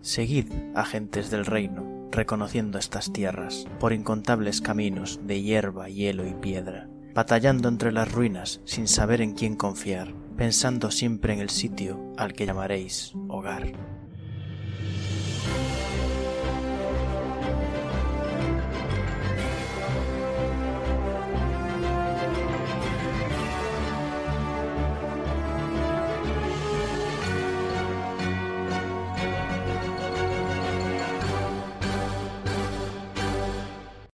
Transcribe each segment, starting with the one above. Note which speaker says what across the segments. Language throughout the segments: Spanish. Speaker 1: Seguid, agentes del reino, reconociendo estas tierras, por incontables caminos de hierba, hielo y piedra, batallando entre las ruinas sin saber en quién confiar, pensando siempre en el sitio al que llamaréis hogar.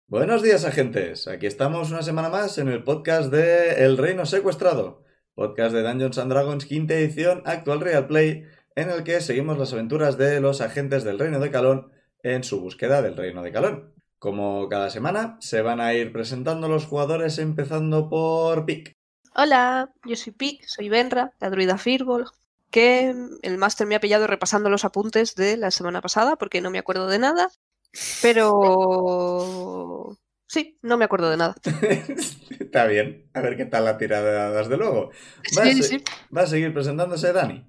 Speaker 2: Buenos días, agentes. Aquí estamos una semana más en el podcast de El Reino Secuestrado, podcast de Dungeons and Dragons quinta edición actual Real Play, en el que seguimos las aventuras de los agentes del Reino de Calón en su búsqueda del Reino de Calón. Como cada semana, se van a ir presentando los jugadores empezando por Pic.
Speaker 3: Hola, yo soy Pic, soy Benra, la druida Firbol, que el máster me ha pillado repasando los apuntes de la semana pasada porque no me acuerdo de nada pero sí, no me acuerdo de nada.
Speaker 2: Está bien. A ver qué tal la tirada, desde luego. Va,
Speaker 3: Sí,
Speaker 2: a, se-
Speaker 3: sí.
Speaker 2: va a seguir presentándose Dani.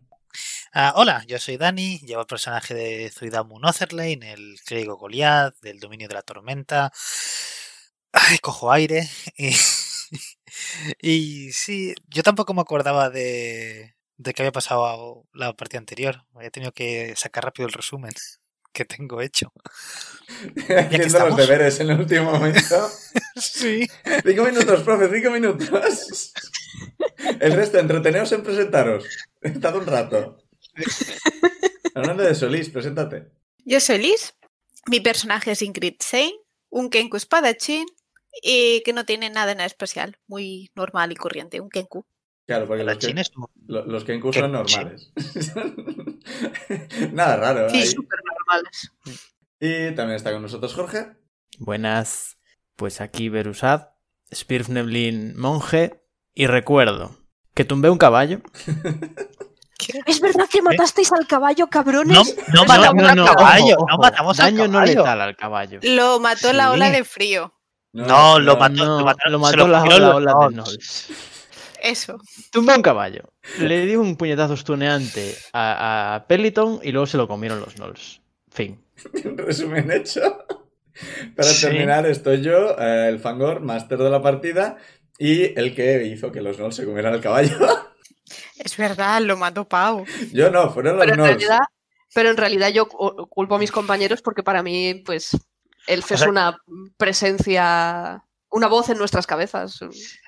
Speaker 4: Ah, hola, yo soy Dani, llevo el personaje de Zuidamu Notherlane, el clérigo Goliath, del dominio de la tormenta. Ay, cojo aire. Y, y sí, yo tampoco me acordaba de, de qué había pasado la partida anterior. He tenido que sacar rápido el resumen que tengo hecho.
Speaker 2: Haciendo los
Speaker 4: estamos.
Speaker 2: deberes en el último momento.
Speaker 4: Sí.
Speaker 2: cinco minutos, profe, cinco minutos. El resto, entreteneos en presentaros. Estad un rato. Hablando de Solís, preséntate.
Speaker 5: Yo soy Liz, mi personaje es Ingrid Sein, un Kenku espadachín y que no tiene nada en especial, muy normal y corriente, un Kenku.
Speaker 2: Claro, porque los,
Speaker 4: La Chin
Speaker 2: que,
Speaker 4: es un-
Speaker 2: lo- los Kenku son
Speaker 4: Kenku.
Speaker 2: normales. Nada raro.
Speaker 3: Sí,
Speaker 2: ahí.
Speaker 3: súper normales.
Speaker 2: Y también está con nosotros Jorge.
Speaker 1: Buenas, pues aquí Berusad, Spirfneblin monje, y recuerdo que tumbé un caballo.
Speaker 3: Es verdad que matasteis al caballo,
Speaker 4: No,
Speaker 3: cabrones.
Speaker 4: no matamos al caballo,
Speaker 1: ojo,
Speaker 4: no
Speaker 1: ojo,
Speaker 4: matamos al
Speaker 1: daño no
Speaker 4: caballo.
Speaker 1: letal al caballo.
Speaker 5: Lo mató la ola
Speaker 1: Sí.
Speaker 5: de frío,
Speaker 4: No, lo mató,
Speaker 1: No,
Speaker 4: lo mató,
Speaker 1: lo
Speaker 4: se
Speaker 1: mató la
Speaker 4: comió
Speaker 1: ola,
Speaker 4: los
Speaker 1: ola
Speaker 4: orcos.
Speaker 1: de Nolls.
Speaker 5: eso.
Speaker 1: Tumbé un caballo. Le di un puñetazo stuneante a, a Peliton y luego se lo comieron los Nolls. Fin.
Speaker 2: Un resumen hecho. Para
Speaker 4: Sí.
Speaker 2: terminar, estoy yo, eh, el Fangor, máster de la partida, y el que hizo que los Nolls se comieran el caballo.
Speaker 5: Es verdad, lo mató Pau.
Speaker 2: Yo no, fueron los
Speaker 3: Pero en
Speaker 2: Nolls.
Speaker 3: realidad, pero en realidad yo cu- culpo a mis compañeros porque para mí, pues, Elf
Speaker 4: O
Speaker 3: es
Speaker 4: sea-
Speaker 3: una presencia, una voz en nuestras cabezas.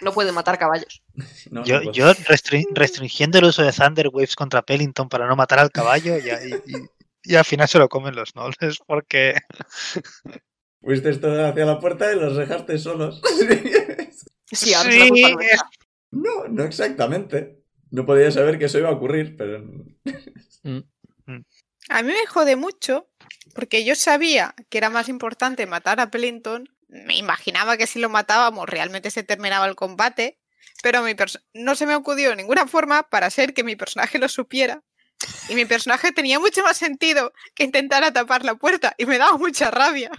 Speaker 3: No puede matar caballos.
Speaker 2: No, no,
Speaker 4: Yo,
Speaker 2: pues,
Speaker 4: yo restri- restringiendo el uso de Thunder Waves contra Pellington para no matar al caballo y, y- y- y al final se lo comen los nobles porque
Speaker 2: Fuisteis todos hacia la puerta y los dejaste solos.
Speaker 3: Sí, ahora es una culpa
Speaker 4: Sí, eh.
Speaker 3: nuestra.
Speaker 2: no, no exactamente. No podía saber que eso iba a ocurrir, pero...
Speaker 5: A mí me jode mucho porque yo sabía que era más importante matar a Pellington. Me imaginaba que si lo matábamos realmente se terminaba el combate, pero mi perso- no se me acudió ninguna forma para hacer que mi personaje lo supiera. Y mi personaje tenía mucho más sentido que intentara tapar la puerta y me daba mucha rabia.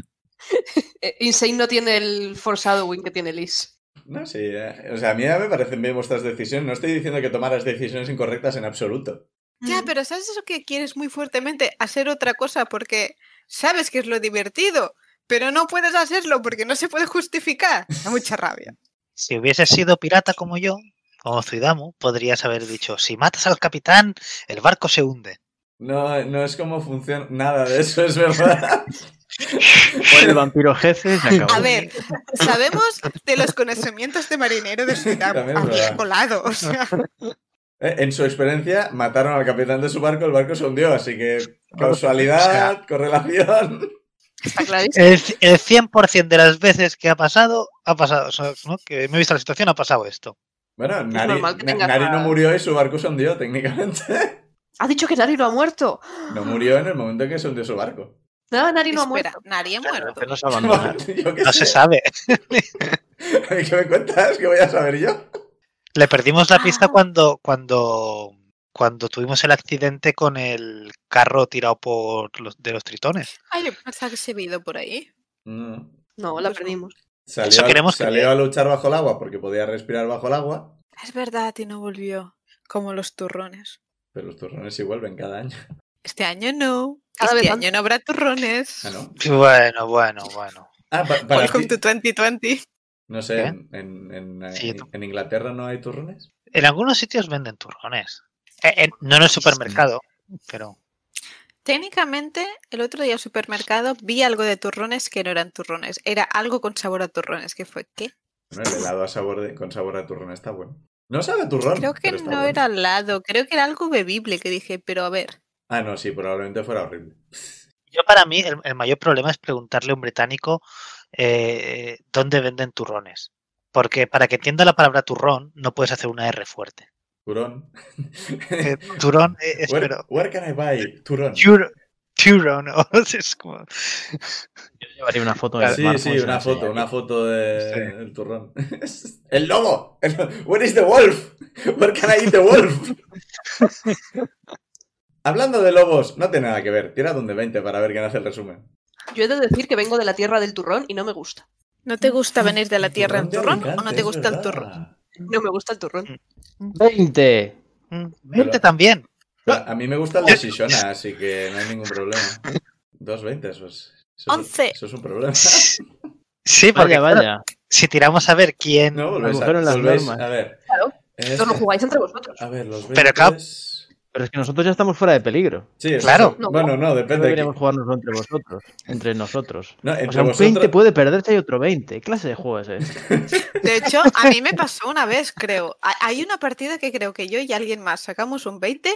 Speaker 3: Eh, Insane no tiene el foreshadowing que tiene Liz.
Speaker 2: No, sí. eh, O sea, a mí ya me parecen bien vuestras decisiones. No estoy diciendo que tomaras decisiones incorrectas en absoluto.
Speaker 5: Ya, pero ¿sabes eso que quieres muy fuertemente? Hacer otra cosa porque sabes que es lo divertido, pero no puedes hacerlo porque no se puede justificar. Me Da mucha rabia.
Speaker 4: si hubieses sido pirata como yo, como Zuidamu, podrías haber dicho, si matas al capitán, el barco se hunde.
Speaker 2: No, no es como funciona nada de eso, es verdad.
Speaker 1: Fue el vampiro jefe se acabó.
Speaker 5: A ver, sabemos de los conocimientos de marinero de Surinam.
Speaker 2: También es
Speaker 5: Había
Speaker 2: verdad.
Speaker 5: colado, o sea,
Speaker 2: Eh, En su experiencia, mataron al capitán de su barco, el barco se hundió, así que causalidad, correlación.
Speaker 3: Está clarísimo.
Speaker 4: El, c- el 100% de las veces que ha pasado, ha pasado, o sea, ¿no? que me he visto la situación, ha pasado esto.
Speaker 2: Bueno, Nari,
Speaker 3: normal que
Speaker 2: Na-
Speaker 3: tengas
Speaker 2: Nari no
Speaker 3: la-
Speaker 2: murió y su barco se hundió, técnicamente.
Speaker 3: Ha dicho que Nari no ha muerto.
Speaker 2: No murió en el momento en que se hundió su barco.
Speaker 3: No, Nari no ha
Speaker 5: espera,
Speaker 3: muerto.
Speaker 5: nadie muerto.
Speaker 4: Pero no se abandona.
Speaker 2: Yo qué
Speaker 4: No
Speaker 2: sé.
Speaker 4: se sabe.
Speaker 2: ¿A mí ¿Qué me cuentas? ¿Qué voy a saber yo?
Speaker 4: Le perdimos la pista
Speaker 3: Ah.
Speaker 4: cuando, cuando, cuando tuvimos el accidente con el carro tirado por los, de los tritones.
Speaker 5: Ay, le pasa que se vido por ahí.
Speaker 2: No.
Speaker 3: No, la perdimos.
Speaker 2: Salió,
Speaker 4: Eso queremos que-
Speaker 2: salió a luchar bajo el agua porque podía respirar bajo el agua,
Speaker 5: Es verdad, y no volvió. Como los turrones.
Speaker 2: pero los turrones sí vuelven cada año.
Speaker 5: Este año no.
Speaker 3: Cada
Speaker 5: este
Speaker 3: vez
Speaker 5: año no habrá turrones.
Speaker 2: Ah, ¿no?
Speaker 4: Bueno, bueno, bueno.
Speaker 2: Ah, pa- para
Speaker 4: Pues
Speaker 5: Welcome
Speaker 2: ti-
Speaker 5: to 2020.
Speaker 2: No sé,
Speaker 4: ¿Qué?
Speaker 2: en, en- en-
Speaker 4: ¿Eh? Sí,
Speaker 2: en-
Speaker 4: tú.
Speaker 2: en Inglaterra no hay turrones.
Speaker 4: En algunos sitios venden turrones. Eh, eh, no en el supermercado, pero
Speaker 5: Técnicamente, el otro día al supermercado vi algo de turrones que no eran turrones. Era algo con sabor a turrones, que fue ¿qué?
Speaker 2: Bueno, el helado a sabor de- con sabor a turrón está bueno. No sabe a turrón.
Speaker 5: Creo que
Speaker 2: Ah, pero
Speaker 5: no
Speaker 2: está bueno.
Speaker 5: era al lado, creo que era algo bebible que dije, pero a ver.
Speaker 2: Ah, no, sí, probablemente fuera horrible.
Speaker 4: yo para mí el, el mayor problema es preguntarle a un británico eh, dónde venden turrones. Porque para que entienda la palabra turrón no puedes hacer una R fuerte.
Speaker 2: Turrón.
Speaker 4: Eh, turrón eh, es
Speaker 2: where,
Speaker 4: pero-
Speaker 2: where can I buy turrón?
Speaker 4: tur- turrón, o sea, es como-
Speaker 1: Yo llevaría una foto
Speaker 4: Claro.
Speaker 1: del
Speaker 2: Sí,
Speaker 1: smartphone
Speaker 2: sí,
Speaker 1: y
Speaker 2: una
Speaker 1: la
Speaker 2: foto, una
Speaker 1: enseñaría.
Speaker 2: foto de-
Speaker 4: Sí.
Speaker 2: del turrón. ¡El lobo! El- ¡Where is the wolf! ¡Where can I eat the wolf! Hablando de lobos, no tiene nada que ver. Tira donde 20 para ver quién hace el resumen.
Speaker 3: Yo he de decir que vengo de la tierra del turrón y no me gusta.
Speaker 5: ¿No te gusta venir de la tierra en
Speaker 2: de
Speaker 5: turrón o
Speaker 2: Alicante,
Speaker 5: no te
Speaker 2: es
Speaker 5: gusta el
Speaker 2: verdad.
Speaker 5: turrón?
Speaker 3: No me gusta el turrón.
Speaker 1: 20.
Speaker 4: Mm, Vente también.
Speaker 2: A mí me gusta el de Shishona, así que no hay ningún problema. Dos 20, eso es. Eso, es-
Speaker 5: Once.
Speaker 2: eso es un problema.
Speaker 4: Sí, porque
Speaker 1: Vaya,
Speaker 4: claro,
Speaker 1: vaya.
Speaker 4: si tiramos a ver quién.
Speaker 2: No, volvéis a,
Speaker 1: Agujeron las
Speaker 2: volvéis-
Speaker 1: normas.
Speaker 2: a ver.
Speaker 3: Claro.
Speaker 2: Es-
Speaker 3: Entonces lo jugáis entre vosotros.
Speaker 2: A ver, los 20.
Speaker 4: Pero claro-
Speaker 2: Sí,
Speaker 1: Pero es que nosotros ya estamos fuera de peligro.
Speaker 2: eso-
Speaker 4: Claro.
Speaker 3: No.
Speaker 2: Bueno, no,
Speaker 1: No
Speaker 2: depende. de
Speaker 1: deberíamos jugárnoslo entre vosotros. Entre nosotros.
Speaker 2: No, entre
Speaker 1: o sea, un
Speaker 2: vosotros-
Speaker 1: 20 puede perderse y otro 20. ¿Qué clase de juego es este? ese?
Speaker 5: De hecho, a mí me pasó una vez, creo. Ha- Hay una partida que creo que yo y alguien más sacamos un 20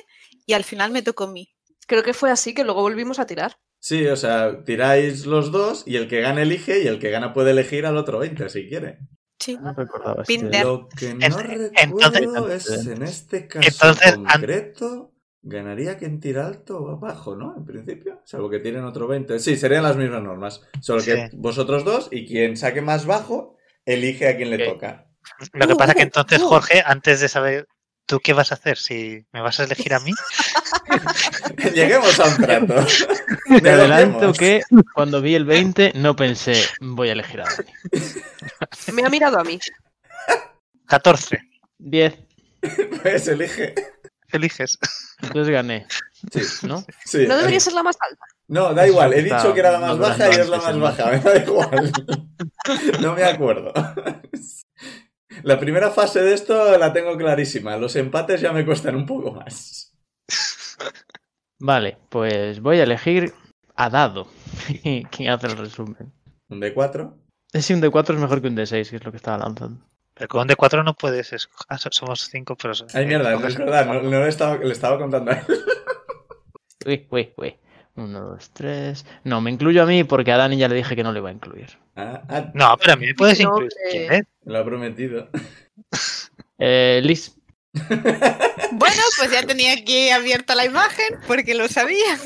Speaker 5: y al final me tocó a mí.
Speaker 3: Creo que fue así que luego volvimos a tirar.
Speaker 2: Sí, o sea, tiráis los dos y el que gana elige y el que gana puede elegir al otro 20 si quiere.
Speaker 5: Sí.
Speaker 1: No recordaba.
Speaker 5: Pin
Speaker 1: este-
Speaker 5: Ver.
Speaker 2: Lo que no
Speaker 4: Entonces-
Speaker 2: recuerdo es en este caso
Speaker 4: entonces, an-
Speaker 2: concreto. Ganaría quien tira alto o abajo, ¿no? En principio. Salvo que tienen otro 20. Sí, serían las mismas normas. Solo que
Speaker 4: Sí.
Speaker 2: vosotros dos y quien saque más bajo, elige a quien le
Speaker 1: Ok.
Speaker 2: toca.
Speaker 4: Lo que
Speaker 5: Uh,
Speaker 4: pasa que
Speaker 5: uh,
Speaker 4: entonces,
Speaker 5: uh.
Speaker 4: Jorge, antes de saber tú qué vas a hacer, si me vas a elegir a mí,
Speaker 2: Lleguemos a un
Speaker 1: Te
Speaker 2: trato. Negociemos.
Speaker 1: adelanto que cuando vi el 20 no pensé, voy a elegir a Dani.
Speaker 3: Me ha mirado a mí.
Speaker 4: 14,
Speaker 1: 10.
Speaker 2: Pues elige.
Speaker 4: eliges.
Speaker 1: Entonces gané,
Speaker 2: Sí,
Speaker 1: ¿no?
Speaker 2: sí.
Speaker 3: No debería ser la más alta.
Speaker 2: No, da igual, he
Speaker 1: Está
Speaker 2: dicho que era la más
Speaker 1: madurando
Speaker 2: baja y es la
Speaker 1: antes,
Speaker 2: más
Speaker 1: ¿no?
Speaker 2: baja, me da igual. No me acuerdo. La primera fase de esto la tengo clarísima, los empates ya me cuestan un poco más.
Speaker 1: Vale, pues voy a elegir a Dado, quien hace el resumen.
Speaker 2: Un D4.
Speaker 1: Es si un D4 es mejor que un D6, que es lo que estaba lanzando.
Speaker 4: Pero con un de 4 no puedes escoger. Ah, so- somos 5, pero.
Speaker 2: Ay,
Speaker 4: eh,
Speaker 2: mierda,
Speaker 4: coges-
Speaker 2: es verdad, no, no le, estaba, le estaba contando a él.
Speaker 1: Uy, uy, uy. Uno, dos, tres. No, me incluyo a mí porque a Dani ya le dije que no le iba a incluir.
Speaker 2: Ah, ah,
Speaker 4: No, pero a mí me puedes
Speaker 3: No,
Speaker 4: incluir.
Speaker 3: hombre.
Speaker 4: si quieres.
Speaker 2: me lo ha prometido.
Speaker 1: Eh, Liz,
Speaker 5: Bueno, pues ya tenía aquí abierta la imagen porque lo sabía.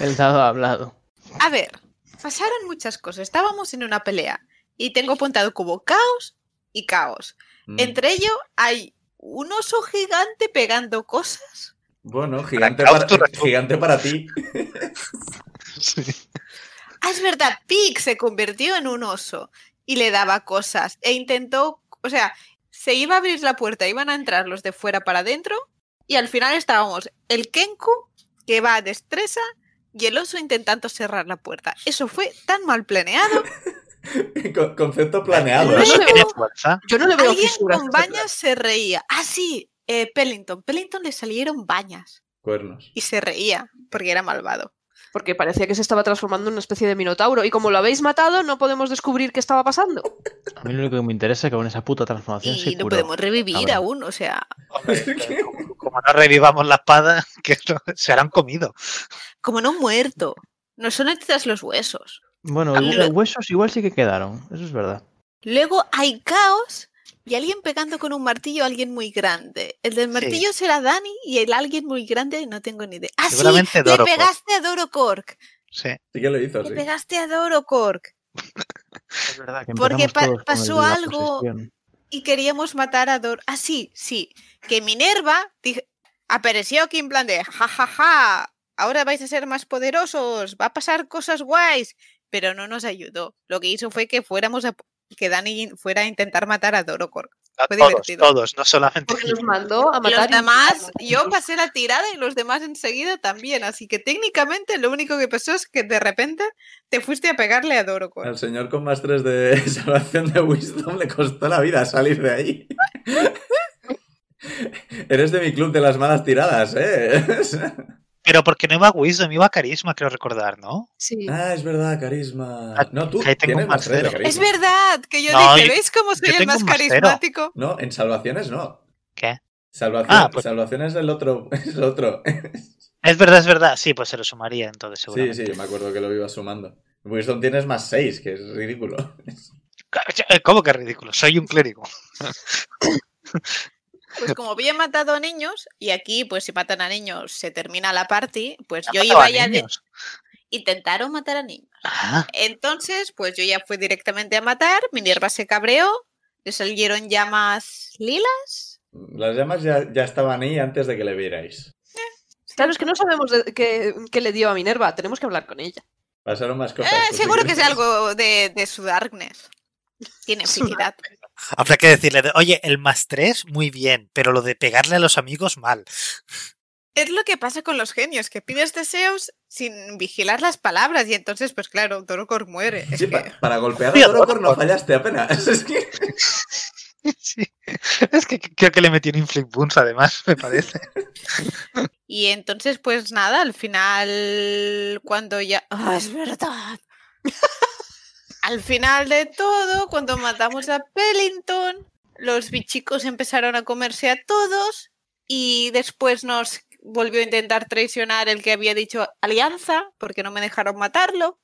Speaker 1: el dado ha hablado.
Speaker 5: A ver, pasaron muchas cosas. Estábamos en una pelea y tengo apuntado como caos y caos.
Speaker 2: Mm,
Speaker 5: Entre ello hay un oso gigante pegando cosas.
Speaker 2: Bueno, gigante
Speaker 4: Para
Speaker 2: para,
Speaker 4: Klaus, tú-
Speaker 2: gigante para ti.
Speaker 5: Ah, es verdad, Pig se convirtió en un oso y le daba cosas. E intentó, o sea, se iba a abrir la puerta, iban a entrar los de fuera para adentro y al final estábamos el Kenku que va a destreza y el oso intentando cerrar la puerta. Eso fue tan mal planeado.
Speaker 2: Con- concepto planeado.
Speaker 4: El oso
Speaker 3: Luego-
Speaker 4: tiene fuerza.
Speaker 3: Yo no le veo
Speaker 5: Alguien
Speaker 3: fisuras.
Speaker 5: con bañas se reía. Ah, sí, eh, Pellington. Pellington le salieron bañas
Speaker 2: Cuernos.
Speaker 5: y se reía porque era malvado.
Speaker 3: Porque parecía que se estaba transformando en una especie de minotauro. Y como lo habéis matado, no podemos descubrir qué estaba pasando.
Speaker 1: A mí lo único que me interesa es que con esa puta transformación
Speaker 5: Y
Speaker 1: se
Speaker 5: no
Speaker 1: curó.
Speaker 5: podemos revivir
Speaker 1: Cabrón.
Speaker 5: aún, o sea,
Speaker 4: Como, como no revivamos la espada, que no- se harán comido.
Speaker 5: como no muerto. No son necesitas los huesos.
Speaker 1: Bueno,
Speaker 5: A mí
Speaker 1: igual-
Speaker 5: lo-
Speaker 1: huesos igual sí que quedaron, eso es verdad.
Speaker 5: Luego hay caos y alguien pegando con un martillo a alguien muy grande. El del martillo será Dani y el alguien muy grande no tengo ni idea. ¡Ah, sí!
Speaker 4: Seguramente
Speaker 5: ¡Le
Speaker 4: Dorocork.
Speaker 5: pegaste a Dorocork!
Speaker 4: Sí.
Speaker 2: Sí que lo hizo,
Speaker 5: ¡Le
Speaker 2: sí.
Speaker 5: pegaste a Dorocork!
Speaker 1: Es verdad que
Speaker 5: Porque
Speaker 1: empezamos
Speaker 5: pa-
Speaker 1: todos con el
Speaker 5: pasó
Speaker 1: de la
Speaker 5: algo-
Speaker 1: posesión.
Speaker 5: y queríamos matar a Dor. Ah, sí, sí. Que Minerva dije- apareció aquí en plan de jajaja, ahora vais a ser más poderosos, va a pasar cosas guays, pero no nos ayudó. Lo que hizo fue que fuéramos a que Dani fuera a intentar matar a Dorocor.
Speaker 4: No,
Speaker 5: Fue
Speaker 4: todos,
Speaker 5: divertido.
Speaker 4: todos, no solamente.
Speaker 3: Porque los mandó a matar.
Speaker 5: Los
Speaker 3: y-
Speaker 5: demás, yo pasé la tirada y los demás enseguida también. Así que técnicamente lo único que pasó es que de repente te fuiste a pegarle a Dorocor.
Speaker 2: Al señor con más 3 de salvación de Wisdom le costó la vida salir de ahí. Eres de mi club de las malas tiradas, ¿eh?
Speaker 4: Pero porque no iba a Wisdom, iba a Carisma, creo recordar, ¿no?
Speaker 3: Sí.
Speaker 2: ah, es verdad, carisma.
Speaker 4: Ah,
Speaker 2: No, tú
Speaker 4: ahí tengo
Speaker 2: tienes
Speaker 4: un
Speaker 2: más 3 de
Speaker 4: más cero.
Speaker 5: Es
Speaker 2: carisma.
Speaker 5: verdad que yo
Speaker 4: No,
Speaker 5: dije,
Speaker 4: yo-
Speaker 5: ¿veis cómo soy
Speaker 4: yo
Speaker 5: el
Speaker 4: tengo
Speaker 5: más
Speaker 4: un más cero.
Speaker 5: carismático?
Speaker 2: No, en salvaciones no.
Speaker 4: ¿Qué?
Speaker 2: Salvación,
Speaker 4: Ah, pues-
Speaker 2: Salvación es el otro. Es el otro.
Speaker 4: Es verdad, es verdad. Sí, pues se lo sumaría entonces,
Speaker 2: Sí,
Speaker 4: seguramente.
Speaker 2: sí, yo me acuerdo que lo iba sumando. Wisdom tienes más 6, que es ridículo.
Speaker 4: Eh, ¿Cómo que ridículo? Soy un clérigo.
Speaker 5: Pues como había matado a niños, y aquí pues si matan a niños se termina la party, pues yo
Speaker 4: Mataba
Speaker 5: iba ya de-
Speaker 4: niños.
Speaker 5: Intentaron matar a niños.
Speaker 4: Ah,
Speaker 5: Entonces, pues yo ya fui directamente a matar, Minerva se cabreó, le salieron llamas lilas.
Speaker 2: Las llamas ya, ya estaban ahí antes de que le vierais.
Speaker 3: Claro, es que no sabemos de- qué, qué le dio a Minerva. Tenemos que hablar con ella.
Speaker 2: Pasaron más cosas.
Speaker 5: Eh,
Speaker 2: tú
Speaker 5: seguro
Speaker 2: sí
Speaker 5: que es algo de, de su darkness. Tiene
Speaker 3: Su
Speaker 5: frigidad.
Speaker 4: habrá que decirle, de, oye, el más tres, muy bien, pero lo de pegarle a los amigos, mal.
Speaker 5: Es lo que pasa con los genios, que pides deseos sin vigilar las palabras y entonces, pues claro, Dorocor muere. Es
Speaker 2: Sí,
Speaker 5: que-
Speaker 2: pa- para golpear
Speaker 4: Sí,
Speaker 2: a
Speaker 4: a
Speaker 2: Dorocor no
Speaker 4: Dorocor.
Speaker 2: fallaste apenas. Es que...
Speaker 4: Sí. Es que creo que le metí un inflict wounds, además, me parece.
Speaker 5: Y entonces, pues nada, al final, cuando ya... ¡Ah, es verdad! al final de todo, cuando matamos a Pellington, los bichicos empezaron a comerse a todos y después nos volvió a intentar traicionar el que había dicho alianza, porque no me dejaron matarlo.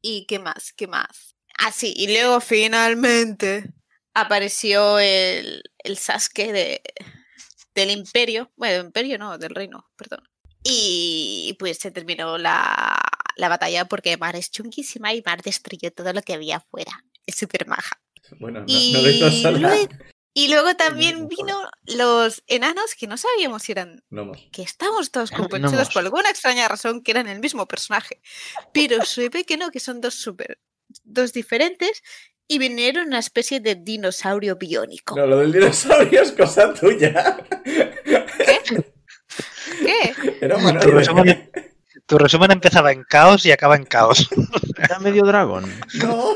Speaker 5: ¿Y qué más? ¿Qué más? Así, y luego finalmente apareció el, el Sasuke de, del imperio, bueno, del imperio no, del reino, perdón. Y pues se terminó la, la batalla porque Mar es chunquísima y Mar destruyó todo lo que había afuera. Es súper maja.
Speaker 2: Bueno, no,
Speaker 5: Y,
Speaker 2: no lo hizo sola.
Speaker 5: luego, y luego también
Speaker 2: mejor.
Speaker 5: vino los enanos que no sabíamos si eran,
Speaker 2: No, mos.
Speaker 5: que estamos todos
Speaker 2: Ah,
Speaker 1: Enanos.
Speaker 5: convencidos por alguna extraña razón que eran el mismo personaje. Pero se ve que no, que son dos súper, dos diferentes y vinieron una especie de dinosaurio biónico.
Speaker 2: No, lo del dinosaurio es cosa tuya.
Speaker 5: ¿Qué?
Speaker 2: Era
Speaker 4: Tu resumen,
Speaker 2: humanoide.
Speaker 4: tu resumen empezaba en caos y acaba en caos.
Speaker 1: Era medio dragón.
Speaker 2: No,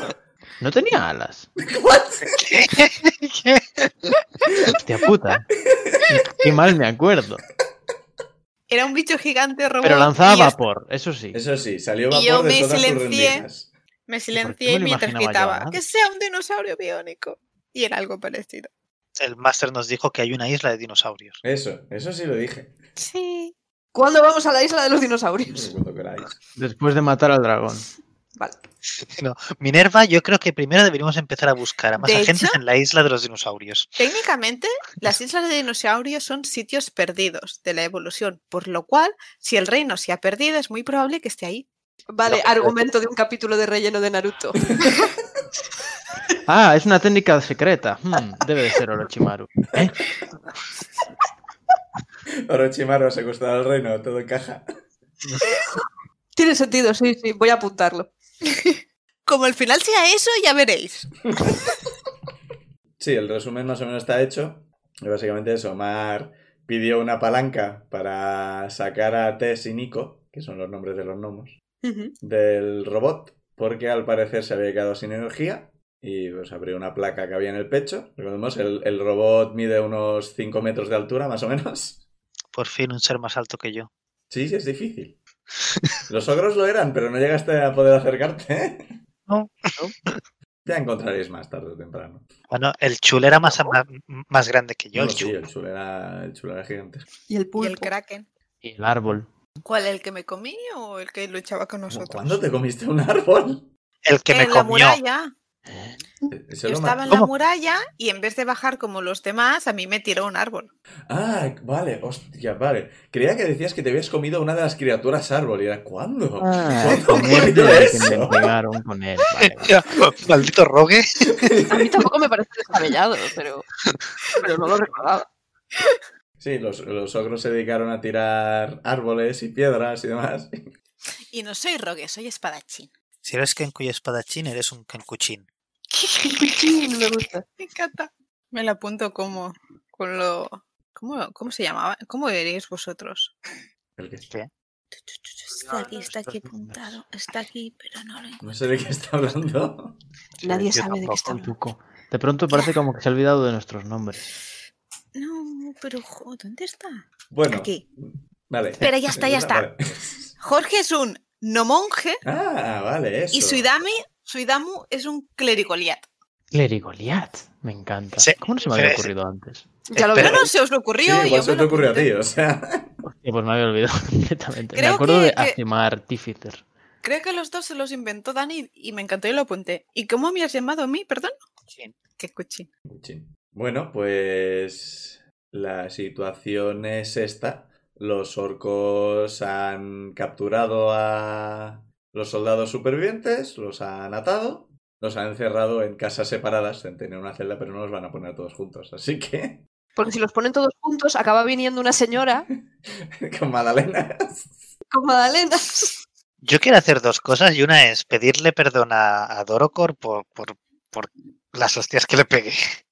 Speaker 1: No tenía alas.
Speaker 2: what?
Speaker 1: Hostia puta. Qué mal me acuerdo.
Speaker 5: Era un bicho gigante robot.
Speaker 1: Pero
Speaker 5: y yo
Speaker 1: lanzaba vapor, eso sí.
Speaker 2: Eso sí, salió
Speaker 5: Y yo
Speaker 2: vapor de
Speaker 5: me
Speaker 2: todas sus
Speaker 5: silencié.
Speaker 2: rendidas.
Speaker 1: por
Speaker 5: Me
Speaker 1: qué
Speaker 5: silencié
Speaker 1: me lo
Speaker 5: mientras
Speaker 1: imaginaba yo ah?
Speaker 5: gritaba
Speaker 1: ahora?
Speaker 5: que sea un dinosaurio biónico. Y era algo parecido.
Speaker 4: El máster nos dijo que hay una isla de dinosaurios.
Speaker 2: Eso, eso sí lo dije.
Speaker 5: Sí.
Speaker 3: ¿Cuándo vamos a la isla de los
Speaker 2: No sé
Speaker 3: dinosaurios?
Speaker 2: cuándo queráis.
Speaker 1: Después de matar al dragón.
Speaker 3: Vale.
Speaker 4: No, Minerva, yo creo que primero deberíamos empezar a buscar a más
Speaker 5: De
Speaker 4: agentes
Speaker 5: hecho-
Speaker 4: en la isla de los dinosaurios.
Speaker 5: Técnicamente, las islas de dinosaurios son sitios perdidos de la evolución, por lo cual, si el reino se ha perdido, es muy probable que esté ahí.
Speaker 3: Vale,
Speaker 4: No, pero-
Speaker 3: argumento de un capítulo de relleno de Naruto.
Speaker 1: Ah, es una técnica secreta. Hmm, debe de ser Orochimaru. ¿Eh?
Speaker 2: Orochimaru secuestrar al reino, todo encaja.
Speaker 3: Tiene sentido, sí, sí, voy a apuntarlo.
Speaker 5: Como el final sea eso, ya veréis.
Speaker 2: Sí, el resumen más o menos está hecho. Y básicamente eso, Mar pidió una palanca para sacar a Tess y Nico, que son los nombres de los gnomos.
Speaker 3: Ujú.
Speaker 2: del robot, porque al parecer se había quedado sin energía y pues abrió una placa que había en el pecho. Recordemos, el, el robot mide unos 5 metros de altura, más o menos.
Speaker 4: Por fin un ser más alto que yo.
Speaker 2: Sí, sí, es difícil. Los ogros lo eran, pero no llegaste a poder acercarte. ¿eh?
Speaker 4: No,
Speaker 2: Ya encontraréis más tarde o temprano.
Speaker 4: Bueno, el chul era más, más, más grande que yo.
Speaker 2: No,
Speaker 4: el
Speaker 2: sí,
Speaker 4: chul.
Speaker 2: el chulo era, el chulo era gigante.
Speaker 3: Y el pulpo.
Speaker 5: ¿Y el kraken?
Speaker 1: Y el árbol.
Speaker 5: ¿Cuál, el que me comí o el que luchaba con nosotros?
Speaker 2: ¿Cuándo te comiste un árbol?
Speaker 4: El que me
Speaker 5: en la
Speaker 4: comió.
Speaker 5: muralla.
Speaker 2: Eso
Speaker 5: Yo
Speaker 2: lo
Speaker 5: estaba en
Speaker 2: ma-
Speaker 5: la
Speaker 4: ¿Cómo?
Speaker 5: muralla y en vez de bajar como los demás, a mí me tiró un árbol.
Speaker 2: Ah, vale, hostia, vale. Creía que decías que te habías comido una de las criaturas árbol y era ¿cuándo?
Speaker 1: Ah,
Speaker 2: ¿Cuándo
Speaker 1: comer
Speaker 2: ocurrió
Speaker 1: desde que me
Speaker 2: eso?
Speaker 1: pegaron con él. Vale, vale.
Speaker 4: Maldito rogue.
Speaker 3: A mí tampoco me parece descabellado, pero, pero no lo recordaba.
Speaker 2: Sí, los, los ogros se dedicaron a tirar árboles y piedras y demás.
Speaker 5: Y no soy rogue, soy espadachín.
Speaker 4: Si eres Kenku y espadachín, eres un Kenkuchín.
Speaker 3: Sí, me gusta.
Speaker 5: Me encanta. Me la apunto como. Con lo. ¿Cómo, cómo se llamaba? ¿Cómo veréis vosotros?
Speaker 2: ¿El qué?
Speaker 4: No,
Speaker 6: Está aquí,
Speaker 4: no,
Speaker 6: está
Speaker 4: esto
Speaker 6: aquí
Speaker 4: es un mes.
Speaker 6: apuntado. Está aquí, pero no lo encuentro.
Speaker 2: No sé de qué está hablando.
Speaker 3: Nadie
Speaker 4: yo
Speaker 3: sabe de qué está
Speaker 4: tampoco.
Speaker 3: hablando.
Speaker 1: Tampoco. De pronto parece como que se ha olvidado de nuestros nombres.
Speaker 6: No, pero jo, ¿dónde está?
Speaker 2: Bueno,
Speaker 6: Aquí.
Speaker 2: vale.
Speaker 6: Espera, ya está, ya está.
Speaker 2: Vale.
Speaker 5: Jorge es un no monje
Speaker 2: Ah, vale, eso.
Speaker 5: y Suidami, Suidamu es un clérigo liat.
Speaker 1: Clerigoliat. Me encanta.
Speaker 4: Sí,
Speaker 1: ¿Cómo no se me había
Speaker 4: sí, sí.
Speaker 1: ocurrido antes?
Speaker 3: Ya lo
Speaker 5: No,
Speaker 3: veo.
Speaker 5: no, se os
Speaker 2: Sí,
Speaker 5: ocurrió. y
Speaker 2: igual
Speaker 5: yo
Speaker 2: se
Speaker 5: me
Speaker 2: te
Speaker 5: lo
Speaker 2: ocurrió a
Speaker 5: apunté.
Speaker 2: ti, o sea.
Speaker 1: Hostia, pues me había olvidado completamente.
Speaker 5: Creo
Speaker 1: me acuerdo
Speaker 5: que-
Speaker 1: de
Speaker 5: que-
Speaker 1: Azimar Artificer.
Speaker 5: Creo que los dos se los inventó Dani y me encantó y lo apunté. ¿Y cómo me has llamado a mí, perdón?
Speaker 4: Sí.
Speaker 5: Qué cuchín.
Speaker 2: Chin. Bueno, pues la situación es esta. Los orcos han capturado a los soldados supervivientes, los han atado, los han encerrado en casas separadas, en tener una celda, pero no los van a poner todos juntos. Así que,
Speaker 3: Porque si los ponen todos juntos, acaba viniendo una señora
Speaker 2: con Madalena.
Speaker 3: con Madalena.
Speaker 4: Yo quiero hacer dos cosas y una es pedirle perdón a, a Dorocor por, por, por las hostias que le pegué.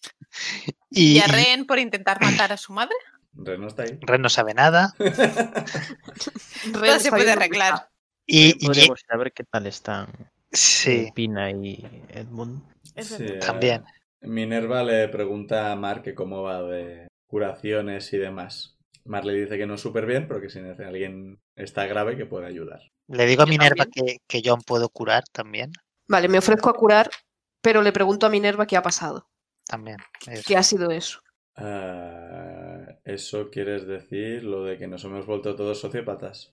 Speaker 4: Y,
Speaker 5: ¿Y a Ren por intentar matar a su madre?
Speaker 2: Ren no está ahí.
Speaker 4: Ren no sabe nada.
Speaker 3: Ren
Speaker 5: se
Speaker 3: está
Speaker 5: puede
Speaker 3: bien
Speaker 5: arreglar.
Speaker 3: orgullosa.
Speaker 4: Y, y-
Speaker 1: Podríamos ir a ver qué tal están
Speaker 4: sí,
Speaker 1: Pina y Edmund.
Speaker 2: Sí, eh,
Speaker 4: también.
Speaker 2: Minerva le pregunta a Mar que cómo va de curaciones y demás. Mar le dice que no súper bien, pero que si alguien está grave que puede ayudar.
Speaker 4: Le digo a
Speaker 5: Yo
Speaker 4: Minerva que, que yo aún puedo curar también.
Speaker 3: Vale, me ofrezco a curar, pero le pregunto a Minerva qué ha pasado.
Speaker 4: También. es-
Speaker 3: ¿Qué ha sido eso?
Speaker 2: Ah, ¿Eso quieres decir lo de que nos hemos vuelto todos sociópatas?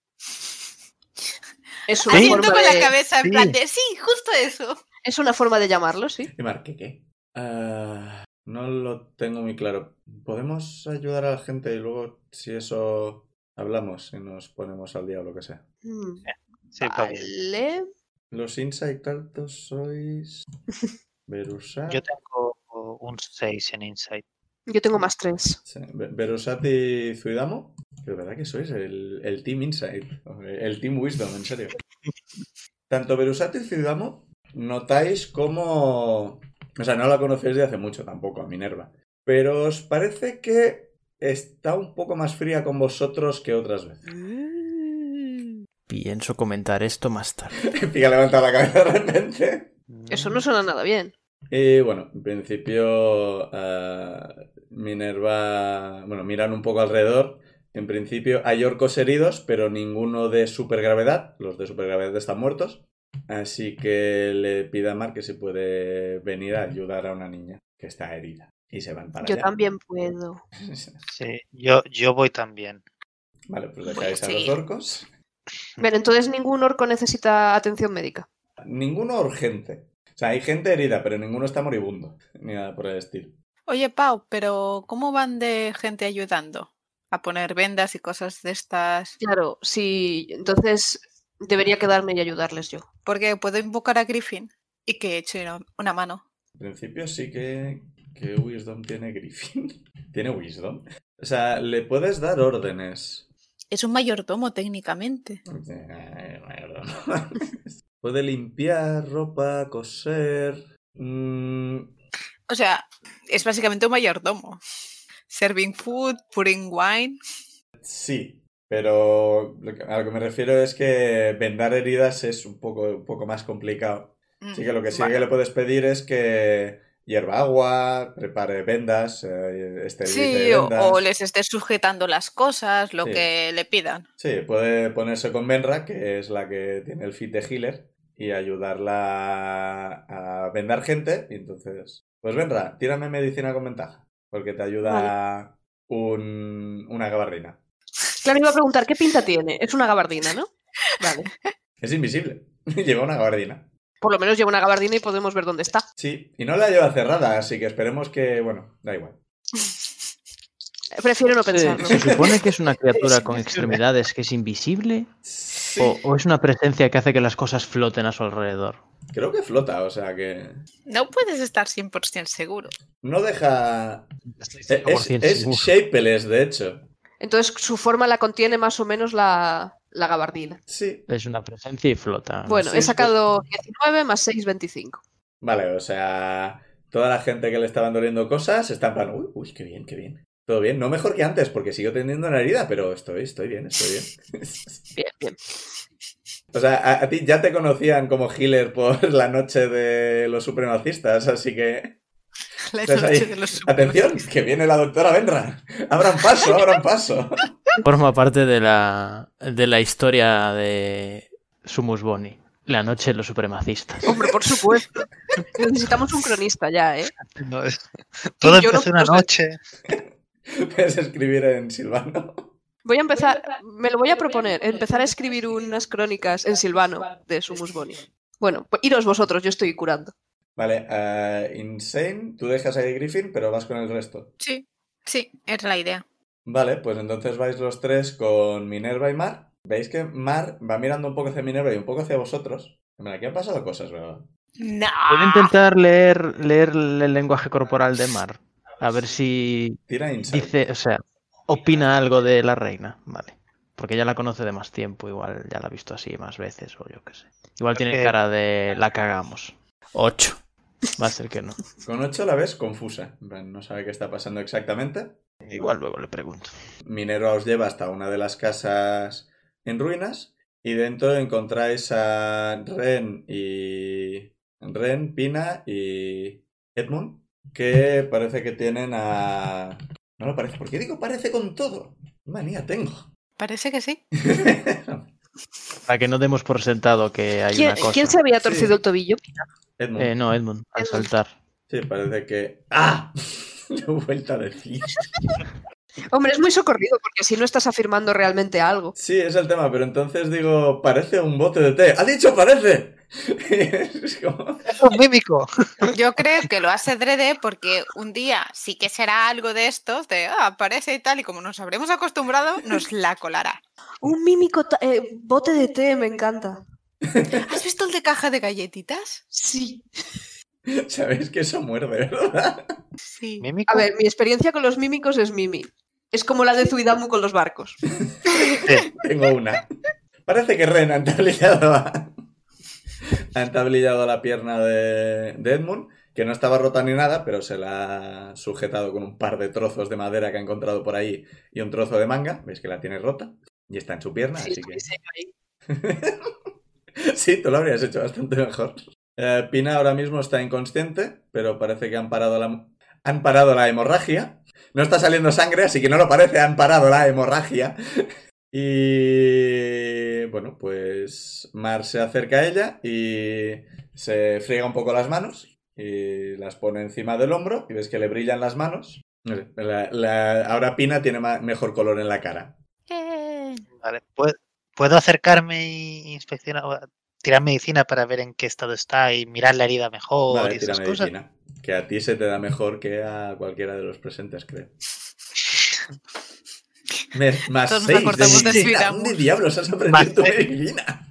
Speaker 3: Es una,
Speaker 5: Haciendo
Speaker 3: forma
Speaker 5: Ah, con la
Speaker 3: de,
Speaker 5: cabeza en
Speaker 4: Sí.
Speaker 5: plan de sí, justo eso.
Speaker 3: es una forma de llamarlo, sí.
Speaker 2: ¿Y Mar, qué qué? Ah, no lo tengo muy claro. ¿Podemos ayudar a la gente y luego, si eso, hablamos y nos ponemos al día o lo que sea?
Speaker 3: Mm,
Speaker 4: sí, porque
Speaker 3: Vale.
Speaker 2: Los Insight Altos sois... Verusat...
Speaker 4: yo tengo un 6 en Insight.
Speaker 3: Yo tengo más tres.
Speaker 2: Sí, Be- Berusat y Zuidamo. Pero verdad que sois el, el Team Insight. El Team Wisdom, en serio. Tanto Berusat y Zuidamo notáis como... O sea, no la conocéis de hace mucho tampoco, a Minerva. Pero os parece que está un poco más fría con vosotros que otras veces.
Speaker 5: Mm.
Speaker 1: Pienso comentar esto más tarde.
Speaker 2: Pica levanta la cabeza de repente.
Speaker 3: Eso no suena nada bien.
Speaker 2: Y bueno, en principio eh, Minerva, bueno, miran un poco alrededor. En principio hay orcos heridos, pero ninguno de supergravedad. Los de supergravedad están muertos. Así que le pida a Mar que se puede venir a ayudar a una niña que está herida. Y se van para
Speaker 3: Yo
Speaker 2: allá.
Speaker 3: también puedo.
Speaker 4: Sí, yo, yo voy también.
Speaker 2: Vale, pues
Speaker 5: Voy a
Speaker 2: dejáis a los
Speaker 5: seguir.
Speaker 2: orcos.
Speaker 3: Pero entonces ningún orco necesita atención médica.
Speaker 2: Ninguno urgente. O sea, hay gente herida, pero ninguno está moribundo. Ni nada por el estilo.
Speaker 5: Oye, Pau, pero ¿cómo van de gente ayudando? A poner vendas y cosas de estas.
Speaker 3: Claro, sí. Entonces debería quedarme y ayudarles yo.
Speaker 5: Porque puedo invocar a Griffin y que eche una- una mano.
Speaker 2: En principio sí que, que Wisdom tiene Griffin. ¿Tiene Wisdom? O sea, le puedes dar órdenes.
Speaker 5: Es un mayordomo técnicamente.
Speaker 2: Eh, mayordomo. Puede limpiar ropa, coser. mm,
Speaker 5: O sea, es básicamente un mayordomo. Serving food, putting wine.
Speaker 2: sí, pero lo que- a lo que me refiero es que vendar heridas es un poco, un poco más complicado. Así que lo que sí
Speaker 5: Mm. Vale.
Speaker 2: que le puedes pedir es que hierva agua, prepare vendas, eh, esterilice
Speaker 5: Sí, o,
Speaker 2: vendas.
Speaker 5: o les esté sujetando las cosas, lo
Speaker 2: Sí.
Speaker 5: que le pidan.
Speaker 2: Sí, puede ponerse con Benra, que es la que tiene el fit de healer, y ayudarla a vendar gente. Y entonces, pues Benra, tírame medicina con ventaja, porque te ayuda un, una gabardina.
Speaker 3: Claro, iba a preguntar, ¿qué pinta tiene? Es una gabardina, ¿no? Vale.
Speaker 2: Es invisible, lleva una gabardina.
Speaker 3: Por lo menos lleva una gabardina y podemos ver dónde está.
Speaker 2: Sí, y no la lleva cerrada, así que esperemos que, bueno, da igual.
Speaker 3: Eh, Prefiero no pensarlo.
Speaker 1: ¿Se supone que es una criatura con extremidades que es invisible?
Speaker 2: Sí,
Speaker 1: O, o es una presencia que hace que las cosas floten a su alrededor?
Speaker 2: creo que flota, o sea que
Speaker 5: No puedes estar 100% seguro.
Speaker 2: no deja...
Speaker 5: Eh.
Speaker 1: Estoy
Speaker 2: Es,
Speaker 1: 100%
Speaker 2: es
Speaker 1: seguro.
Speaker 2: shapeless, de hecho.
Speaker 3: Entonces su forma la contiene más o menos la, la gabardina.
Speaker 2: Sí,
Speaker 1: Es una Ah,
Speaker 5: Pues
Speaker 1: presencia y flota.
Speaker 3: Bueno,
Speaker 2: sí,
Speaker 3: he
Speaker 2: sí.
Speaker 3: sacado 19 más 6, 25.
Speaker 2: Vale, o sea, Toda la gente que le estaban doliendo cosas está en plan, uy, uy, qué bien, qué bien. Todo bien, no mejor que antes, porque sigo teniendo una herida, pero estoy, estoy bien, estoy bien.
Speaker 3: Bien, bien.
Speaker 2: o sea, a, a ti ya te conocían como healer por la noche de los supremacistas, así que.
Speaker 5: La
Speaker 2: estás
Speaker 5: noche
Speaker 2: ahí.
Speaker 5: de los
Speaker 2: Atención, que viene la doctora Benra. Abran paso, abran paso.
Speaker 1: Forma parte de la, de la historia de Sumus Boni. La noche de los supremacistas.
Speaker 3: Hombre, por supuesto. Necesitamos un cronista ya, ¿eh?
Speaker 4: No, es- Todo
Speaker 3: yo no
Speaker 4: empezó una
Speaker 3: puedo-
Speaker 4: noche.
Speaker 2: Puedes escribir en Silvano.
Speaker 3: Voy a empezar, me lo voy a proponer, empezar a escribir unas crónicas en Silvano de Sumus Boni. Bueno, pues iros vosotros, yo estoy curando.
Speaker 2: Vale, ah, Insane, tú dejas ahí a Griffin, pero vas con el resto.
Speaker 5: Sí, sí, es la idea.
Speaker 2: Vale, pues entonces vais los tres con Minerva y Mar. Veis que Mar va mirando un poco hacia Minerva y un poco hacia vosotros. Hombre, aquí han pasado cosas, ¿verdad?
Speaker 5: No.
Speaker 1: Voy a intentar leer, leer el lenguaje corporal de Mar. A ver si
Speaker 2: Tira Insane.
Speaker 1: dice, o sea, opina algo de la reina. Vale. Porque ya la conoce de más tiempo, igual ya la ha visto así más veces, o yo qué sé. Igual tiene
Speaker 4: Porque-
Speaker 1: cara de la cagamos. Ocho. Va a ser que no.
Speaker 2: Con 8 la ves confusa. En plan, No sabe qué está pasando exactamente.
Speaker 1: Igual luego le pregunto.
Speaker 2: Minerva os lleva hasta una de las casas en ruinas y dentro encontráis a Ren y Ren, Pina y Edmund que parece que tienen a no lo parece porque digo parece con todo manía tengo
Speaker 5: Parece que sí.
Speaker 1: Para que no demos por sentado que hay
Speaker 3: ¿Quién,
Speaker 1: una cosa.
Speaker 3: quién se había torcido
Speaker 2: Sí.
Speaker 3: el tobillo?
Speaker 2: Edmund
Speaker 1: Eh, no, Edmund, al
Speaker 3: Edmund.
Speaker 1: saltar.
Speaker 2: sí parece que ah lo he vuelto a decir
Speaker 3: Hombre, es muy socorrido porque si no estás afirmando realmente algo.
Speaker 2: sí es el tema pero entonces digo parece un bote de té ha dicho parece es como
Speaker 4: Es un mímico.
Speaker 5: Yo creo que lo hace Drede porque un día sí que será algo de estos, de ah, aparece y tal, y como nos habremos acostumbrado, nos la colará.
Speaker 3: Un mímico ta- eh, bote de té me encanta.
Speaker 5: ¿Has visto el de caja de galletitas?
Speaker 3: Sí.
Speaker 2: sabéis que eso muerde verdad
Speaker 5: Sí.
Speaker 4: ¿Mímico?
Speaker 3: A ver, mi experiencia con los mímicos es Mimi. Es como la de Zuidamu con los barcos.
Speaker 4: Sí.
Speaker 2: Tengo una. Parece que Ren ha entablillado a, ha entablillado la pierna de, de Edmund, que no estaba rota ni nada, pero se la ha sujetado con un par de trozos de madera que ha encontrado por ahí y un trozo de manga. Veis que la tiene rota y está en su pierna,
Speaker 3: Sí,
Speaker 2: así que...
Speaker 3: sí, ahí.
Speaker 2: Sí, tú lo habrías hecho bastante mejor. Eh, Pina ahora mismo está inconsciente, pero parece que han parado la... Han parado la hemorragia. No está saliendo sangre, así que no lo parece, han parado la hemorragia. Y... Bueno, pues Mar se acerca a ella y se friega un poco las manos y las pone encima del hombro y ves que le brillan las manos. No sé, la- la- Ahora Pina tiene ma- mejor color en la cara.
Speaker 4: Vale, ¿puedo, puedo acercarme y inspeccionar, o tirar medicina para ver en qué estado está y mirar la herida mejor
Speaker 2: Vale,
Speaker 4: y
Speaker 2: tira
Speaker 4: esas cosas?
Speaker 2: medicina. Que a ti se te da mejor que a cualquiera de los presentes, creo. Me- más
Speaker 5: Todos nos
Speaker 2: seis de
Speaker 5: acordamos de
Speaker 2: medicina.
Speaker 5: Siramus.
Speaker 2: ¿Dónde diablos has aprendido
Speaker 4: Más
Speaker 2: tu
Speaker 4: seis.
Speaker 2: medicina?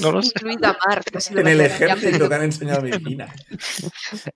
Speaker 4: No lo sé.
Speaker 3: Incluida Mar. que si no
Speaker 2: En
Speaker 3: me
Speaker 2: el
Speaker 3: acuerdo, ya me
Speaker 2: ejército
Speaker 3: digo.
Speaker 2: te han enseñado medicina.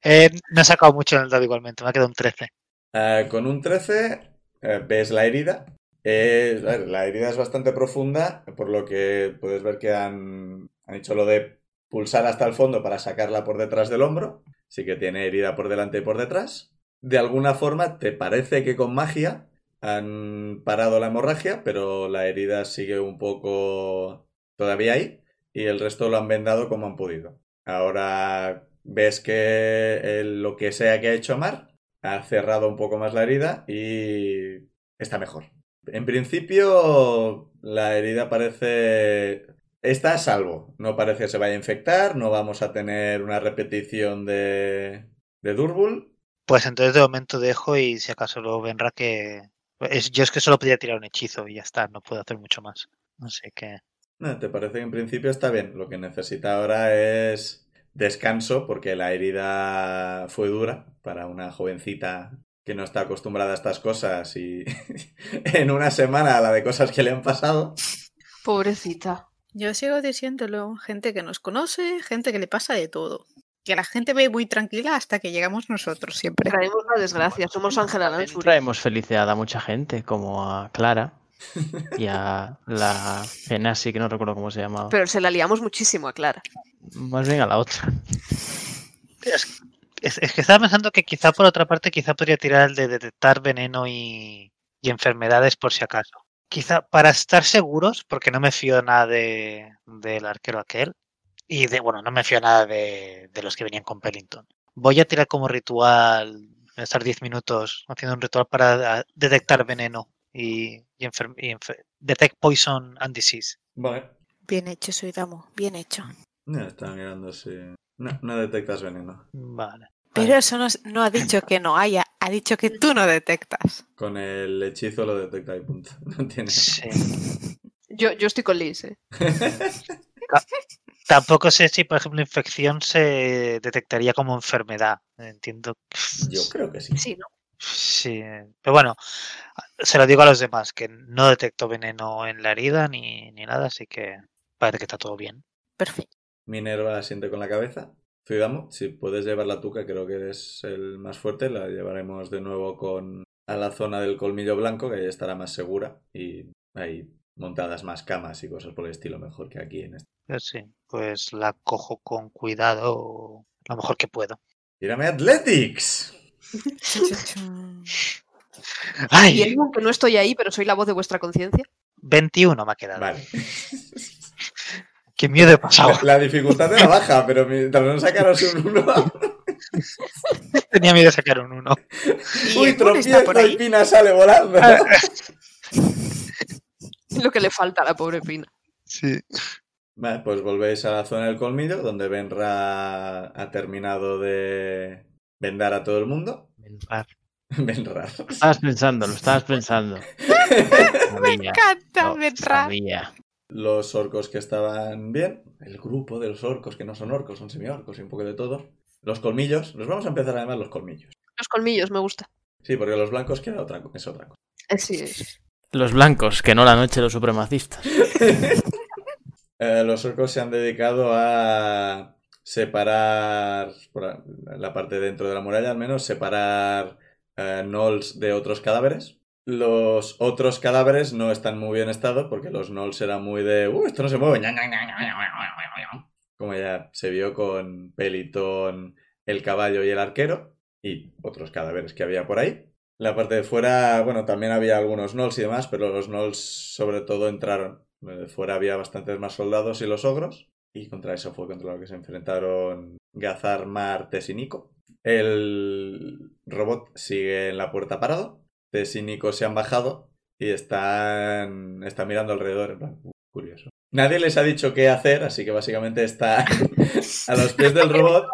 Speaker 4: Eh, no he sacado mucho en el dado igualmente, me ha quedado un 13.
Speaker 2: Ah, con un 13 eh, ves la herida. Eh, a ver, la herida es bastante profunda, por lo que puedes ver que han, han hecho lo de pulsar hasta el fondo para sacarla por detrás del hombro. Sí que tiene herida por delante y por detrás. De alguna forma te parece que con magia han parado la hemorragia, pero la herida sigue un poco todavía ahí y el resto lo han vendado como han podido. Ahora ves que eh, lo que sea que ha hecho Mar ha cerrado un poco más la herida y está mejor. En principio, la herida parece... Está a salvo. No parece que se vaya a infectar, no vamos a tener una repetición de, de Durbul.
Speaker 4: Pues entonces de momento dejo y si acaso luego vendrá que... es- yo es que solo podía tirar un hechizo y ya está, no puedo hacer mucho más. Así que...
Speaker 2: No, te parece que en principio está bien. Lo que necesita ahora es descanso porque la herida fue dura para una jovencita que no está acostumbrada a estas cosas y en una semana a la de cosas que le han pasado.
Speaker 3: Pobrecita.
Speaker 6: Yo sigo diciéndolo.
Speaker 5: Gente que nos conoce, gente que le pasa de todo. Que la gente ve muy tranquila hasta que llegamos nosotros siempre.
Speaker 3: Traemos la desgracia. Somos Ángela Lansbury.
Speaker 1: Traemos felicidad a mucha gente, como a Clara y a la Genasi, que no recuerdo cómo se llamaba.
Speaker 3: Pero se la liamos muchísimo a Clara.
Speaker 1: Más bien a la otra.
Speaker 4: Es, es que estaba pensando que quizá por otra parte, quizá podría tirar el de detectar veneno y, y enfermedades por si acaso. Quizá para estar seguros, porque no me fío nada de, del arquero aquel. Y de, bueno, no me fío nada de, de los que venían con Pellington. Voy a tirar como ritual, estar 10 minutos haciendo un ritual para ah, detectar veneno y, y, enfer- y enfer- detect poison and disease.
Speaker 2: Vale.
Speaker 5: Bien hecho, Suidamo, bien hecho.
Speaker 2: No, estaba mirando si... No, no detectas veneno.
Speaker 4: Vale.
Speaker 5: Pero eso no, es- no ha dicho que no haya, ha dicho que tú no detectas.
Speaker 2: Con el hechizo lo detecta y punto. No tiene...
Speaker 4: Sí.
Speaker 3: Yo, yo estoy con Liz, ¿eh?
Speaker 4: Tampoco sé si, por ejemplo, infección se detectaría como enfermedad. Entiendo. que-
Speaker 2: Yo creo que sí.
Speaker 3: Sí, ¿no?
Speaker 4: Sí. Pero bueno, se lo digo a los demás, que no detecto veneno en la herida ni, ni nada, así que parece que está todo bien.
Speaker 5: Perfecto.
Speaker 2: Minerva asiente con la cabeza. Zuidamo, si puedes llevar la tuca, creo que eres el más fuerte. La llevaremos de nuevo con a la zona del colmillo blanco, que ahí estará más segura. Y ahí montadas más camas y cosas por el estilo, mejor que aquí en este.
Speaker 4: Pero sí, pues la cojo con cuidado lo mejor que puedo.
Speaker 2: ¡Tírame Athletics!
Speaker 3: Y
Speaker 4: ¡Ay!
Speaker 3: él, aunque no estoy ahí, pero soy la voz de vuestra conciencia.
Speaker 4: 21 me ha quedado.
Speaker 2: Vale.
Speaker 4: ¡Qué miedo he
Speaker 5: Ah,
Speaker 4: pasado!
Speaker 2: La, la dificultad era baja, pero mientras no sacaros un uno
Speaker 4: Tenía miedo de sacar un 1.
Speaker 5: ¿Y
Speaker 2: ¡Uy,
Speaker 5: Edmund está
Speaker 2: tropieza
Speaker 5: por ahí? Ah,
Speaker 2: y Pina sale volando!
Speaker 3: Es lo que le falta a la pobre Pina.
Speaker 4: Sí.
Speaker 2: Vale, pues volvéis a la zona del colmillo, donde Benra ha terminado de vendar a todo el mundo. Benra.
Speaker 1: Estabas pensando, lo estabas pensando.
Speaker 5: Me
Speaker 1: Sabía,
Speaker 5: encanta,
Speaker 1: lo
Speaker 5: Benra.
Speaker 1: sabía.
Speaker 2: Los orcos que estaban bien, el grupo de los orcos que no son orcos, son semiorcos y un poco de todo. Los colmillos, los vamos a empezar a llamar los colmillos.
Speaker 3: Los colmillos, me gusta.
Speaker 2: Sí, porque los blancos queda otra, co- es otra cosa.
Speaker 3: Eh, Sí, es-
Speaker 1: Los blancos, que no la noche los supremacistas.
Speaker 2: Eh, los orcos se han dedicado a separar por la- la parte dentro de la muralla, al menos, separar eh, gnolls de otros cadáveres. Los otros cadáveres no están muy bien estado porque los gnolls eran muy de. ¡Uh, esto no se mueve! ña, ña, ña, ña, ña, ña, ña, ña". Como ya se vio con Pelitón, el caballo y el arquero y otros cadáveres que había por ahí. La parte de fuera, bueno, también había algunos gnolls y demás, pero los gnolls sobre todo entraron. Eh, Fuera había bastantes más soldados y los ogros. Y contra eso fue contra lo que se enfrentaron Gazar, Mar, Tesinico. El robot sigue en la puerta parado. Tesinico se han bajado y están, están mirando alrededor. En plan, "Uh, curioso. Nadie les ha dicho qué hacer, así que básicamente está a los pies del robot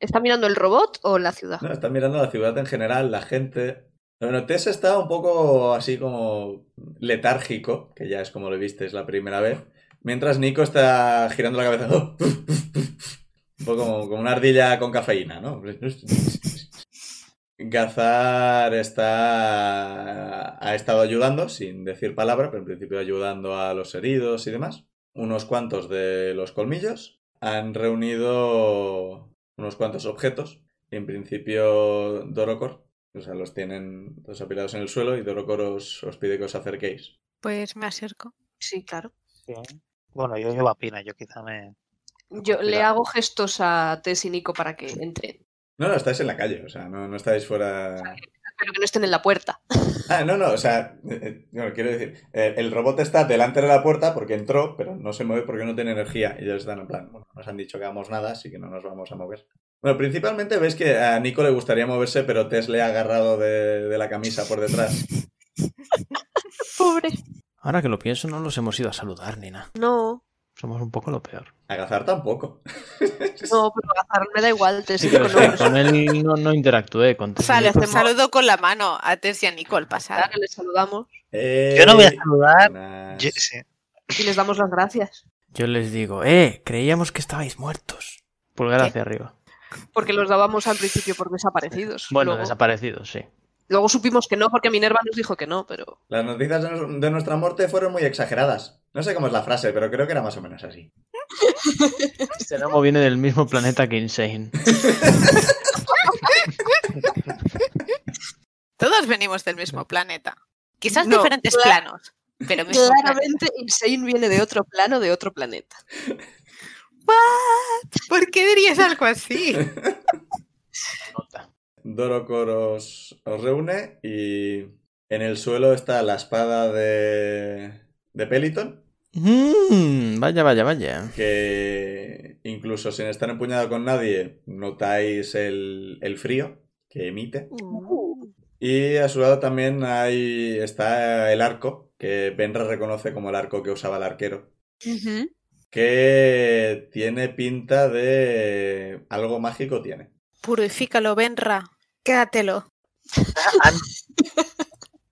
Speaker 3: ¿Está mirando el robot o la ciudad?
Speaker 2: no, están mirando la ciudad en general, la gente. Bueno, Tess está un poco así como letárgico, que ya es como lo visteis la primera vez, mientras Nico está girando la cabeza. Un poco como, como una ardilla con cafeína, ¿no? Gazar está. ha estado ayudando, sin decir palabra, pero en principio ayudando a los heridos y demás. Unos cuantos de los colmillos han reunido unos cuantos objetos en principio, Dorocor, o sea, los tienen los apilados en el suelo y Dorocor os, os pide que os acerquéis.
Speaker 5: Pues me acerco.
Speaker 3: Sí, claro.
Speaker 4: Bueno, yo llevo a Pina, yo quizá me...
Speaker 3: Yo le
Speaker 4: Mira.
Speaker 3: hago gestos a Tess y Nico para que entren,
Speaker 2: No, no, estáis en la calle, o sea, no, no estáis fuera.
Speaker 3: pero que no estén en la puerta.
Speaker 2: Ah, no, no, o sea, eh, eh, no, quiero decir, eh, el robot está delante de la puerta porque entró, pero no se mueve porque no tiene energía. Y ellos están en plan, bueno, nos han dicho que hagamos nada, así que no nos vamos a mover. Bueno, principalmente ves que a Nico le gustaría moverse, pero Tess le ha agarrado de, de la camisa por detrás.
Speaker 3: Pobre.
Speaker 1: Ahora que lo pienso, no los hemos ido a saludar ni nada.
Speaker 3: No,
Speaker 1: Somos un poco lo peor.
Speaker 2: Agazar tampoco.
Speaker 3: no, pero Gazar me da igual, Tess y
Speaker 1: pero
Speaker 3: Nico no,
Speaker 1: es que
Speaker 3: pero
Speaker 1: con él no, no interactué. Con
Speaker 5: Sale,
Speaker 1: Tesnico.
Speaker 5: hacemos... Saludo con la mano a Tess y a Nico al pasar.
Speaker 3: ahora les saludamos
Speaker 4: Yo no voy a
Speaker 2: Ey,
Speaker 4: saludar.
Speaker 2: buenas.
Speaker 4: Yo- sí.
Speaker 3: y les damos las gracias.
Speaker 1: Yo les digo, eh, creíamos que estabais muertos. Pulgar hacia arriba.
Speaker 3: Porque los dábamos al principio por desaparecidos.
Speaker 1: Bueno,
Speaker 3: luego,
Speaker 1: desaparecidos, sí.
Speaker 3: luego supimos que no, porque Minerva nos dijo que no, pero
Speaker 2: Las noticias de nos- de nuestra muerte fueron muy exageradas. No sé cómo es la frase, pero creo que era más o menos así.
Speaker 1: Este gnomo viene del mismo planeta que Insane.
Speaker 5: Todos venimos del mismo planeta. Quizás
Speaker 3: No,
Speaker 5: diferentes
Speaker 3: cla-
Speaker 5: planos, pero mismo planeta.
Speaker 3: claramente Insane viene de otro plano, de otro planeta.
Speaker 5: ¿What? ¿Por qué dirías algo así?
Speaker 2: Dorocor os, os reúne y en el suelo está la espada de, de Peliton,
Speaker 1: Mm, vaya, vaya, vaya.
Speaker 2: que incluso sin estar empuñada con nadie notáis el, el frío que emite. Y a su lado también hay, está el arco, que Benra reconoce como el arco que usaba el arquero,
Speaker 3: Ujú.
Speaker 2: que tiene pinta de algo mágico tiene.
Speaker 5: Purifícalo, Benra. Quédatelo.
Speaker 4: An-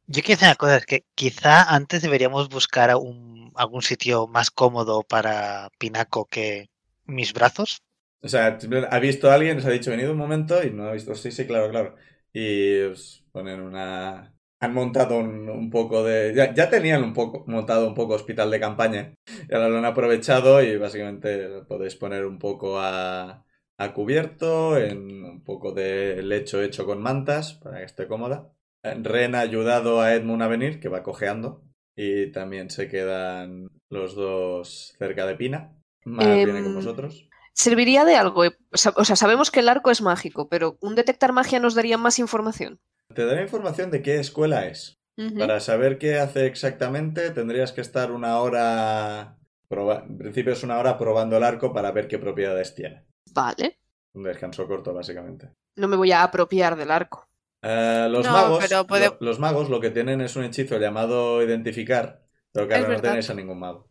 Speaker 4: Yo quiero decir una cosa, es que quizá antes deberíamos buscar a un- algún sitio más cómodo para Pinaco que mis brazos.
Speaker 2: O sea, simple- ha visto a alguien, os ha dicho, venid un momento, y no ha visto, sí, sí, claro, claro. Y os ponen una... Han montado un, un poco de... Ya, ya tenían un poco montado un poco hospital de campaña. Y ahora lo han aprovechado y básicamente lo podéis poner un poco a, a cubierto, en un poco de lecho hecho con mantas, para que esté cómoda. Eh, Ren ha ayudado a Edmund a venir, que va cojeando. Y también se quedan los dos cerca de Pina. Mar viene con
Speaker 3: Em,
Speaker 2: vosotros.
Speaker 3: ¿Serviría de algo? eh, o sea- O sea, sabemos que el arco es mágico, pero un detectar magia nos daría más información.
Speaker 2: Te daré información de qué escuela es.
Speaker 3: Ujú.
Speaker 2: Para saber qué hace exactamente, tendrías que estar una hora. proba- En principio es una hora probando el arco para ver qué propiedades tiene.
Speaker 3: Vale.
Speaker 2: Un descanso corto, básicamente.
Speaker 3: No me voy a apropiar del arco.
Speaker 2: Eh, los,
Speaker 5: No,
Speaker 2: magos,
Speaker 5: pero puede-
Speaker 2: lo- los magos lo que tienen es un hechizo llamado identificar, pero que
Speaker 5: Es
Speaker 2: ahora no
Speaker 5: verdad.
Speaker 2: tenéis a ningún mago.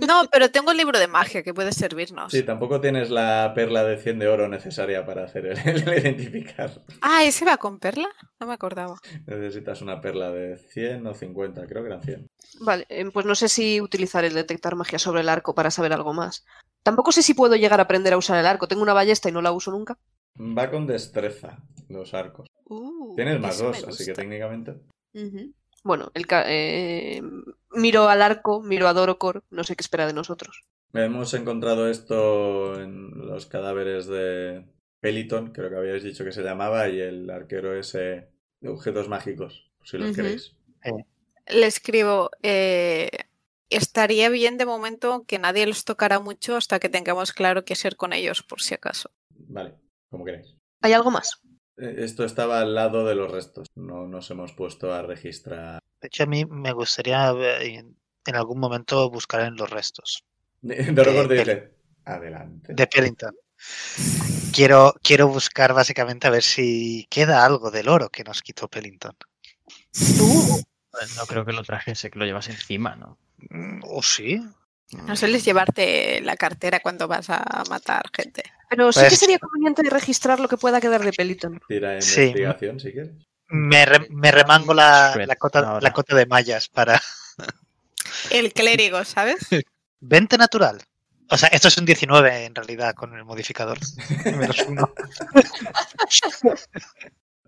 Speaker 5: No, pero tengo el libro de magia que puede servirnos.
Speaker 2: Sí, tampoco tienes la perla de 100 de oro necesaria para hacer el, el identificar.
Speaker 5: Ah, ¿ese va con perla? No me acordaba.
Speaker 2: Necesitas una perla de 100 o 50, creo que eran 100.
Speaker 3: Vale, eh, pues no sé si utilizar el detectar magia sobre el arco para saber algo más. Tampoco sé si puedo llegar a aprender a usar el arco. Tengo una ballesta y no la uso nunca.
Speaker 2: Va con destreza los arcos. Tienes
Speaker 5: Uh,
Speaker 2: más dos, así que técnicamente.
Speaker 3: Ujú. Bueno, el ca- eh, miro al arco, miro a Dorocor, no sé qué espera de nosotros.
Speaker 2: Hemos encontrado esto en los cadáveres de Peliton, creo que habíais dicho que se llamaba, y el arquero ese de objetos mágicos, si los
Speaker 3: Ujú.
Speaker 2: queréis.
Speaker 5: Le escribo, eh, estaría bien de momento que nadie los tocara mucho hasta que tengamos claro qué hacer con ellos, por si acaso.
Speaker 2: Vale, como queréis.
Speaker 3: ¿Hay algo más?
Speaker 2: Eh, Esto estaba al lado de los restos. No nos hemos puesto a registrar.
Speaker 4: De hecho, a mí me gustaría eh, en algún momento buscar en los restos
Speaker 2: Dorogor te
Speaker 4: Eh,
Speaker 2: dice, adelante.
Speaker 4: de Pellington. Quiero, quiero buscar básicamente a ver si queda algo del oro que nos quitó Pellington.
Speaker 1: No creo que lo trajese, que lo llevas encima, ¿no?
Speaker 4: Mm, ¿O sí?
Speaker 5: No sueles llevarte la cartera cuando vas a matar gente.
Speaker 3: Pero sí
Speaker 4: Pues-
Speaker 3: que sería conveniente registrar lo que pueda quedar de Peliton.
Speaker 2: Tira
Speaker 4: Sí.
Speaker 2: investigación si quieres.
Speaker 4: Me, re- me remango la,
Speaker 1: Shred,
Speaker 4: la cota,
Speaker 1: ahora.
Speaker 4: la cota de mallas para...
Speaker 5: El clérigo, ¿sabes?
Speaker 4: 20 natural. O sea, esto es un 19 en realidad con el modificador. Menos uno.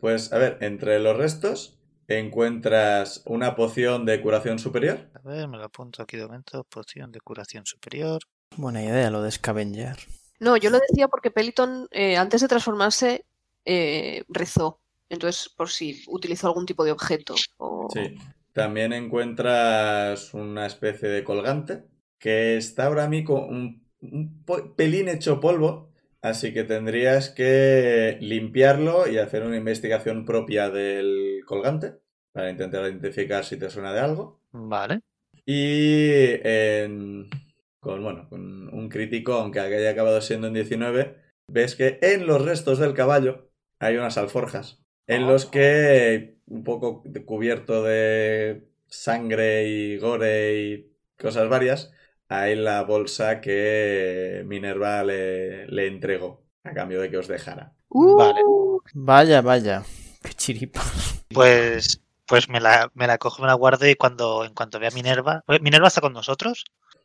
Speaker 2: Pues a ver, entre los restos encuentras una poción de curación superior.
Speaker 4: A ver, me lo apunto aquí de momento. Poción de curación superior.
Speaker 1: Buena idea lo de escabenjar.
Speaker 3: No, yo lo decía porque Peliton, eh, antes de transformarse, eh, rezó. Entonces, por si utilizó algún tipo de objeto. O...
Speaker 2: Sí. También encuentras una especie de colgante que está ahora mismo un, un po- pelín hecho polvo, así que tendrías que limpiarlo y hacer una investigación propia del colgante para intentar identificar si te suena de algo.
Speaker 4: Vale.
Speaker 2: Y en- con, bueno, con un crítico, aunque haya acabado siendo en 19, ves que en los restos del caballo hay unas alforjas en
Speaker 4: Ah.
Speaker 2: los que un poco de- cubierto de sangre y gore y cosas varias, hay la bolsa que Minerva le, le entregó a cambio de que os dejara.
Speaker 3: ¡Uh!
Speaker 4: Vale.
Speaker 1: Vaya, vaya. Qué chiripa.
Speaker 4: Pues, pues me, la, me la cojo, me la guardo y cuando, en cuanto vea Minerva. Oye, ¿Minerva está con nosotros?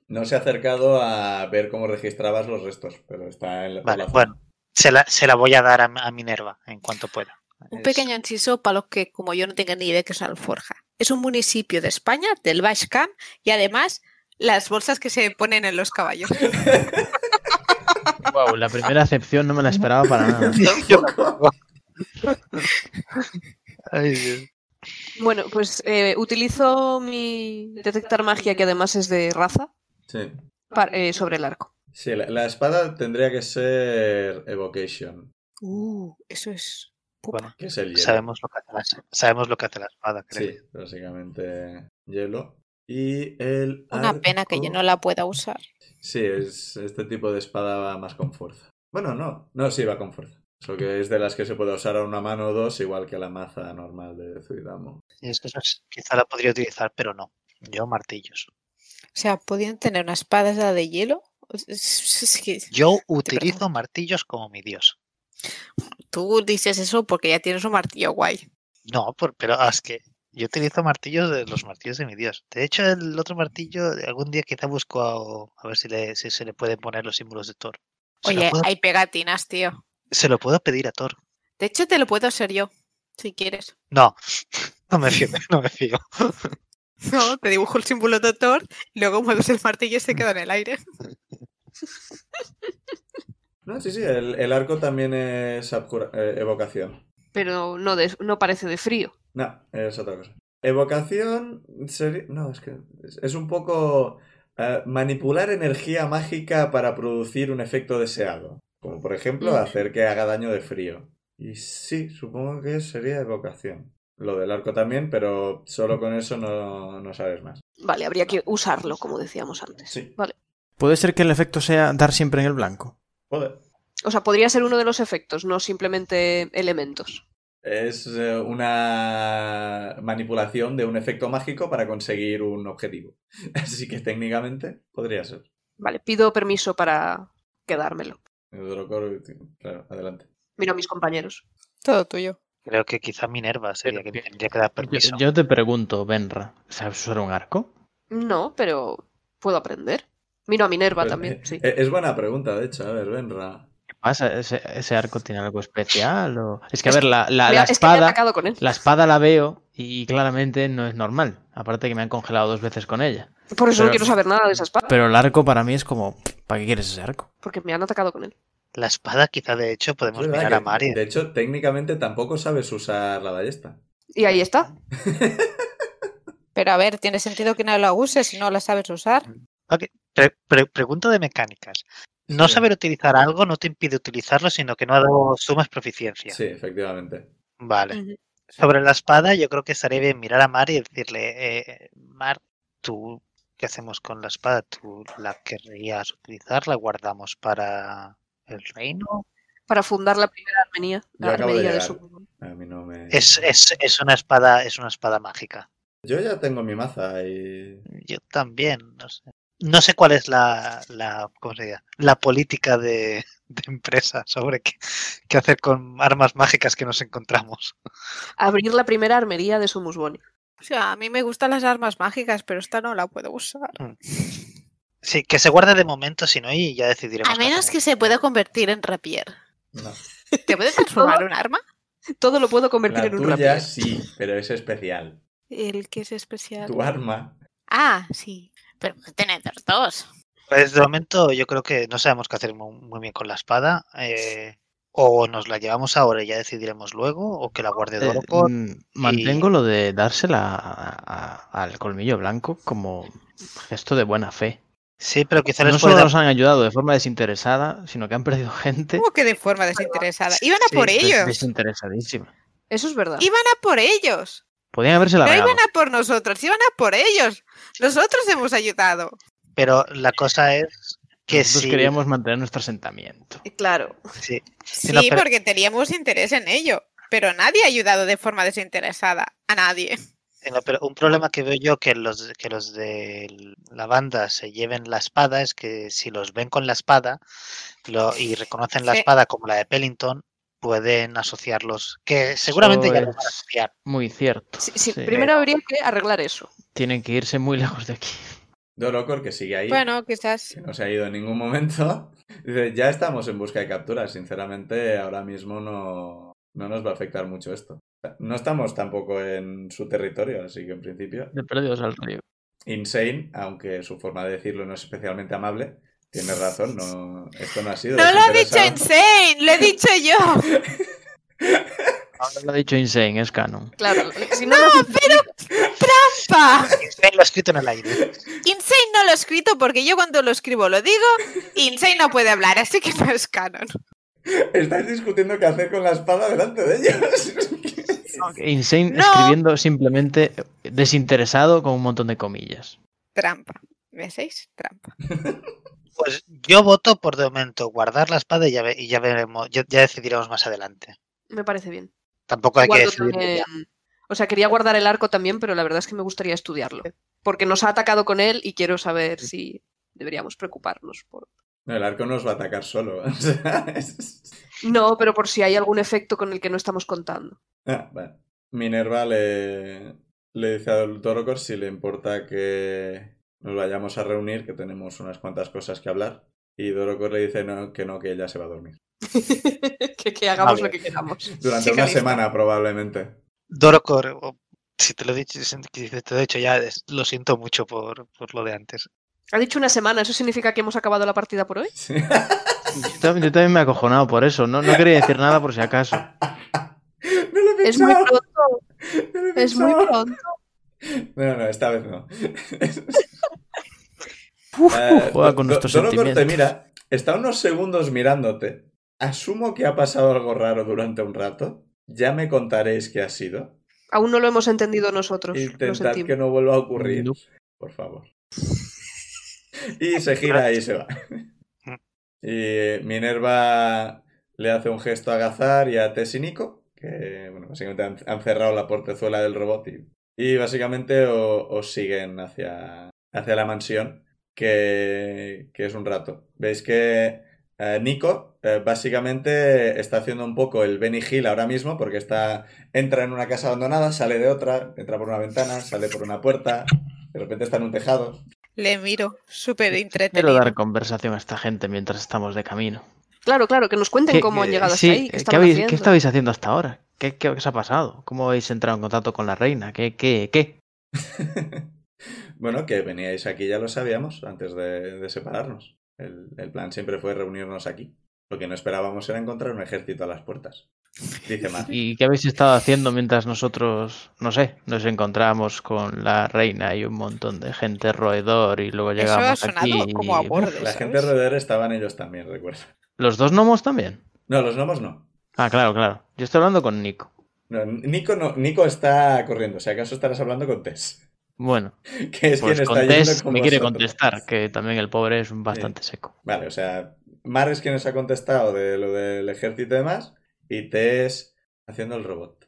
Speaker 2: No se ha acercado a ver cómo registrabas los restos, pero está en la... por
Speaker 4: Vale,
Speaker 2: la zona.
Speaker 4: bueno. Se la, se la voy a dar a, a Minerva en cuanto pueda.
Speaker 5: Un
Speaker 4: Es-
Speaker 5: pequeño inciso para los que, como yo, no tengan ni idea que es una alforja. Es un municipio de España, del Baixcamp, y además las bolsas que se ponen en los caballos.
Speaker 1: Wow, la primera acepción no me la esperaba para nada.
Speaker 4: Ay, Dios.
Speaker 3: Bueno, pues eh, utilizo mi detectar magia, que además es de raza,
Speaker 2: Sí.
Speaker 3: pa- eh, sobre el arco.
Speaker 2: Sí, la, la espada tendría que ser Evocation.
Speaker 5: Uh, eso es
Speaker 3: Pupa.
Speaker 4: Bueno,
Speaker 2: ¿Qué es el hielo?
Speaker 4: sabemos lo que hace la, sabemos lo que hace la espada, creo.
Speaker 2: Sí, básicamente hielo. Y el.
Speaker 5: Una pena que yo
Speaker 2: arco-
Speaker 5: no la pueda usar.
Speaker 2: Sí, es, este tipo de espada va más con fuerza. Bueno, no, no, sí va con fuerza. Solo que es de las que se puede usar a una mano o dos, igual que la maza normal de Zuidamo.
Speaker 4: Y es que eso es- quizá la podría utilizar, pero no. Yo martillos.
Speaker 5: O sea, ¿podían tener una espada esa de hielo? Es- es- es que
Speaker 4: Yo
Speaker 5: pregunto.
Speaker 4: utilizo martillos como mi dios.
Speaker 5: tú dices eso porque ya tienes un martillo guay.
Speaker 4: No, por- pero ah, es que yo utilizo martillos de los martillos de mi dios. De hecho, el otro martillo algún día quizá busco a, a ver si, le- si se le pueden poner los símbolos de Thor. Se,
Speaker 5: Oye,
Speaker 4: lo puedo,
Speaker 5: hay pegatinas, tío.
Speaker 4: se lo puedo pedir a Thor.
Speaker 5: De hecho, te lo puedo hacer yo, si quieres.
Speaker 4: No, no me fío, no me fío.
Speaker 5: No, te dibujo el símbolo de Thor, y luego mueves el martillo y se queda en el aire.
Speaker 2: No, sí, sí, el, el arco también es abjura- eh, evocación.
Speaker 3: Pero no, de- no parece de frío.
Speaker 2: No, es otra cosa. Evocación sería... No, es que es, es un poco eh, manipular energía mágica para producir un efecto deseado. Como por ejemplo
Speaker 3: Mm.
Speaker 2: hacer que haga daño de frío. Y sí, supongo que sería evocación. Lo del arco también, pero solo con eso no, no sabes más.
Speaker 3: Vale, habría que usarlo, como decíamos antes.
Speaker 2: Sí.
Speaker 3: Vale.
Speaker 1: Puede ser que el efecto sea dar siempre en el blanco.
Speaker 2: Joder.
Speaker 3: O sea, podría ser uno de los efectos, no simplemente elementos.
Speaker 2: Es eh, una manipulación de un efecto mágico para conseguir un objetivo. Así que técnicamente podría ser.
Speaker 3: Vale, pido permiso para quedármelo.
Speaker 2: Drocor, claro, adelante.
Speaker 3: Miro a mis compañeros.
Speaker 5: Todo tuyo.
Speaker 4: Creo que quizá Minerva sería
Speaker 1: Pero
Speaker 4: quien
Speaker 1: pi-
Speaker 4: tendría que dar permiso.
Speaker 1: Yo, yo te pregunto, Benra, ¿sabes usar un arco?
Speaker 3: No, pero puedo aprender. Miro a Minerva
Speaker 2: Pues, eh,
Speaker 3: también, sí.
Speaker 2: eh, Es buena pregunta, de hecho. A ver, Benra.
Speaker 1: ¿Qué pasa? ¿Ese, ese arco tiene algo especial? o- Es que, a ver, la, la-
Speaker 3: Me
Speaker 1: la
Speaker 3: ha- es que me he
Speaker 1: espada...
Speaker 3: atacado con él.
Speaker 1: La espada la veo y claramente no es normal. Aparte que me han congelado dos veces con ella.
Speaker 3: Por eso
Speaker 1: pero-
Speaker 3: no quiero saber nada de esa espada,
Speaker 1: Pero el arco para mí es como, ¿para qué quieres ese arco?
Speaker 3: porque me han atacado con él.
Speaker 4: La espada quizá de hecho
Speaker 2: Es
Speaker 4: podemos
Speaker 2: verdad
Speaker 4: mirar
Speaker 2: que,
Speaker 4: a Mari.
Speaker 2: De hecho, técnicamente tampoco sabes usar la ballesta.
Speaker 3: Y ahí está.
Speaker 5: Pero a ver, tiene sentido que no la uses si no la sabes usar.
Speaker 4: Pre- pre- pregunta de mecánicas. No
Speaker 2: Sí.
Speaker 4: saber utilizar algo no te impide utilizarlo, sino que no ha dado sumas proficiencia.
Speaker 2: Sí, efectivamente.
Speaker 4: Vale.
Speaker 3: Ujú.
Speaker 4: Sobre la espada, yo creo que estaría bien mirar a Mar y decirle, eh, Mar, tú, ¿qué hacemos con la espada? ¿Tú la querrías utilizar? ¿La guardamos para el reino?
Speaker 3: Para fundar la primera armenía, la
Speaker 2: Yo acabo de
Speaker 3: armería de,
Speaker 2: llegar.
Speaker 3: su.
Speaker 2: A mí no me.
Speaker 4: Es, es- es una espada, es una espada mágica.
Speaker 2: Yo ya tengo mi maza y.
Speaker 4: Yo también, no sé. No sé cuál es la, la- ¿cómo se diría? La política de, de empresa sobre qué, qué hacer con armas mágicas que nos encontramos.
Speaker 3: Abrir la primera armería de Sumus Boni.
Speaker 5: O sea, a mí me gustan las armas mágicas, pero esta no la puedo usar.
Speaker 4: Sí, que se guarde de momento, si no, y ya decidiremos.
Speaker 5: A
Speaker 4: qué
Speaker 5: menos
Speaker 4: hacemos.
Speaker 5: que se pueda convertir en rapier.
Speaker 2: No.
Speaker 5: ¿Te puede transformar un arma?
Speaker 3: Todo lo puedo convertir
Speaker 2: La
Speaker 3: en un
Speaker 2: tuya
Speaker 3: rapier.
Speaker 2: sí, pero es especial.
Speaker 5: El que es especial.
Speaker 2: Tu arma.
Speaker 5: Ah, sí. Pero tener los dos.
Speaker 4: Pues de momento yo creo que no sabemos qué hacer mu- muy bien con la espada. eh, o nos la llevamos ahora y ya decidiremos luego, o que la guarde
Speaker 1: Eh,
Speaker 4: Dorocor.
Speaker 1: mm, mantengo lo de dársela a- a- al colmillo blanco como gesto de buena fe.
Speaker 4: Sí, pero quizá les
Speaker 1: No
Speaker 4: puede
Speaker 1: solo
Speaker 4: dar-
Speaker 1: nos han ayudado de forma desinteresada, sino que han perdido gente
Speaker 5: ¿Cómo que de forma desinteresada? Iban a
Speaker 4: Sí,
Speaker 5: por
Speaker 4: pues,
Speaker 1: des-
Speaker 5: ellos.
Speaker 1: desinteresadísima.
Speaker 3: Eso es verdad.
Speaker 5: Iban a por ellos.
Speaker 1: Podían haberse
Speaker 5: No
Speaker 1: la
Speaker 5: iban a por nosotros, iban a por ellos. Nosotros hemos ayudado.
Speaker 4: Pero la cosa es que
Speaker 1: Nosotros
Speaker 4: si,
Speaker 1: queríamos mantener nuestro asentamiento.
Speaker 3: Claro.
Speaker 4: si-
Speaker 5: Sí,
Speaker 4: no, pero-
Speaker 5: porque teníamos interés en ello. Pero nadie ha ayudado de forma desinteresada. A nadie.
Speaker 4: Eh, no, pero un problema que veo yo que los, que los de l- la banda se lleven la espada es que si los ven con la espada lo- y reconocen la
Speaker 5: Sí.
Speaker 4: espada como la de Pellington, pueden asociarlos, que seguramente ya los van a
Speaker 1: es-
Speaker 4: asociar.
Speaker 1: Muy cierto.
Speaker 3: Sí, sí,
Speaker 1: sí.
Speaker 3: Primero habría que arreglar eso.
Speaker 1: Tienen que irse muy lejos de aquí.
Speaker 2: Dorocor, que sigue ahí.
Speaker 5: Bueno, quizás.
Speaker 2: que no se ha ido en ningún momento. Dice, ya estamos en busca de capturas. Sinceramente, ahora mismo no, no nos va a afectar mucho esto. No estamos tampoco en su territorio, así que en principio.
Speaker 1: De perdidos al río.
Speaker 2: Insane, aunque su forma de decirlo no es especialmente amable, tiene razón. No, esto no ha sido.
Speaker 5: No lo ha dicho
Speaker 2: desinteresado.
Speaker 5: Insane, lo he dicho yo.
Speaker 1: Ahora lo ha dicho Insane, es canon.
Speaker 3: Claro. eh, Si no, no,
Speaker 5: Pa.
Speaker 4: Lo he escrito en el aire.
Speaker 5: Insane no lo he escrito porque yo cuando lo escribo lo digo. Insane no puede hablar, así que no es canon.
Speaker 2: Estáis discutiendo qué hacer con la espada delante de ellos.
Speaker 1: Insane
Speaker 5: No.
Speaker 1: escribiendo simplemente desinteresado con un montón de comillas.
Speaker 5: Trampa. ¿Veis? Trampa.
Speaker 4: Pues yo voto por de momento guardar la espada y ya, ve- y ya veremos, ya, ya decidiremos más adelante.
Speaker 3: Me parece bien.
Speaker 4: Tampoco hay
Speaker 3: Guardo
Speaker 4: que decidir. ya.
Speaker 3: también- O sea, quería guardar el arco también, pero la verdad es que me gustaría estudiarlo. Porque nos ha atacado con él y quiero saber si deberíamos preocuparnos por.
Speaker 2: No, el arco no os va a atacar solo. o sea, es-
Speaker 3: No, pero por si hay algún efecto con el que no estamos contando.
Speaker 2: Ah, vale. Minerva le, le dice a Dorocor si le importa que nos vayamos a reunir, que tenemos unas cuantas cosas que hablar. Y Dorocor le dice no, que no, que ella se va a dormir.
Speaker 3: que, que hagamos
Speaker 4: Vale.
Speaker 3: lo que queramos.
Speaker 2: Durante
Speaker 5: Sí,
Speaker 2: una
Speaker 5: Calista.
Speaker 2: semana probablemente.
Speaker 4: Dorocor, o- si te lo he dicho, si te lo he dicho ya, es- lo siento mucho por, por lo de antes.
Speaker 3: Ha dicho una semana, ¿eso significa que hemos acabado la partida por hoy?
Speaker 2: Sí.
Speaker 1: Yo también, yo también me he acojonado por eso. No, no quería decir nada por si acaso.
Speaker 2: No lo he
Speaker 3: Es muy
Speaker 2: pensado.
Speaker 3: pronto,
Speaker 2: no lo he
Speaker 3: es muy
Speaker 2: pensado.
Speaker 3: pronto.
Speaker 2: No, no, esta vez no.
Speaker 1: Uf,
Speaker 2: Eh,
Speaker 1: uf, juega con
Speaker 2: Do-
Speaker 1: nuestros
Speaker 2: Dorocor te
Speaker 1: sentimientos.
Speaker 2: mira, está unos segundos mirándote. Asumo que ha pasado algo raro durante un rato. Ya me contaréis qué ha sido.
Speaker 3: Aún no lo hemos entendido nosotros. lo
Speaker 2: Intentad
Speaker 3: sentimos.
Speaker 2: que no vuelva a ocurrir.
Speaker 1: No.
Speaker 2: Por favor. Y se gira y se va. Y eh, Minerva le hace un gesto a Gazar y a Tesinico, que bueno, básicamente han, han cerrado la portezuela del robot y, y básicamente o- os siguen hacia, hacia la mansión, que, que es un rato. Veis que eh, Nico eh, básicamente está haciendo un poco el Benny Hill ahora mismo, porque está entra en una casa abandonada, sale de otra, entra por una ventana, sale por una puerta, de repente está en un tejado.
Speaker 5: Le miro. Súper
Speaker 1: Quiero
Speaker 5: entretenido.
Speaker 1: dar conversación a esta gente mientras estamos de camino.
Speaker 3: Claro, claro, que nos cuenten
Speaker 1: ¿Qué-
Speaker 3: cómo han llegado
Speaker 1: sí, eh, ¿qué
Speaker 3: hasta ahí. ¿Qué estaban
Speaker 1: habéis-
Speaker 3: haciendo?
Speaker 1: ¿Qué estabais haciendo hasta ahora? ¿Qué, qué os ha pasado? ¿Cómo habéis entrado en contacto con la reina? ¿Qué, qué, qué?
Speaker 2: Bueno, que veníais aquí ya lo sabíamos antes de, de separarnos. El, el plan siempre fue reunirnos aquí. Lo que no esperábamos era encontrar un ejército a las puertas. Dice Mar.
Speaker 1: ¿Y qué habéis estado haciendo mientras nosotros, no sé, nos encontramos con la reina y un montón de gente roedor y luego
Speaker 5: Eso ha
Speaker 1: llegamos
Speaker 5: sonado
Speaker 1: aquí?
Speaker 5: como a
Speaker 1: y-
Speaker 5: borde.
Speaker 2: La
Speaker 5: ¿sabes?
Speaker 2: gente alrededor estaban ellos también, recuerda.
Speaker 1: ¿Los dos gnomos también?
Speaker 2: No, los gnomos no.
Speaker 1: Ah, claro, claro. Yo estoy hablando con Nico.
Speaker 2: No, Nico, no. Nico está corriendo. Si acaso estarás hablando con Tess.
Speaker 1: Bueno,
Speaker 2: Que es
Speaker 1: pues
Speaker 2: quien
Speaker 1: con
Speaker 2: está yendo
Speaker 1: Tess
Speaker 2: con
Speaker 1: me quiere
Speaker 2: vosotros.
Speaker 1: contestar, que también el pobre es un bastante seco.
Speaker 2: Vale, o sea, Mar es quien os ha contestado de lo del ejército y demás. Y Tess haciendo el robot.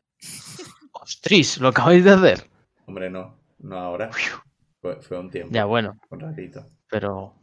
Speaker 1: ¡Ostris! ¿Lo acabáis de hacer?
Speaker 2: Hombre, no. No ahora. Fue, fue un tiempo.
Speaker 1: Ya, bueno.
Speaker 2: Un ratito.
Speaker 1: Pero.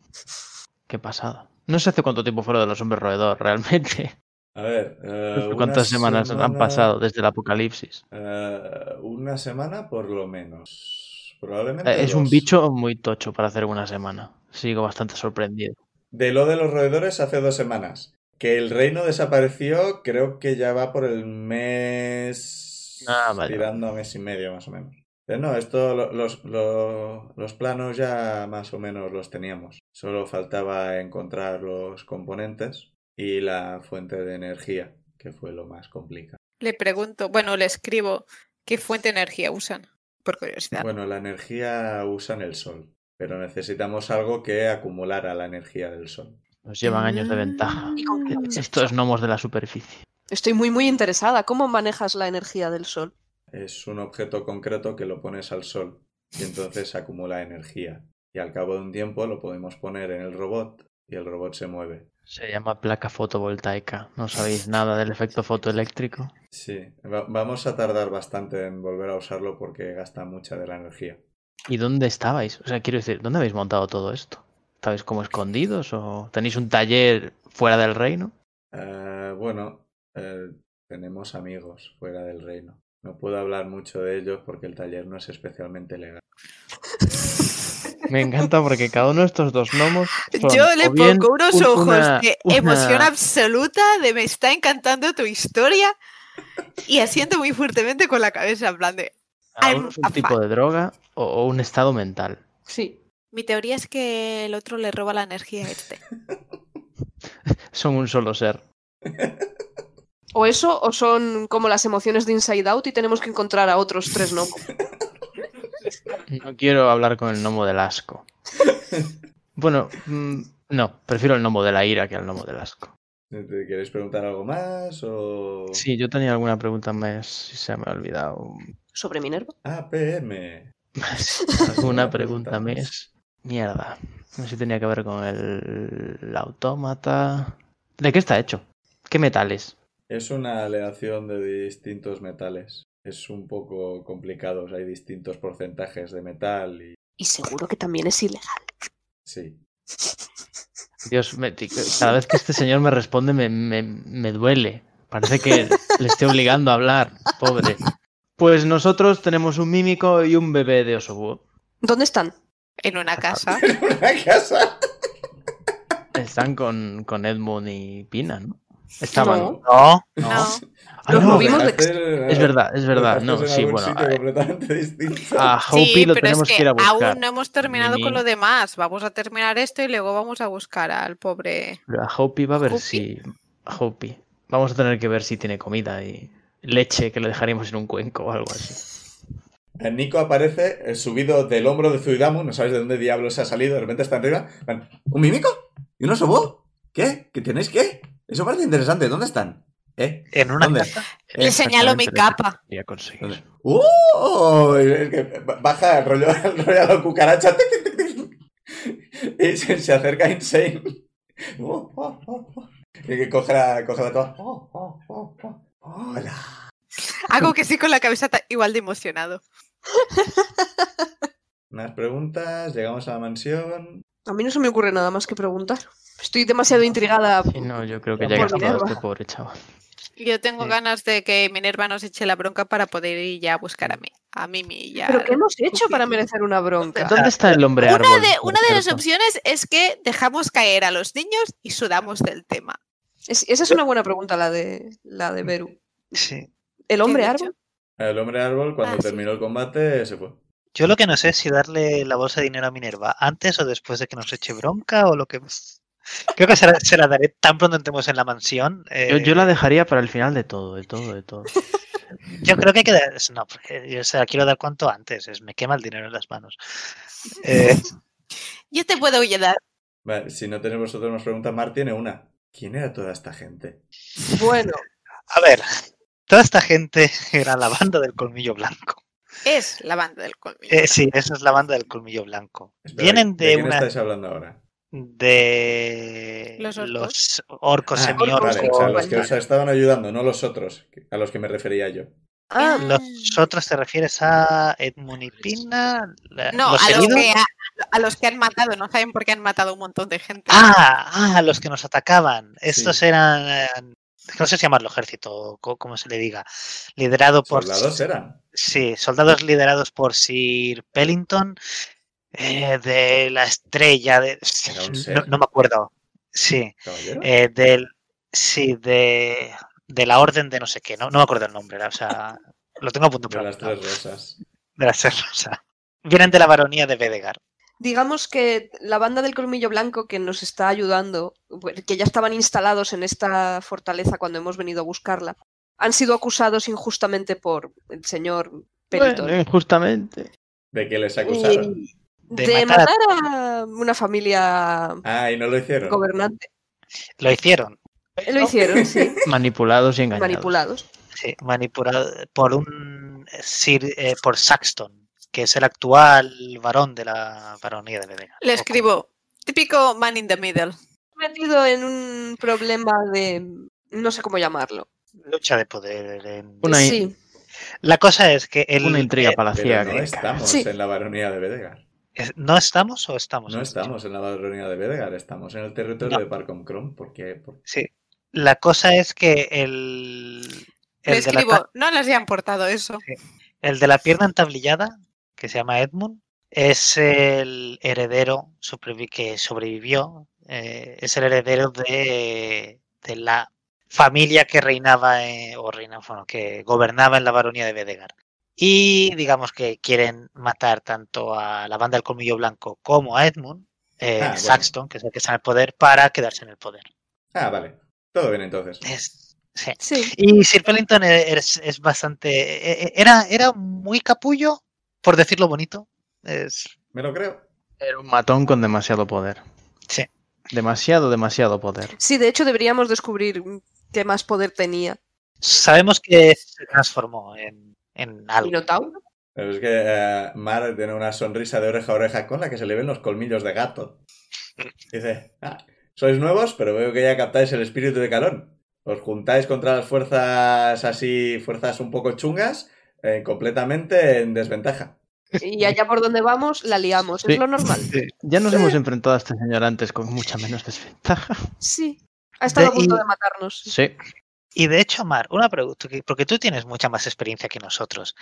Speaker 1: Qué pasada. No sé hace cuánto tiempo fuera de los hombres roedor, realmente.
Speaker 2: A ver. eh,
Speaker 1: No sé
Speaker 2: una
Speaker 1: ¿Cuántas semanas han
Speaker 2: semana-
Speaker 1: pasado desde el apocalipsis?
Speaker 2: eh, una semana por lo menos. Probablemente.
Speaker 1: Eh, Es un
Speaker 2: dos.
Speaker 1: bicho muy tocho para hacer una semana. Sigo bastante sorprendido.
Speaker 2: De lo de los roedores hace dos semanas. Que el reino desapareció, creo que ya va por el mes.
Speaker 1: Ah, vale.
Speaker 2: Tirando a mes y medio, más o menos. Pero no, esto, lo- los, lo- los planos ya más o menos los teníamos. Solo faltaba encontrar los componentes y la fuente de energía, que fue lo más complicado.
Speaker 5: Le pregunto, bueno, le escribo qué fuente de energía usan, por curiosidad.
Speaker 2: Bueno, la energía usan el sol, pero necesitamos algo que acumulara la energía del sol.
Speaker 1: Nos llevan años de ventaja.
Speaker 3: ¿Y con qué habéis hecho?
Speaker 1: Estos gnomos de la superficie.
Speaker 3: Estoy muy, muy interesada. ¿Cómo manejas la energía del sol?
Speaker 2: Es un objeto concreto que lo pones al sol y entonces acumula energía. Y al cabo de un tiempo lo podemos poner en el robot y el robot se mueve.
Speaker 1: Se llama placa fotovoltaica. ¿No sabéis nada del efecto fotoeléctrico?
Speaker 2: Sí, va- vamos a tardar bastante en volver a usarlo porque gasta mucha de la energía.
Speaker 1: ¿Y dónde estabais? O sea, quiero decir, ¿dónde habéis montado todo esto? ¿Estabais como escondidos o tenéis un taller fuera del reino?
Speaker 2: Eh, bueno, eh, tenemos amigos fuera del reino. No puedo hablar mucho de ellos porque el taller no es especialmente legal.
Speaker 1: Me encanta porque cada uno de estos dos gnomos. son
Speaker 5: Yo le
Speaker 1: o bien
Speaker 5: pongo unos
Speaker 1: un-
Speaker 5: ojos
Speaker 1: una-
Speaker 5: de
Speaker 1: una-
Speaker 5: emoción absoluta, de me está encantando tu historia y asiento muy fuertemente con la cabeza en plan de...
Speaker 1: cada uno es Ah, un
Speaker 5: alfa.
Speaker 1: tipo de droga o, o un estado mental.
Speaker 3: Sí.
Speaker 5: Mi teoría es que el otro le roba la energía a este.
Speaker 1: Son un solo ser.
Speaker 3: O eso, o son como las emociones de Inside Out y tenemos que encontrar a otros tres no.
Speaker 1: No quiero hablar con el gnomo del asco. Bueno, mm, no, prefiero el gnomo de la ira que al gnomo del asco.
Speaker 2: ¿Te ¿Queréis preguntar algo más? O...
Speaker 7: Sí, yo tenía alguna pregunta más, si se me ha olvidado.
Speaker 3: sobre Minerva.
Speaker 2: APM.
Speaker 7: Más, alguna pregunta más. Mierda. No sé si tenía que ver con el, el autómata. ¿De qué está hecho? ¿Qué metales?
Speaker 2: Es una aleación de distintos metales. Es un poco complicado. o sea, hay distintos porcentajes de metal y.
Speaker 3: Y seguro que también es ilegal.
Speaker 2: Sí.
Speaker 7: Dios, me- ti- cada vez que este señor me responde me, me- me duele. Parece que le estoy obligando a hablar, pobre. Pues nosotros tenemos un mímico y un bebé de osobúo.
Speaker 3: ¿Dónde están?
Speaker 5: En una casa.
Speaker 2: ¿Una casa?
Speaker 7: Están con, con Edmund y Pina, ¿no? Estaban.
Speaker 3: No.
Speaker 8: No,
Speaker 5: No.
Speaker 7: Ah,
Speaker 3: Los
Speaker 7: no,
Speaker 3: movimos de-
Speaker 7: Es verdad, es verdad.
Speaker 2: Estás
Speaker 7: No,
Speaker 2: en
Speaker 7: sí,
Speaker 2: algún
Speaker 7: bueno. eh.
Speaker 2: sitio
Speaker 7: A,
Speaker 2: completamente distinto.
Speaker 7: a Hopi
Speaker 5: sí,
Speaker 7: lo
Speaker 5: pero
Speaker 7: tenemos
Speaker 5: es que,
Speaker 7: ir a buscar.
Speaker 5: aún no hemos terminado
Speaker 7: Mini.
Speaker 5: con lo demás. Vamos a terminar esto y luego vamos a buscar al pobre.
Speaker 7: Pero a Hopi va a ver
Speaker 5: Hopi.
Speaker 7: si. a Hopi. Vamos a tener que ver si tiene comida y leche que le dejaríamos en un cuenco o algo así.
Speaker 2: Nico aparece eh, subido del hombro de Zuidamu, no sabes de dónde diablo se ha salido, de repente está arriba. Van, ¿Un mímico? ¿Y un osobó? ¿Qué? ¿Qué tenéis qué? Eso parece interesante, ¿dónde están? ¿Eh?
Speaker 8: en una
Speaker 2: ¿Dónde? Eh,
Speaker 8: casa.
Speaker 5: Le señalo mi
Speaker 7: Exactamente,
Speaker 5: capa.
Speaker 7: lo que quería conseguir.
Speaker 2: ¿Dónde? ¡Oh! Es que baja el rollo, el rollo a la cucaracha. tic, tic, tic, tic. Y se, se acerca Insane. Oh, oh, oh, oh. Y que coge la, coge la toa. Oh, oh, oh, oh. Hola.
Speaker 5: Hago que sí con la cabeza ta- igual de emocionado.
Speaker 2: Unas preguntas, llegamos a la mansión.
Speaker 3: A mí no se me ocurre nada más que preguntar. Estoy demasiado intrigada.
Speaker 7: Sí, no, yo creo que
Speaker 3: Por
Speaker 7: ya he gastado
Speaker 3: Minerva.
Speaker 7: este pobre chaval.
Speaker 5: Yo tengo
Speaker 7: Sí.
Speaker 5: ganas de que Minerva nos eche la bronca para poder ir ya a buscar a mí, a Mimi y ya.
Speaker 3: ¿Pero qué hemos hecho para merecer una bronca?
Speaker 7: ¿Dónde está el hombre árbol?
Speaker 5: Una de,
Speaker 7: por
Speaker 5: una de las
Speaker 7: cierto?
Speaker 5: opciones es que dejamos caer a los niños y sudamos del tema.
Speaker 3: Es- esa es una buena pregunta, la de, la de Beru.
Speaker 8: Sí.
Speaker 3: ¿El
Speaker 5: ¿Qué
Speaker 3: hombre
Speaker 5: he dicho?
Speaker 3: árbol?
Speaker 2: El hombre árbol, cuando
Speaker 5: Ah, sí.
Speaker 2: terminó el combate, se fue.
Speaker 8: Yo lo que no sé es si darle la bolsa de dinero a Minerva antes o después de que nos eche bronca o lo que. Creo que se la, se la daré tan pronto entremos en la mansión.
Speaker 7: Yo,
Speaker 8: eh,
Speaker 7: yo la dejaría para el final de todo, de todo, de todo.
Speaker 8: Yo creo que hay que dar. No, porque yo se la quiero dar cuanto antes. es- me quema el dinero en las manos. Eh,
Speaker 5: Yo te puedo ayudar.
Speaker 2: Vale, si no tenéis vosotros más preguntas, Mar tiene una. ¿Quién era toda esta gente?
Speaker 3: Bueno,
Speaker 8: a ver, toda esta gente era la banda del colmillo blanco.
Speaker 5: Es la banda del colmillo.
Speaker 8: Eh, sí, esa es la banda del colmillo blanco.
Speaker 2: Espera,
Speaker 8: Vienen de,
Speaker 2: quién
Speaker 8: una.
Speaker 2: estáis hablando ahora?
Speaker 8: de
Speaker 5: Los orcos.
Speaker 8: los orcos
Speaker 2: Ah,
Speaker 8: semiorcos.
Speaker 2: vale, o sea, los que
Speaker 3: vale.
Speaker 2: os estaban ayudando, no los otros, a los que me refería yo.
Speaker 3: ah,
Speaker 8: Los otros te refieres a Edmund y Pina. la-
Speaker 5: No,
Speaker 8: los
Speaker 5: a los,
Speaker 8: heridos?
Speaker 5: que, a, a los que han matado, no saben por qué han matado a un montón de gente.
Speaker 8: Ah, ah, los que nos atacaban. Estos
Speaker 2: Sí.
Speaker 8: eran. eh, No sé si llamarlo ejército o co- como se le diga. Liderado por.
Speaker 2: Soldados ¿eh? eran.
Speaker 8: Sí, soldados liderados por Sir Pellington. eh, de la estrella. De...
Speaker 2: Era un
Speaker 8: No,
Speaker 2: ser.
Speaker 8: no me acuerdo. Sí.
Speaker 2: ¿Caballero?
Speaker 8: eh, del. Sí, de. De la orden de no sé qué. No, no me acuerdo el nombre. O sea, lo tengo apuntado.
Speaker 2: de
Speaker 8: pero
Speaker 2: las
Speaker 8: no,
Speaker 2: tres rosas.
Speaker 8: de la Ser Rosa. Vienen de la baronía de Bedegar.
Speaker 3: digamos que la banda del colmillo blanco que nos está ayudando, que ya estaban instalados en esta fortaleza cuando hemos venido a buscarla, han sido acusados injustamente por el señor Peliton.
Speaker 7: Bueno, eh, injustamente.
Speaker 2: ¿De qué les acusaron?
Speaker 3: Eh,
Speaker 8: De
Speaker 3: De,
Speaker 8: matar
Speaker 3: matar a una familia
Speaker 2: Ah, y no lo hicieron.
Speaker 3: gobernante.
Speaker 8: Lo hicieron.
Speaker 3: Lo hicieron, sí,
Speaker 7: Manipulados y engañados.
Speaker 3: manipulados.
Speaker 8: Sí, manipulado por un Sir, eh, por Saxton, que es el actual varón de la baronía de Bedegar.
Speaker 5: Le escribo, típico man in the middle.
Speaker 3: Metido en un problema de no sé cómo llamarlo.
Speaker 8: Lucha de poder. en-
Speaker 7: Una-
Speaker 3: sí,
Speaker 8: La cosa es que el,
Speaker 7: Una intriga
Speaker 8: eh,
Speaker 7: palaciega.
Speaker 2: Pero no estamos
Speaker 3: Sí.
Speaker 2: en la baronía de Bedegar.
Speaker 8: es- ¿No estamos o estamos?
Speaker 2: No estamos en la baronía de Bedegar, estamos en el territorio de Parcom Crom. ¿Por qué? ¿Por qué?
Speaker 8: Sí. La cosa es que el,
Speaker 5: Le
Speaker 8: el, de la, ta-
Speaker 5: escribo, no les han portado eso.
Speaker 8: el de la pierna entablillada, que se llama Edmund, es el heredero sobrevi- que sobrevivió. eh, es el heredero de, de la familia que reinaba eh, o reinaba, bueno, que gobernaba en la baronía de Bedegar. Y digamos que quieren matar tanto a la banda del colmillo blanco como a Edmund, eh,
Speaker 2: Ah, bueno.
Speaker 8: Saxton, que es el que está en el poder, para quedarse en el poder.
Speaker 2: Ah, vale. Todo bien entonces.
Speaker 8: Es- sí.
Speaker 3: sí.
Speaker 8: Y Sir Pellington e- es, es bastante. e- e- Era, era muy capullo, por decirlo bonito. Es,
Speaker 2: Me lo creo.
Speaker 7: Era un matón con demasiado poder. Demasiado, demasiado poder.
Speaker 3: Sí, de hecho deberíamos descubrir qué más poder tenía.
Speaker 4: Sabemos que se transformó en, en algo.
Speaker 3: Minotauro.
Speaker 2: Pero es que eh, Mar tiene una sonrisa de oreja a oreja con la que se le ven los colmillos de gato. Dice, "Ah, sois nuevos, pero veo que ya captáis el espíritu de Calón. Os juntáis contra las fuerzas así, fuerzas un poco chungas, eh, completamente en desventaja.
Speaker 3: Y allá por donde vamos, la liamos.
Speaker 7: Sí.
Speaker 3: Es lo normal.
Speaker 7: Ya nos hemos enfrentado a este señor antes con mucha menos desventaja.
Speaker 3: Sí. Ha estado a
Speaker 4: De-
Speaker 3: punto
Speaker 4: y-
Speaker 3: de matarnos.
Speaker 7: Sí.
Speaker 4: Y de hecho, Mar, una pregunta, que- porque tú tienes mucha más experiencia que nosotros.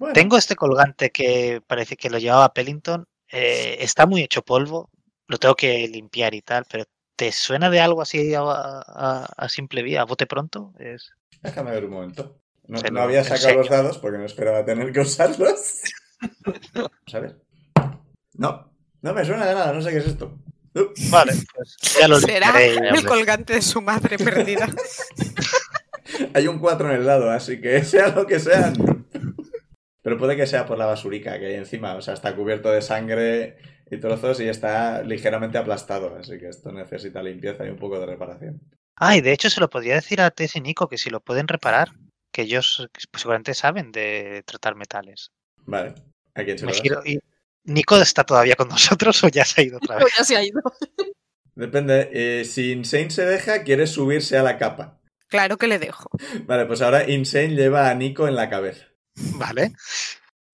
Speaker 2: Bueno,
Speaker 4: Tengo este colgante que parece que lo llevaba Pellington. eh, está muy hecho polvo. Lo tengo que limpiar y tal, pero ¿te suena de algo así a, a- a simple vía? ¿A bote pronto? Es...
Speaker 2: déjame ver un momento. No,
Speaker 4: Se
Speaker 2: no
Speaker 4: lo
Speaker 2: había sacado los
Speaker 4: enseño.
Speaker 2: dados porque no esperaba tener que usarlos. Vamos a ver. No, no me suena de nada, no sé qué es esto. Uh,
Speaker 4: Vale, pues ya lo
Speaker 5: Será
Speaker 4: limpiaré.
Speaker 5: el colgante de su madre perdida.
Speaker 2: Hay un 4 en el dado, así que sea lo que sea. no. Pero puede que sea por la basurica que hay encima. O sea, está cubierto de sangre y trozos y está ligeramente aplastado. Así que esto necesita limpieza y un poco de reparación.
Speaker 4: Ah, y de hecho se lo podría decir a Tess y Nico que si lo pueden reparar, que ellos pues, seguramente saben de tratar metales.
Speaker 2: Vale. ¿A quién se lo
Speaker 4: Me
Speaker 2: das?
Speaker 4: giro y- ¿Nico está todavía con nosotros o ya se ha ido otra
Speaker 3: Pero
Speaker 4: vez?
Speaker 3: ya se ha ido.
Speaker 2: Depende. eh, si Insane se deja, quiere subirse a la capa.
Speaker 5: Claro que le dejo.
Speaker 2: Vale, pues ahora Insane lleva a Nico en la cabeza.
Speaker 4: Vale.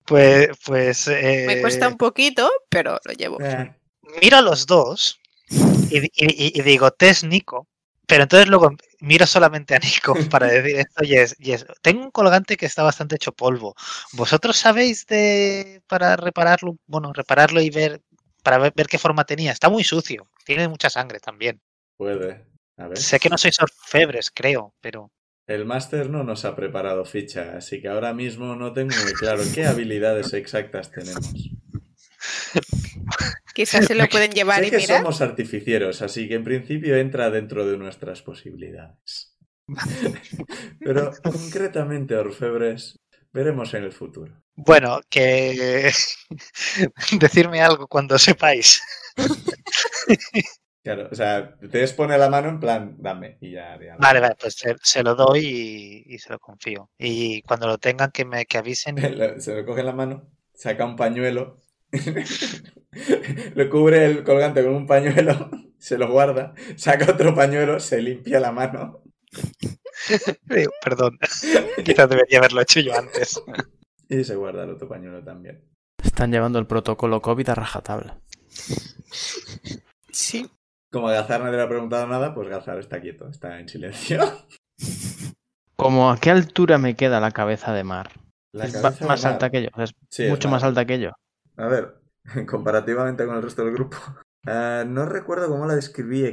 Speaker 4: Pues, pues
Speaker 5: Me cuesta
Speaker 4: eh,
Speaker 5: un poquito, pero lo llevo.
Speaker 2: Eh,
Speaker 4: miro a los dos y, di- y- y- y digo, Tess, Nico. Pero entonces luego miro solamente a Nico para decir esto y es, y es, tengo un colgante que está bastante hecho polvo. ¿Vosotros sabéis de para repararlo? Bueno, repararlo y ver para ver, ver qué forma tenía. Está muy sucio. Tiene mucha sangre también.
Speaker 2: puede. A ver.
Speaker 4: Sé que no sois orfebres, creo, pero
Speaker 2: El máster no nos ha preparado ficha, así que ahora mismo no tengo muy claro qué habilidades exactas tenemos.
Speaker 5: Quizás se lo pueden llevar
Speaker 2: Sé
Speaker 5: y
Speaker 2: que
Speaker 5: mirar.
Speaker 2: somos artificieros, así que en principio entra dentro de nuestras posibilidades. Pero concretamente, Orfebres, veremos en el futuro.
Speaker 4: bueno, que decirme algo cuando sepáis.
Speaker 2: Claro, o sea, te expone la mano en plan, dame, y ya. ya.
Speaker 4: Vale, vale, pues se, se lo doy y, y se lo confío. Y cuando lo tengan, que me que avisen.
Speaker 2: Le- Se lo coge en la mano, saca un pañuelo, lo cubre el colgante con un pañuelo, se lo guarda, saca otro pañuelo, se limpia la mano.
Speaker 4: Digo, Eh, Perdón, quizás debería haberlo hecho yo antes.
Speaker 2: Y se guarda el otro pañuelo también.
Speaker 7: Están llevando el protocolo COVID a rajatabla.
Speaker 5: Sí.
Speaker 2: Como a Gazar nadie le ha preguntado nada, pues Gazar está quieto, está en silencio.
Speaker 7: Como a qué altura me queda la cabeza de mar.
Speaker 2: La
Speaker 7: Es ba-
Speaker 2: cabeza de
Speaker 7: más
Speaker 2: Mar.
Speaker 7: alta que yo. o sea, Es
Speaker 2: Sí, es
Speaker 7: mucho
Speaker 2: Mar.
Speaker 7: más alta que yo.
Speaker 2: A ver, comparativamente con el resto del grupo. Eh, no recuerdo cómo la describí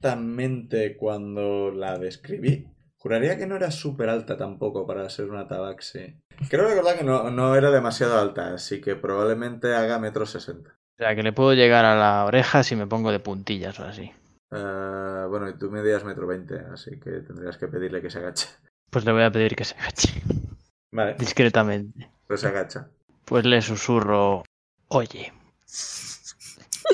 Speaker 2: exactamente cuando la describí. Juraría que no era súper alta tampoco para ser una tabaxi. Creo recordar que no, no era demasiado alta, así que probablemente haga metro sesenta.
Speaker 7: O sea, que le puedo llegar a la oreja si me pongo de puntillas o así.
Speaker 2: Eh, bueno, y tú medías metro veinte, así que tendrías que pedirle que se agache.
Speaker 7: Pues le voy a pedir que se agache.
Speaker 2: Vale,
Speaker 7: Discretamente.
Speaker 2: pues se agacha.
Speaker 7: Pues le susurro. Oye.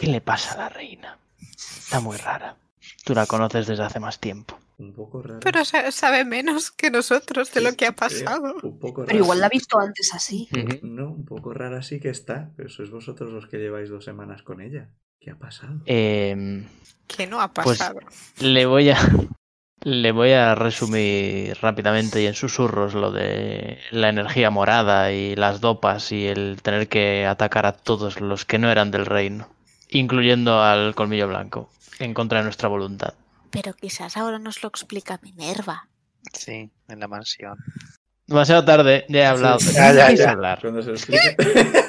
Speaker 7: ¿Qué le pasa a la reina? Está muy rara. Tú la conoces desde hace más tiempo.
Speaker 2: Un poco raro.
Speaker 5: Pero sa- sabe menos que nosotros de lo que ha pasado.
Speaker 2: Este, Un poco
Speaker 3: Pero igual la ha
Speaker 2: rara.
Speaker 3: visto antes así.
Speaker 2: No, un poco rara sí que está, pero sois vosotros los que lleváis dos semanas con ella. ¿Qué ha pasado?
Speaker 3: Eh,
Speaker 7: Em,
Speaker 5: Que no ha
Speaker 7: Pues-
Speaker 5: pasado.
Speaker 7: le voy a. Le voy a resumir rápidamente y en susurros lo de la energía morada y las dopas y el tener que atacar a todos los que no eran del reino, incluyendo al colmillo blanco, en contra de nuestra voluntad.
Speaker 9: Pero quizás ahora nos lo explica Minerva.
Speaker 4: Sí, en la mansión.
Speaker 7: Demasiado tarde, ya he hablado.
Speaker 2: Sí.
Speaker 4: Ya, ya,
Speaker 7: ¿Qué
Speaker 4: ya.
Speaker 7: hablar?
Speaker 2: Cuando se lo explique.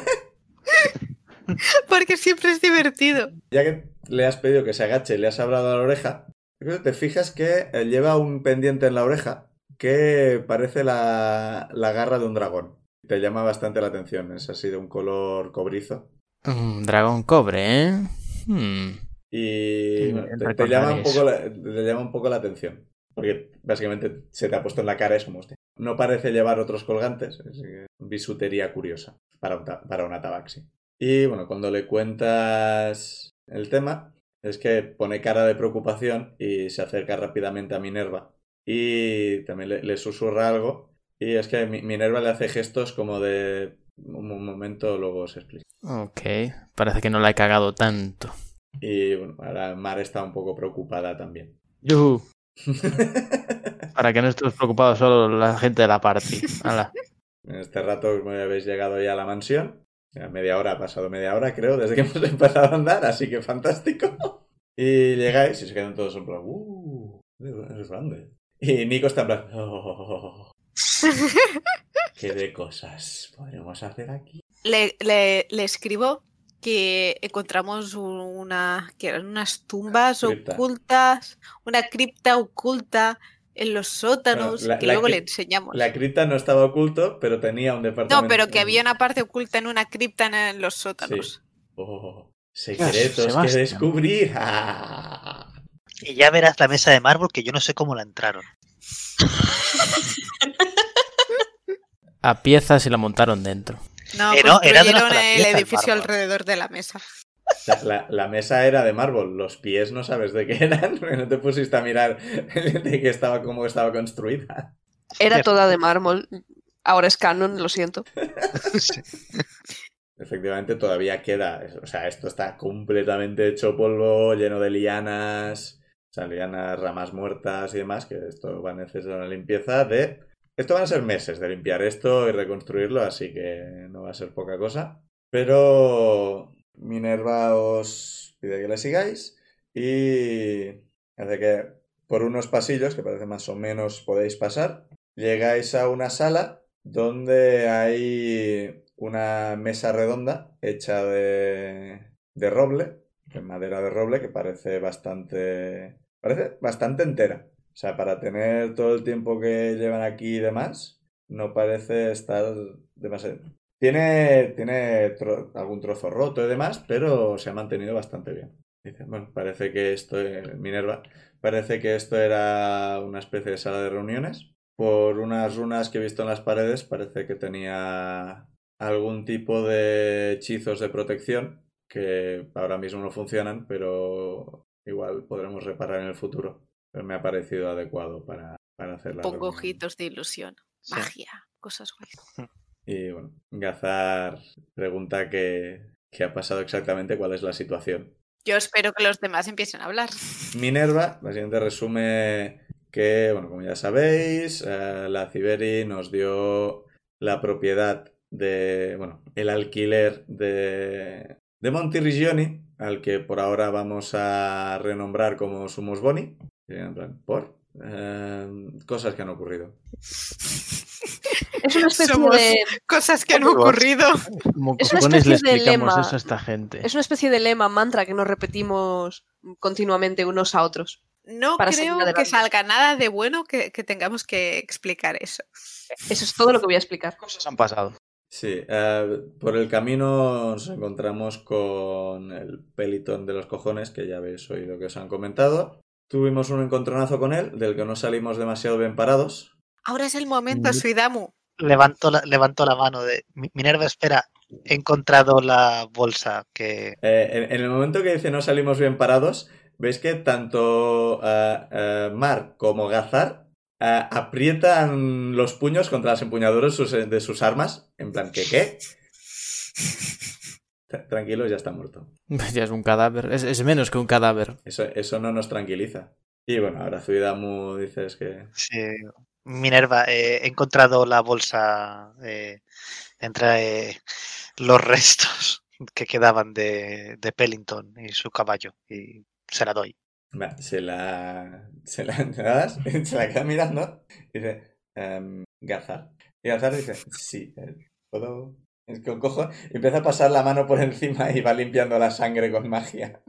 Speaker 5: Porque siempre es divertido.
Speaker 2: Ya que le has pedido que se agache, le has hablado a la oreja, creo que te fijas que eh, lleva un pendiente en la oreja que parece la, la garra de un dragón. Te llama bastante la atención, es así de un color cobrizo.
Speaker 7: Mm, dragón cobre, ¿eh? Hmm.
Speaker 2: Y
Speaker 7: Sí,
Speaker 2: bueno,
Speaker 7: bien
Speaker 2: te, te
Speaker 7: recordar
Speaker 2: llama un
Speaker 7: eso.
Speaker 2: poco la, te llama un poco la atención. Porque básicamente se te ha puesto en la cara eso, hostia. No parece llevar otros colgantes. así que bisutería curiosa para, un ta- para una tabaxi. Y bueno, cuando le cuentas el tema, es que pone cara de preocupación y se acerca rápidamente a Minerva. Y también le, le susurra algo. Y es que Mi- Minerva le hace gestos como de un un momento, luego os explico.
Speaker 7: Ok, parece que no la he cagado tanto.
Speaker 2: Y bueno, ahora Mar está un poco preocupada también.
Speaker 7: Yuhu, para que no estés preocupado solo la gente de la party. Hala.
Speaker 2: En este rato como ya habéis llegado ya a la mansión. Ya media hora, ha pasado media hora, creo, desde que hemos empezado a andar, así que fantástico. Y llegáis y se quedan todos en plan, ¡uh! Es grande. Y Nico está en plan, ¡oh! ¡Qué de cosas podremos hacer aquí!
Speaker 5: Le, le- le escribo que encontramos una, que eran unas tumbas
Speaker 2: Cripta.
Speaker 5: ocultas, una cripta oculta en los sótanos,
Speaker 2: la-
Speaker 5: que
Speaker 2: la
Speaker 5: luego le
Speaker 2: cri-
Speaker 5: enseñamos.
Speaker 2: La cripta no estaba oculto, pero tenía un departamento.
Speaker 5: No, pero que había una parte oculta en una cripta en, en los sótanos.
Speaker 2: ¡Oh! Secretos que
Speaker 7: Sebastián.
Speaker 2: descubrir. ¡Ah!
Speaker 4: Y ya verás la mesa de mármol que yo no sé cómo la entraron.
Speaker 1: A piezas y la montaron dentro.
Speaker 2: Eh,
Speaker 5: No,
Speaker 4: Pero era de las
Speaker 5: construyeron el
Speaker 4: trapiezas,
Speaker 5: edificio
Speaker 4: Bárbara.
Speaker 5: alrededor de la mesa.
Speaker 2: La, la- la mesa era de mármol, los pies no sabes de qué eran, no te pusiste a mirar de qué estaba, cómo estaba construida.
Speaker 3: Era toda de mármol. Ahora es canon, lo siento.
Speaker 2: Efectivamente, todavía queda, o sea, esto está completamente hecho polvo, lleno de lianas, o sea, lianas, ramas muertas y demás, que esto va a necesitar una limpieza de... Esto van a ser meses de limpiar esto y reconstruirlo, así que no va a ser poca cosa. Pero Minerva os pide que la sigáis y hace que por unos pasillos, que parece más o menos podéis pasar, llegáis a una sala donde hay una mesa redonda hecha de, de roble, de madera de roble, que parece bastante, parece bastante entera. O sea, para tener todo el tiempo que llevan aquí y demás, no parece estar demasiado... Tiene, tiene tro- algún trozo roto y demás, pero se ha mantenido bastante bien. Dice, bueno, parece que esto, eh, Minerva, parece que esto era una especie de sala de reuniones. Por unas runas que he visto en las paredes, parece que tenía algún tipo de hechizos de protección que ahora mismo no funcionan, pero igual podremos reparar en el futuro. Pero me ha parecido adecuado para, para hacer la
Speaker 5: Pongo
Speaker 2: reunión.
Speaker 5: ojitos de ilusión,
Speaker 4: Sí.
Speaker 5: magia, cosas guays.
Speaker 2: Y bueno, Gazar pregunta que, que ha pasado exactamente cuál es la situación.
Speaker 5: Yo espero que los demás empiecen a hablar.
Speaker 2: Minerva, la siguiente resume que, bueno, como ya sabéis, eh, la Ciberi nos dio la propiedad de, bueno, el alquiler de, de Montirrigioni, al que por ahora vamos a renombrar como Sumus Boni. Y en plan, Por eh, cosas que han ocurrido.
Speaker 3: Es una especie
Speaker 5: Somos-
Speaker 3: de.
Speaker 5: Cosas que han ocurrido.
Speaker 7: Como
Speaker 3: Es una
Speaker 7: cojones le
Speaker 3: especie de
Speaker 7: explicamos
Speaker 3: lema.
Speaker 7: eso a esta gente.
Speaker 3: Es una especie de lema, mantra que nos repetimos continuamente unos a otros.
Speaker 5: No
Speaker 3: Para seguir
Speaker 5: creo que
Speaker 3: adelante.
Speaker 5: salga nada de bueno que, que tengamos que explicar eso.
Speaker 3: Eso es todo lo que voy a explicar.
Speaker 7: cosas han pasado?
Speaker 2: Sí, eh, por el camino nos encontramos con el pelitón de los cojones, que ya habéis oído que os han comentado. Tuvimos un encontronazo con él, del que no salimos demasiado bien parados.
Speaker 5: Ahora es el momento,
Speaker 7: Mm.
Speaker 5: Suidamu.
Speaker 4: Levanto la, levanto la mano de "Mi- Minerva, espera, he encontrado la bolsa que
Speaker 2: Eh, en, en el momento que dice no salimos bien parados, veis que tanto eh, eh, Mar como Gazar eh, aprietan los puños contra las empuñaduras sus- de sus armas, en plan que qué. Tra- Tranquilo, ya está muerto.
Speaker 1: Ya es un cadáver. Es, es menos que un cadáver.
Speaker 2: Eso, eso no nos tranquiliza. Y bueno, ahora Zuidamu dices que.
Speaker 4: Sí, Minerva, eh, he encontrado la bolsa eh, entre eh, los restos que quedaban de, de Pellington y su caballo y se la doy.
Speaker 2: Va, se la. Se la ¿te la das? se la queda mirando. Dice. em, Gazar. Y Gazar dice. Sí, eh, puedo. Es que cojo. Y empieza a pasar la mano por encima y va limpiando la sangre con magia.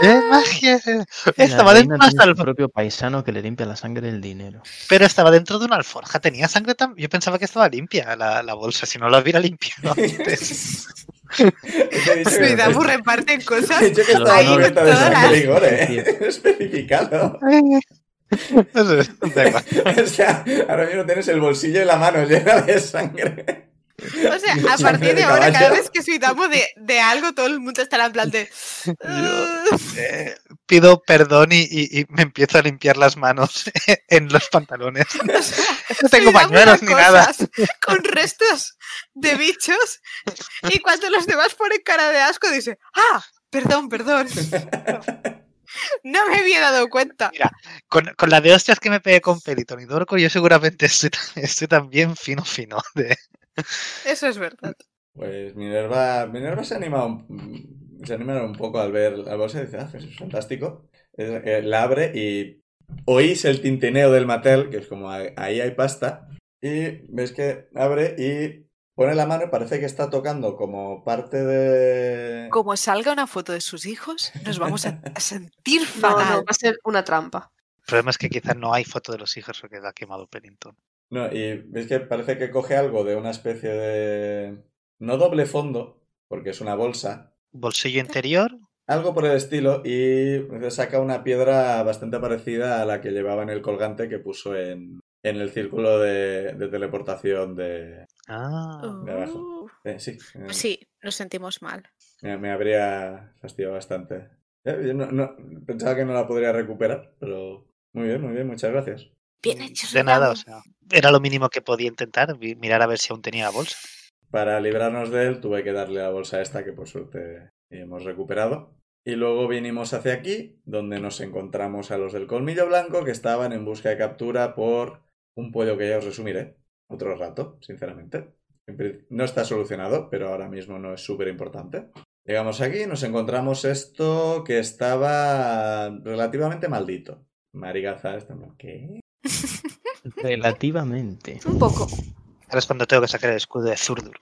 Speaker 4: ¡Qué magia!
Speaker 7: La
Speaker 4: Estaba dentro
Speaker 7: reina tiene
Speaker 4: hasta
Speaker 7: su
Speaker 4: el...
Speaker 7: propio paisano que le limpia la sangre del dinero.
Speaker 4: Pero estaba dentro de una alforja. Tenía sangre tan... Yo pensaba que estaba limpia la, la bolsa, si no la hubiera limpiado antes.
Speaker 2: Te he dicho que-
Speaker 5: Suidamu reparte
Speaker 2: te
Speaker 5: cosas.
Speaker 2: he dicho que estaba
Speaker 5: Ahí
Speaker 2: cubierta de
Speaker 5: todas.
Speaker 2: sangre y gore, eh. Especificado.
Speaker 4: No sé, da igual.
Speaker 2: O sea, ahora mismo tienes el bolsillo en la mano llena de sangre.
Speaker 5: O sea, a
Speaker 2: Sangre
Speaker 5: partir
Speaker 2: de
Speaker 5: de ahora, cada
Speaker 2: caballo.
Speaker 5: vez que suitamos de, de algo, todo el mundo estará en plan de. "Ugh".
Speaker 4: Eh, pido perdón y, y- y me empiezo a limpiar las manos en los pantalones. No tengo
Speaker 5: Suidamos
Speaker 4: pañuelos
Speaker 5: a
Speaker 4: ni nada.
Speaker 5: cosas Con restos de bichos. Y cuando los demás ponen cara de asco, dice: ¡Ah! Perdón, perdón. No me había dado cuenta.
Speaker 4: Con, con la de hostias que me pegué con Peliton y Dorco, yo seguramente estoy, tan- estoy también fino, fino. De...
Speaker 5: Eso es verdad.
Speaker 2: Pues Minerva, Minerva se anima un, se anima un poco al ver la bolsa y dice, ah, pues es fantástico. Es- eh, La abre y oís el tintineo del matel, que es como "Ah, ahí hay pasta, y ves que abre y pone la mano y parece que está tocando como parte de...
Speaker 8: Como salga una foto de sus hijos, nos vamos a, a sentir
Speaker 3: No, no,
Speaker 8: fatal.
Speaker 3: va a ser una trampa.
Speaker 4: El problema es que quizás no hay foto de los hijos porque la ha quemado Peliton.
Speaker 2: No, y ves que parece que coge algo de una especie de... No doble fondo, porque es una bolsa,
Speaker 4: Bolsillo interior,
Speaker 2: Algo por el estilo, y saca una piedra bastante parecida a la que llevaba en el colgante que puso en, en el círculo de, de teleportación de...
Speaker 4: Ah,
Speaker 2: de abajo. eh, sí, eh,
Speaker 5: Uh. Pues Sí, nos sentimos mal.
Speaker 2: me, me habría fastidiado bastante. Eh, yo no- no- pensaba que no la podría recuperar, pero muy bien, muy bien, muchas gracias.
Speaker 9: Bien hecho,
Speaker 4: mm, de nada,
Speaker 9: Saitama.
Speaker 4: o sea, era lo mínimo que podía intentar, vi- mirar a ver si aún tenía la bolsa.
Speaker 2: Para librarnos de él tuve que darle la bolsa esta que por suerte hemos recuperado. Y luego vinimos hacia aquí, donde nos encontramos a los del Colmillo Blanco que estaban en busca de captura por un pollo que ya os resumiré otro rato, sinceramente. En pri- No está solucionado, pero ahora mismo no es súper importante. Llegamos aquí y nos encontramos esto que estaba relativamente maldito. Marigaza está mal. ¿Qué?
Speaker 7: Relativamente.
Speaker 3: Un poco.
Speaker 4: Ahora es cuando tengo que sacar el escudo de Zurdur.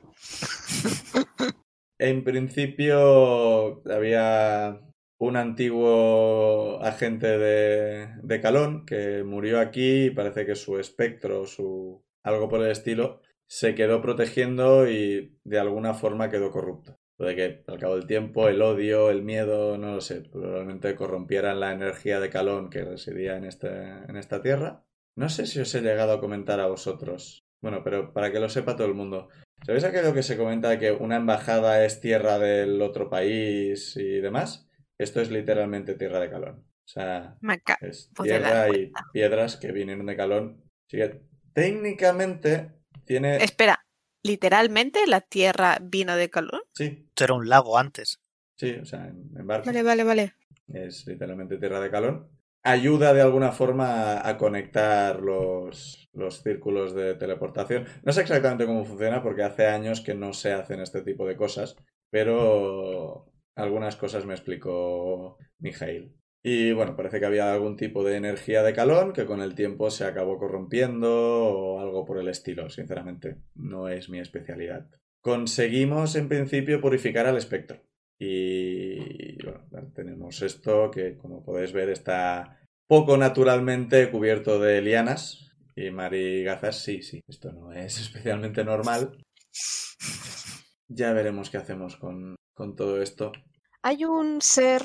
Speaker 2: En principio había un antiguo agente de, de Calón que murió aquí y parece que su espectro, su algo por el estilo, se quedó protegiendo y de alguna forma quedó corrupto. Puede que al cabo del tiempo el odio, el miedo, no lo sé, probablemente corrompieran la energía de Calón que residía en, este, en esta tierra. No sé si os he llegado a comentar a vosotros. Bueno, pero para que lo sepa todo el mundo. ¿Sabéis aquello que se comenta de que una embajada es tierra del otro país y demás? Esto es literalmente tierra de Calón. O sea,
Speaker 5: Me encanta.
Speaker 2: es
Speaker 8: Pues te das
Speaker 2: tierra y piedras que vinieron de Calón. Así que técnicamente tiene...
Speaker 5: Espera, ¿literalmente la tierra vino de Calón?
Speaker 2: Sí,
Speaker 4: Esto era un lago antes.
Speaker 2: sí, o sea, en, en barco.
Speaker 5: Vale, vale, vale.
Speaker 2: Es literalmente tierra de Calón. Ayuda de alguna forma a, a conectar los, los círculos de teleportación. No sé exactamente cómo funciona porque hace años que no se hacen este tipo de cosas, pero algunas cosas me explicó Mijail. Y bueno, parece que había algún tipo de energía de Calón que con el tiempo se acabó corrompiendo o algo por el estilo, sinceramente. No es mi especialidad. Conseguimos en principio purificar al espectro. Y bueno, tenemos esto que, como podéis ver, está poco naturalmente cubierto de lianas. Y marigazas, sí, sí, esto no es especialmente normal. Ya veremos qué hacemos con, con todo esto.
Speaker 3: Hay un ser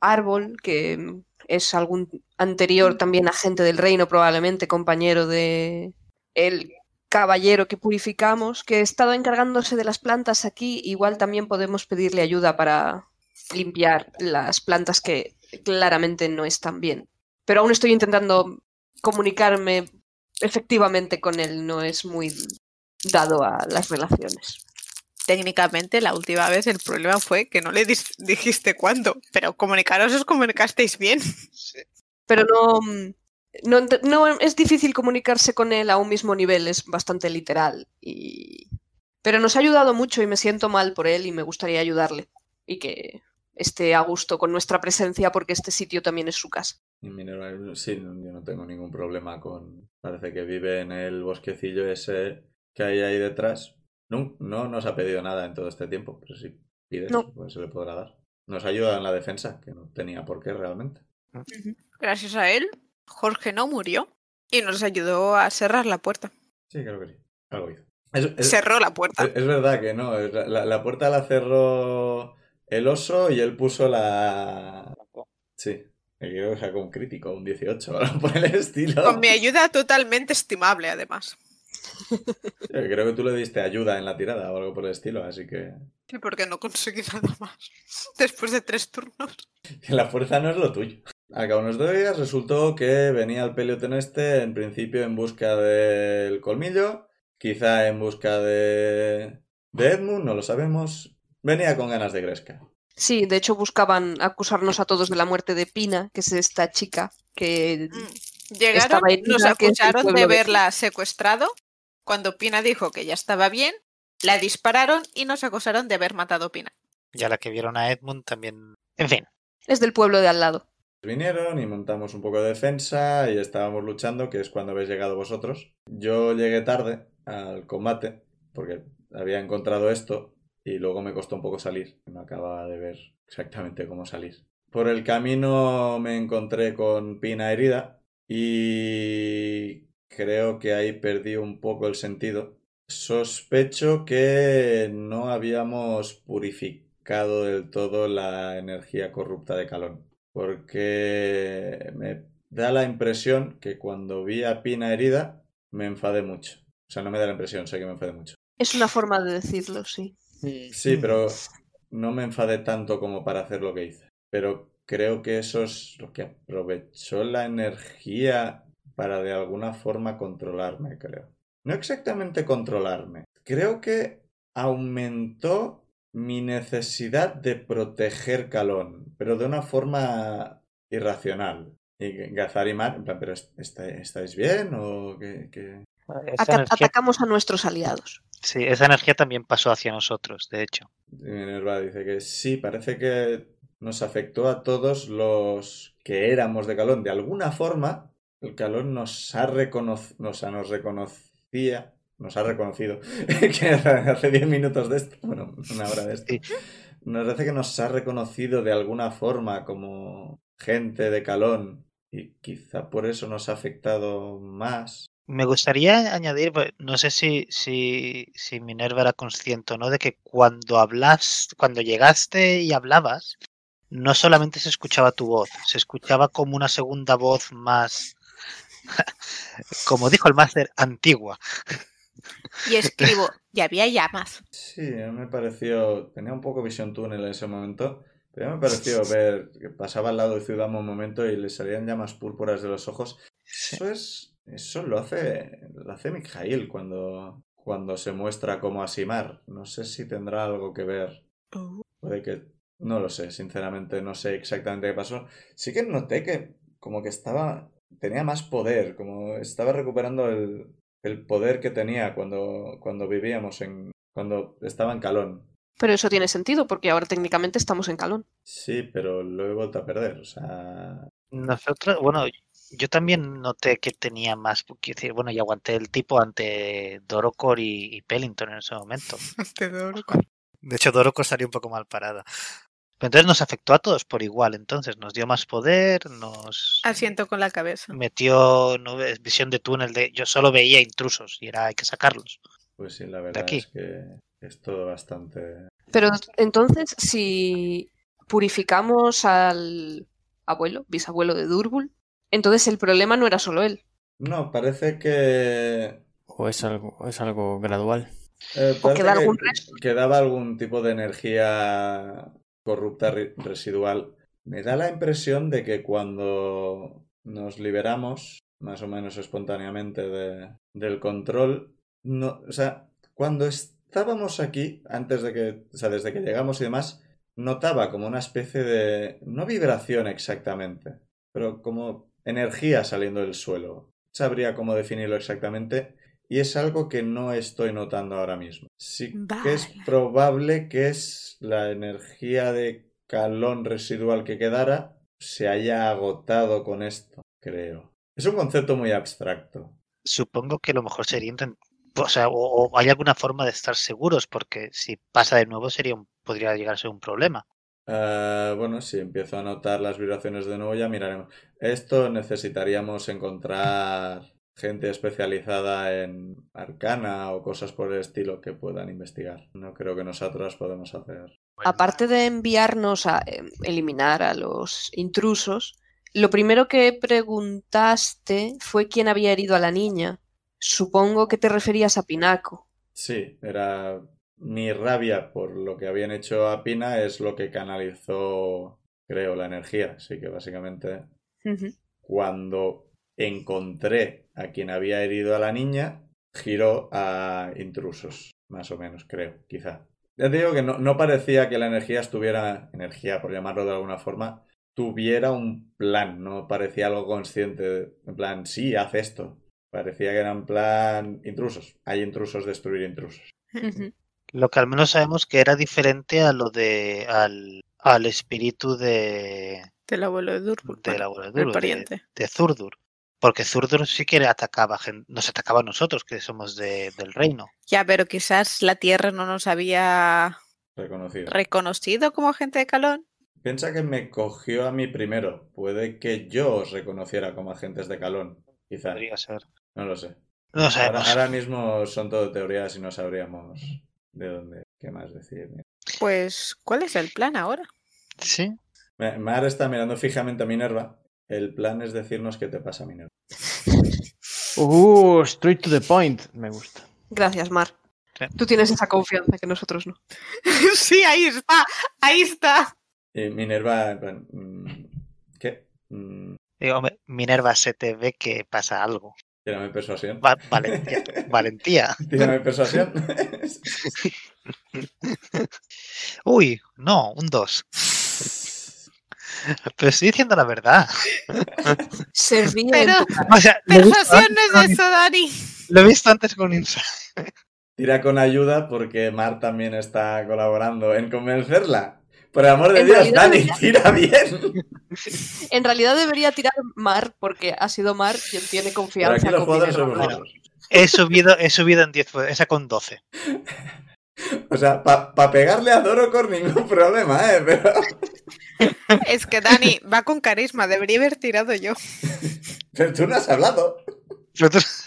Speaker 3: árbol que mm, es algún anterior también agente del reino, probablemente compañero de el caballero que purificamos, que ha estado encargándose de las plantas aquí. Igual también podemos pedirle ayuda para limpiar las plantas que claramente no están bien. Pero aún estoy intentando comunicarme efectivamente con él, no es muy dado a las relaciones.
Speaker 5: Técnicamente, la última vez el problema fue que no le dis- dijiste cuándo, pero comunicaros os comunicasteis bien.
Speaker 3: pero no, mm, no, ent- no es difícil comunicarse con él a un mismo nivel, es bastante literal. Y... Pero nos ha ayudado mucho y me siento mal por él y me gustaría ayudarle y que esté a gusto con nuestra presencia porque este sitio también es su casa.
Speaker 2: Y Minerva, sí, no- yo no tengo ningún problema con... Parece que vive en el bosquecillo ese que hay ahí detrás. No, no nos ha pedido nada en todo este tiempo, pero si pides,
Speaker 3: No.
Speaker 2: pues se le podrá dar. Nos ayuda en la defensa, que no tenía por qué realmente.
Speaker 5: Gracias a él, Jorge no murió y nos ayudó a cerrar la puerta.
Speaker 2: Sí, creo que sí. Algo hizo. Es, es-
Speaker 5: Cerró la puerta.
Speaker 2: es- es verdad que no. es la- La, la puerta la cerró el oso y él puso la. Sí. Me Creo que sacó un crítico, un 18, o algo por el estilo.
Speaker 5: Con mi ayuda totalmente estimable, además.
Speaker 2: Sí, Eh, Creo que tú le diste ayuda en la tirada o algo por el estilo, así que.
Speaker 5: Sí, porque no conseguí nada más. Después de tres turnos.
Speaker 2: La fuerza no es lo tuyo. Al cabo de unos dos días resultó que venía el Pelioten este en principio en busca del colmillo, quizá en busca de, de Edmund, no lo sabemos. Venía con ganas de Gresca.
Speaker 3: Sí, de hecho buscaban acusarnos a todos de la muerte de Pina, que es esta chica que
Speaker 5: Mm. Llegaron,
Speaker 3: Estaba herida,
Speaker 5: nos
Speaker 3: que es el
Speaker 5: acusaron
Speaker 3: pueblo
Speaker 5: de
Speaker 3: vecino.
Speaker 5: verla secuestrado. Cuando Pina dijo que ya estaba bien, la dispararon y nos acusaron de haber matado a Pina.
Speaker 4: Ya la que vieron a Edmund también. En fin,
Speaker 3: es del pueblo de al lado.
Speaker 2: Vinieron y montamos un poco de defensa y estábamos luchando, que es cuando habéis llegado vosotros. Yo llegué tarde al combate porque había encontrado esto y luego me costó un poco salir. No acababa de ver exactamente cómo salir. Por el camino me encontré con Pina herida y creo que ahí perdí un poco el sentido. Sospecho que no habíamos purificado del todo la energía corrupta de Calón porque me da la impresión que cuando vi a Pina herida me enfadé mucho. O sea, no me da la impresión, sé que me enfadé mucho.
Speaker 3: Es una forma de decirlo, sí.
Speaker 2: Sí, pero no me enfadé tanto como para hacer lo que hice. Pero creo que eso es lo que aprovechó la energía para de alguna forma controlarme, creo. No exactamente controlarme. Creo que aumentó mi necesidad de proteger Calón, pero de una forma irracional. Y Gazar y Mar, en plan, ¿pero est- está- estáis bien o qué? qué?
Speaker 3: Aca-
Speaker 4: esa energía,
Speaker 3: Atacamos a nuestros aliados.
Speaker 4: sí, esa energía también pasó hacia nosotros, de hecho.
Speaker 2: Y Minerva dice que sí, parece que nos afectó a todos los que éramos de Calón. De alguna forma, el Calón nos ha reconocido, o sea, nos reconocía, nos ha reconocido, que hace 10 minutos de esto, bueno, una hora de esto,
Speaker 4: Sí.
Speaker 2: nos parece que nos ha reconocido de alguna forma como gente de Calón. Y quizá por eso nos ha afectado más.
Speaker 4: Me gustaría añadir, pues, no sé si, si, si Minerva era consciente o no, de que cuando hablas, cuando llegaste y hablabas, no solamente se escuchaba tu voz, se escuchaba como una segunda voz más, como dijo el máster, antigua.
Speaker 5: Y escribo, y había llamas.
Speaker 2: Sí, a mí me pareció. Tenía un poco visión túnel en ese momento. Pero a mí me pareció ver que pasaba al lado de Ciudad un momento y le salían llamas púrpuras de los ojos. Eso es. Eso lo hace. Lo hace Mikhail cuando. cuando se muestra como Asimar. No sé si tendrá algo que ver. Puede que. No lo sé, sinceramente, no sé exactamente qué pasó. Sí que noté que como que estaba. tenía más poder, como estaba recuperando el, el poder que tenía cuando, cuando vivíamos en. cuando estaba en Calón.
Speaker 3: Pero eso tiene sentido, porque ahora técnicamente estamos en calón.
Speaker 2: Sí, pero lo he vuelto a perder. O sea.
Speaker 4: Nosotros, bueno, yo también noté que tenía más, quiero decir, bueno, y aguanté el tipo ante Dorocor y, y Pellington en ese momento. De hecho, Dorocor salió un poco mal parada. Pero entonces nos afectó a todos por igual, entonces nos dio más poder, nos
Speaker 5: Asiento con la cabeza.
Speaker 4: metió no ves, visión de túnel de yo solo veía intrusos y era hay que sacarlos.
Speaker 2: Pues sí, la verdad
Speaker 4: aquí.
Speaker 2: es que es todo bastante.
Speaker 3: Pero entonces, si purificamos al abuelo, bisabuelo de Durbul, entonces el problema no era solo él.
Speaker 2: No, parece que.
Speaker 1: ¿O es algo, es algo gradual?
Speaker 2: eh,
Speaker 3: O
Speaker 2: parece
Speaker 3: queda algún
Speaker 2: que
Speaker 3: resto.
Speaker 2: quedaba algún tipo de energía corrupta re- residual. Me da la impresión de que cuando nos liberamos, más o menos espontáneamente, de- del control, no, o sea, cuando estábamos aquí, antes de que, o sea, desde que llegamos y demás, notaba como una especie de, no vibración exactamente, pero como energía saliendo del suelo. Sabría cómo definirlo exactamente, y es algo que no estoy notando ahora mismo. Sí que es
Speaker 9: Vaya.
Speaker 2: probable que es la energía de calón residual que quedara se haya agotado con esto, creo. Es un concepto muy abstracto.
Speaker 4: Supongo que lo mejor sería intentar, o sea, o, o hay alguna forma de estar seguros porque si pasa de nuevo sería un- podría llegar a ser un problema.
Speaker 2: Ah, bueno, si empiezo a notar las vibraciones de nuevo ya miraremos. Esto necesitaríamos encontrar gente especializada en arcana o cosas por el estilo que puedan investigar. No creo que nosotros podamos hacer
Speaker 3: Aparte de enviarnos a eh, eliminar a los intrusos, lo primero que preguntaste fue quién había herido a la niña. Supongo que te referías a Pinaco.
Speaker 2: Sí, era mi rabia por lo que habían hecho a Pina es lo que canalizó, creo, la energía. Así que básicamente cuando encontré a quien había herido a la niña, giró a intrusos, más o menos, creo, quizá. Ya te digo que no, no parecía que la energía estuviera, energía por llamarlo de alguna forma, tuviera un plan, no parecía algo consciente, en plan, sí, haz esto. Parecía que era en plan intrusos, hay intrusos, destruir intrusos.
Speaker 4: Lo que al menos sabemos que era diferente a lo de al, al espíritu de
Speaker 6: Del abuelo de Durbul.
Speaker 4: del
Speaker 6: bueno,
Speaker 4: abuelo de
Speaker 6: del
Speaker 4: Durdur,
Speaker 6: pariente.
Speaker 4: de, de Zurdur, porque Zurdur sí que atacaba, gen- nos atacaba a nosotros que somos de- del reino.
Speaker 5: Ya, pero quizás la Tierra no nos había
Speaker 2: Reconocido.
Speaker 5: reconocido como gente de Calón.
Speaker 2: Piensa que me cogió a mí primero. Puede que yo os reconociera como agentes de Calón. Quizá.
Speaker 4: Podría ser.
Speaker 2: No lo sé.
Speaker 4: No
Speaker 2: Ahora,
Speaker 4: sabemos.
Speaker 2: ahora mismo son todo teorías y no sabríamos de dónde. ¿Qué más decir?
Speaker 5: Pues, ¿cuál es el plan ahora?
Speaker 4: Sí.
Speaker 2: Ma- Mar está mirando fijamente a Minerva. El plan es decirnos qué te pasa, Minerva.
Speaker 7: Uh, straight to the point. Me gusta.
Speaker 3: Gracias, Mar.
Speaker 4: Sí.
Speaker 3: Tú tienes esa confianza que nosotros no.
Speaker 5: sí, ahí está, ahí está.
Speaker 2: Y Minerva, en plan, mm, ¿qué? Mm,
Speaker 4: Digo, hombre, Minerva se te ve que pasa algo.
Speaker 2: Tírame persuasión.
Speaker 4: Va- valentía. valentía.
Speaker 2: Tírame persuasión.
Speaker 4: Uy, no, un 2. Pero estoy diciendo la verdad.
Speaker 3: Se ríe en
Speaker 5: Pero-
Speaker 3: tu cara.
Speaker 4: O sea, lo he visto
Speaker 5: Persuasión no es
Speaker 4: antes
Speaker 5: eso, Dani.
Speaker 4: con- Lo he visto antes con Insight.
Speaker 2: Tira con ayuda porque Mar también está colaborando en convencerla. Por el amor de
Speaker 3: En
Speaker 2: Dios,
Speaker 3: realidad
Speaker 2: Dani,
Speaker 3: debería-
Speaker 2: tira bien.
Speaker 3: En realidad debería tirar Mar, porque ha sido Mar quien tiene
Speaker 2: Pero aquí
Speaker 3: confianza.
Speaker 2: los
Speaker 3: con
Speaker 2: jugadores
Speaker 3: Minerva.
Speaker 2: somos nosotros.
Speaker 4: He subido, he subido en 10, pues, esa con 12.
Speaker 2: O sea, para pegarle a Dorocor ningún problema, ¿eh? Pero,
Speaker 5: Es que Dani va con carisma, debería haber tirado yo.
Speaker 2: pero tú no has hablado.
Speaker 4: Nosotros-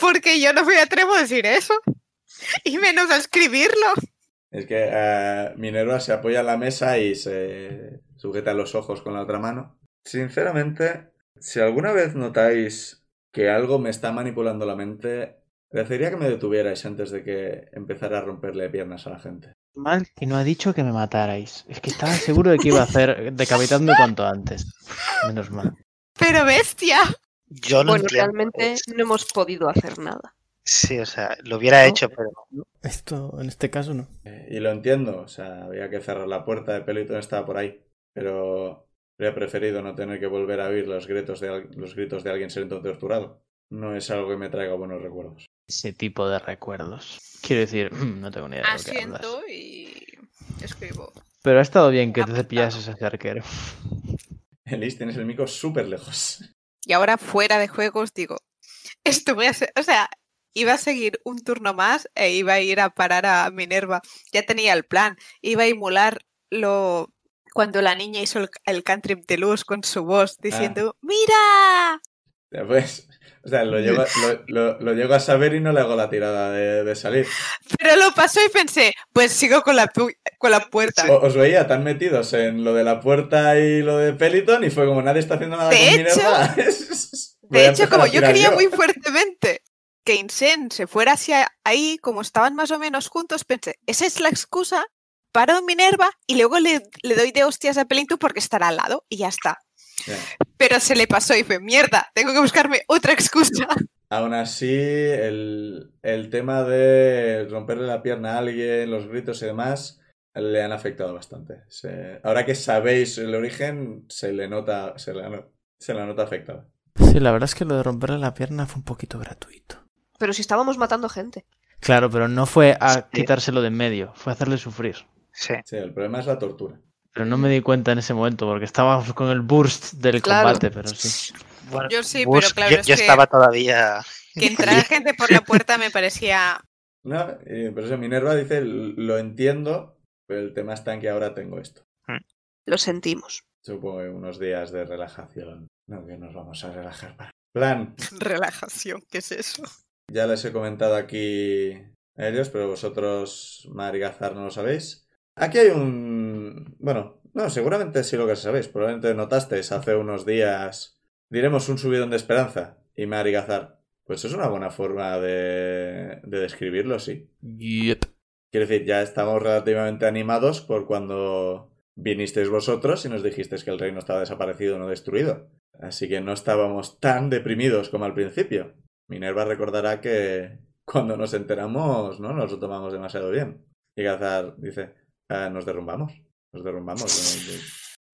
Speaker 5: Porque yo no me atrevo a decir eso. Y menos a escribirlo.
Speaker 2: Es que eh, Minerva se apoya en la mesa y se sujeta los ojos con la otra mano. Sinceramente, si alguna vez notáis que algo me está manipulando la mente, agradecería que me detuvierais antes de que empezara a romperle piernas a la gente.
Speaker 7: Mal que no ha dicho que me matarais. Es que estaba seguro de que iba a hacer decapitarme cuanto antes. Menos mal.
Speaker 5: Pero bestia.
Speaker 4: yo lo
Speaker 3: Bueno,
Speaker 4: entiendo.
Speaker 3: realmente no hemos podido hacer nada.
Speaker 4: Sí, o sea, lo hubiera
Speaker 1: No.
Speaker 4: hecho, pero
Speaker 1: Esto, en este caso, no.
Speaker 2: Eh, Y lo entiendo, o sea, había que cerrar la puerta, el pelito estaba por ahí. Pero habría preferido no tener que volver a oír los gritos de, al- los gritos de alguien siendo torturado. No es algo que me traiga buenos recuerdos.
Speaker 7: Ese tipo de recuerdos. Quiero decir, no tengo ni idea de lo que hablas.
Speaker 5: Asiento y escribo.
Speaker 7: Pero ha estado bien que te
Speaker 5: Apuntado.
Speaker 7: cepillases ese arquero.
Speaker 2: Elis, tienes el mico súper lejos.
Speaker 5: Y ahora fuera de juegos digo, esto voy a ser, o sea, iba a seguir un turno más e iba a ir a parar a Minerva. Ya tenía el plan, iba a emular lo cuando la niña hizo el, el cantrip de luz con su voz diciendo, "Mira,
Speaker 2: Ya, Pues, o sea, lo llego, lo, lo- lo llego a saber y no le hago la tirada de, de salir.
Speaker 5: pero lo pasó y pensé, pues sigo con la pu- con la puerta."
Speaker 2: O- os veía tan metidos en lo de la puerta y lo de Peliton y fue como nadie está haciendo nada
Speaker 5: De
Speaker 2: con
Speaker 5: hecho-
Speaker 2: Minerva. Voy
Speaker 5: De
Speaker 2: a
Speaker 5: hecho,
Speaker 2: empezar
Speaker 5: como
Speaker 2: a
Speaker 5: yo
Speaker 2: tirar
Speaker 5: quería muy fuertemente que Insen se fuera hacia ahí, como estaban más o menos juntos, pensé, esa es la excusa, paro a Minerva y luego le, le doy de hostias a Pelintu porque estará al lado y ya está.
Speaker 2: Ya.
Speaker 5: Pero se le pasó y fue, mierda, tengo que buscarme otra excusa.
Speaker 2: Aún así, el, el tema de romperle la pierna a alguien, los gritos y demás, le han afectado bastante. Se- ahora que sabéis el origen, se le nota, se la, no- se la nota afectada.
Speaker 1: Sí, la verdad es que lo de romperle la pierna fue un poquito gratuito.
Speaker 3: Pero si estábamos matando gente.
Speaker 7: Claro, pero no fue a
Speaker 4: Sí.
Speaker 7: quitárselo de en medio, fue a hacerle sufrir.
Speaker 4: sí.
Speaker 2: Sí, el problema es la tortura.
Speaker 7: Pero no me di cuenta en ese momento porque estábamos con el burst del
Speaker 3: Claro.
Speaker 7: combate, pero sí.
Speaker 4: Bueno,
Speaker 5: Yo sí,
Speaker 4: Bus-
Speaker 5: pero claro,
Speaker 4: yo,
Speaker 5: es
Speaker 4: yo
Speaker 5: que-
Speaker 4: estaba todavía.
Speaker 5: Que entrara gente por la puerta me parecía...
Speaker 2: No, eh, por eso Minerva dice, lo entiendo, pero el tema está en que ahora tengo esto.
Speaker 3: Lo sentimos.
Speaker 2: Supongo que unos días de relajación. No, que nos vamos a relajar. para- Plan,
Speaker 5: Relajación, ¿qué es eso?
Speaker 2: ya les he comentado aquí a ellos, pero vosotros, Mar y Gazar, no lo sabéis. Aquí hay un... Bueno, no, seguramente sí lo que sabéis. Probablemente notasteis hace unos días, diremos un subidón de esperanza. Y Mar y Gazar, Pues es una buena forma de, de describirlo, sí.
Speaker 7: Yep.
Speaker 2: Quiero decir, ya estamos relativamente animados por cuando vinisteis vosotros y nos dijisteis que el reino estaba desaparecido, no destruido. Así que no estábamos tan deprimidos como al principio. Minerva recordará que cuando nos enteramos no nos lo tomamos demasiado bien. Y Gazar dice, "Ah, nos derrumbamos, nos derrumbamos. ¿no? Y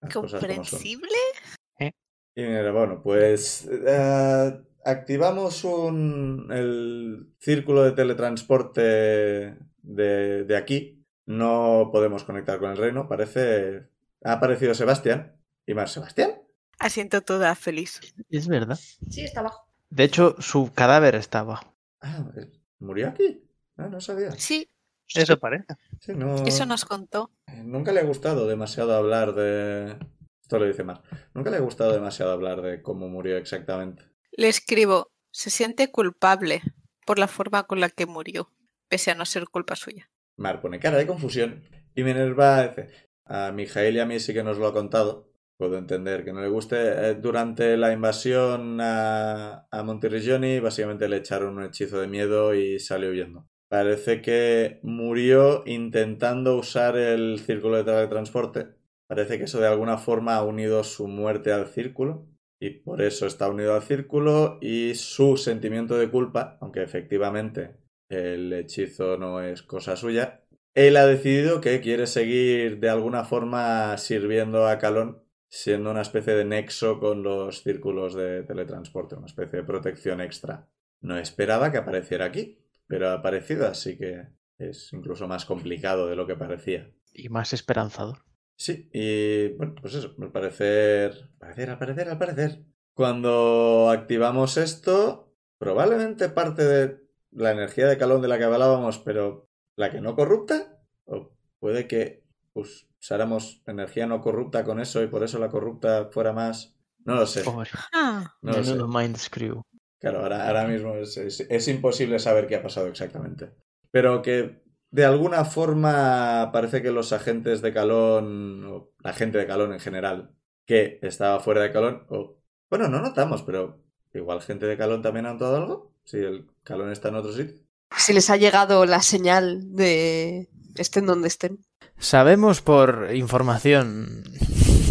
Speaker 2: las cosas como son.
Speaker 8: ¿Comprensible?
Speaker 2: Y mira, bueno, pues eh, activamos un, el círculo de teletransporte de, de aquí. No podemos conectar con el reino, parece... Ha aparecido Sebastián. ¿Y más Sebastián?
Speaker 8: Asiento toda feliz.
Speaker 7: Es verdad.
Speaker 3: Sí, está abajo.
Speaker 7: De hecho, su cadáver está abajo.
Speaker 2: Ah, ¿Murió aquí? Ah, no sabía.
Speaker 8: Sí,
Speaker 4: Eso parece.
Speaker 2: Sí, no- eh,
Speaker 8: eso nos contó.
Speaker 2: Nunca le ha gustado demasiado hablar de... Esto lo dice más. Nunca le ha gustado demasiado hablar de cómo murió exactamente.
Speaker 8: Le escribo, se siente culpable por la forma con la que murió, pese a no ser culpa suya.
Speaker 2: Mar pone cara de confusión y Minerva dice, a Mijael y a mí sí que nos lo ha contado. Puedo entender que no le guste. Eh, Durante la invasión a, a Monterrigioni, básicamente le echaron un hechizo de miedo y salió huyendo. Parece que murió intentando usar el círculo de teletransporte. Parece que eso de alguna forma ha unido su muerte al círculo. Y por eso está unido al círculo y su sentimiento de culpa, aunque efectivamente el hechizo no es cosa suya. Él ha decidido que quiere seguir de alguna forma sirviendo a Calón, siendo una especie de nexo con los círculos de teletransporte, una especie de protección extra. No esperaba que apareciera aquí, pero ha aparecido, así que es incluso más complicado de lo que parecía.
Speaker 7: Y más esperanzador.
Speaker 2: Sí, y bueno, pues eso, al parecer, al parecer, al parecer, al parecer. Cuando activamos esto, probablemente parte de la energía de calón de la que hablábamos, pero la que no corrupta, o puede que us- usáramos energía no corrupta con eso y por eso la corrupta fuera más. No lo sé,
Speaker 7: Pobre.
Speaker 2: no lo sé.
Speaker 7: Menudo mind screw.
Speaker 2: Claro, ahora, ahora mismo es, es- es imposible saber qué ha pasado exactamente. Pero que de alguna forma parece que los agentes de Calón, o la gente de Calón en general, que estaba fuera de Calón, o bueno, no notamos, pero igual gente de Calón también ha notado algo. Si el Calón está en otro sitio.
Speaker 3: Si les ha llegado la señal de estén donde estén.
Speaker 1: Sabemos por información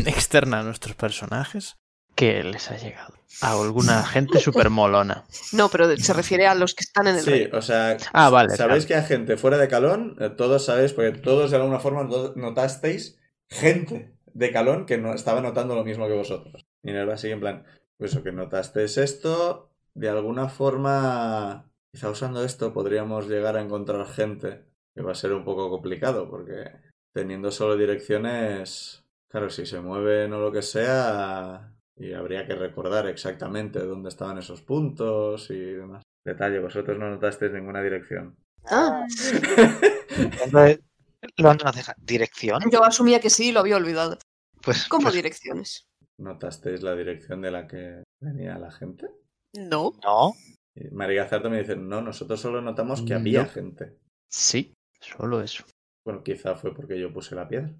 Speaker 1: externa a nuestros personajes
Speaker 7: Que les ha llegado. A alguna gente súper molona.
Speaker 3: No, pero se refiere a los que están en el
Speaker 2: Sí,
Speaker 3: reino.
Speaker 2: o sea,
Speaker 7: Ah, vale,
Speaker 2: sabéis que hay gente fuera de Calón, Eh, todos sabéis, porque todos de alguna forma no- notasteis gente de Calón que no estaba notando lo mismo que vosotros. Y ahora sigue en plan, pues eso, que notasteis esto, de alguna forma, quizá usando esto podríamos llegar a encontrar gente, que va a ser un poco complicado, porque teniendo solo direcciones, claro, si se mueven o lo que sea, y habría que recordar exactamente dónde estaban esos puntos y demás. Detalle, vosotros no notasteis ninguna dirección.
Speaker 3: Ah,
Speaker 4: Entonces, Lo ando nos deja. ¿Dirección?
Speaker 3: yo asumía que sí, lo había olvidado.
Speaker 4: Pues,
Speaker 3: ¿Cómo
Speaker 4: pues
Speaker 3: direcciones?
Speaker 2: ¿Notasteis la dirección de la que venía la gente?
Speaker 8: No,
Speaker 4: no.
Speaker 2: Y María Gazardo me dice, no, nosotros solo notamos que había
Speaker 7: No.
Speaker 2: gente.
Speaker 7: Sí, solo eso.
Speaker 2: Bueno, quizá fue porque yo puse la piedra.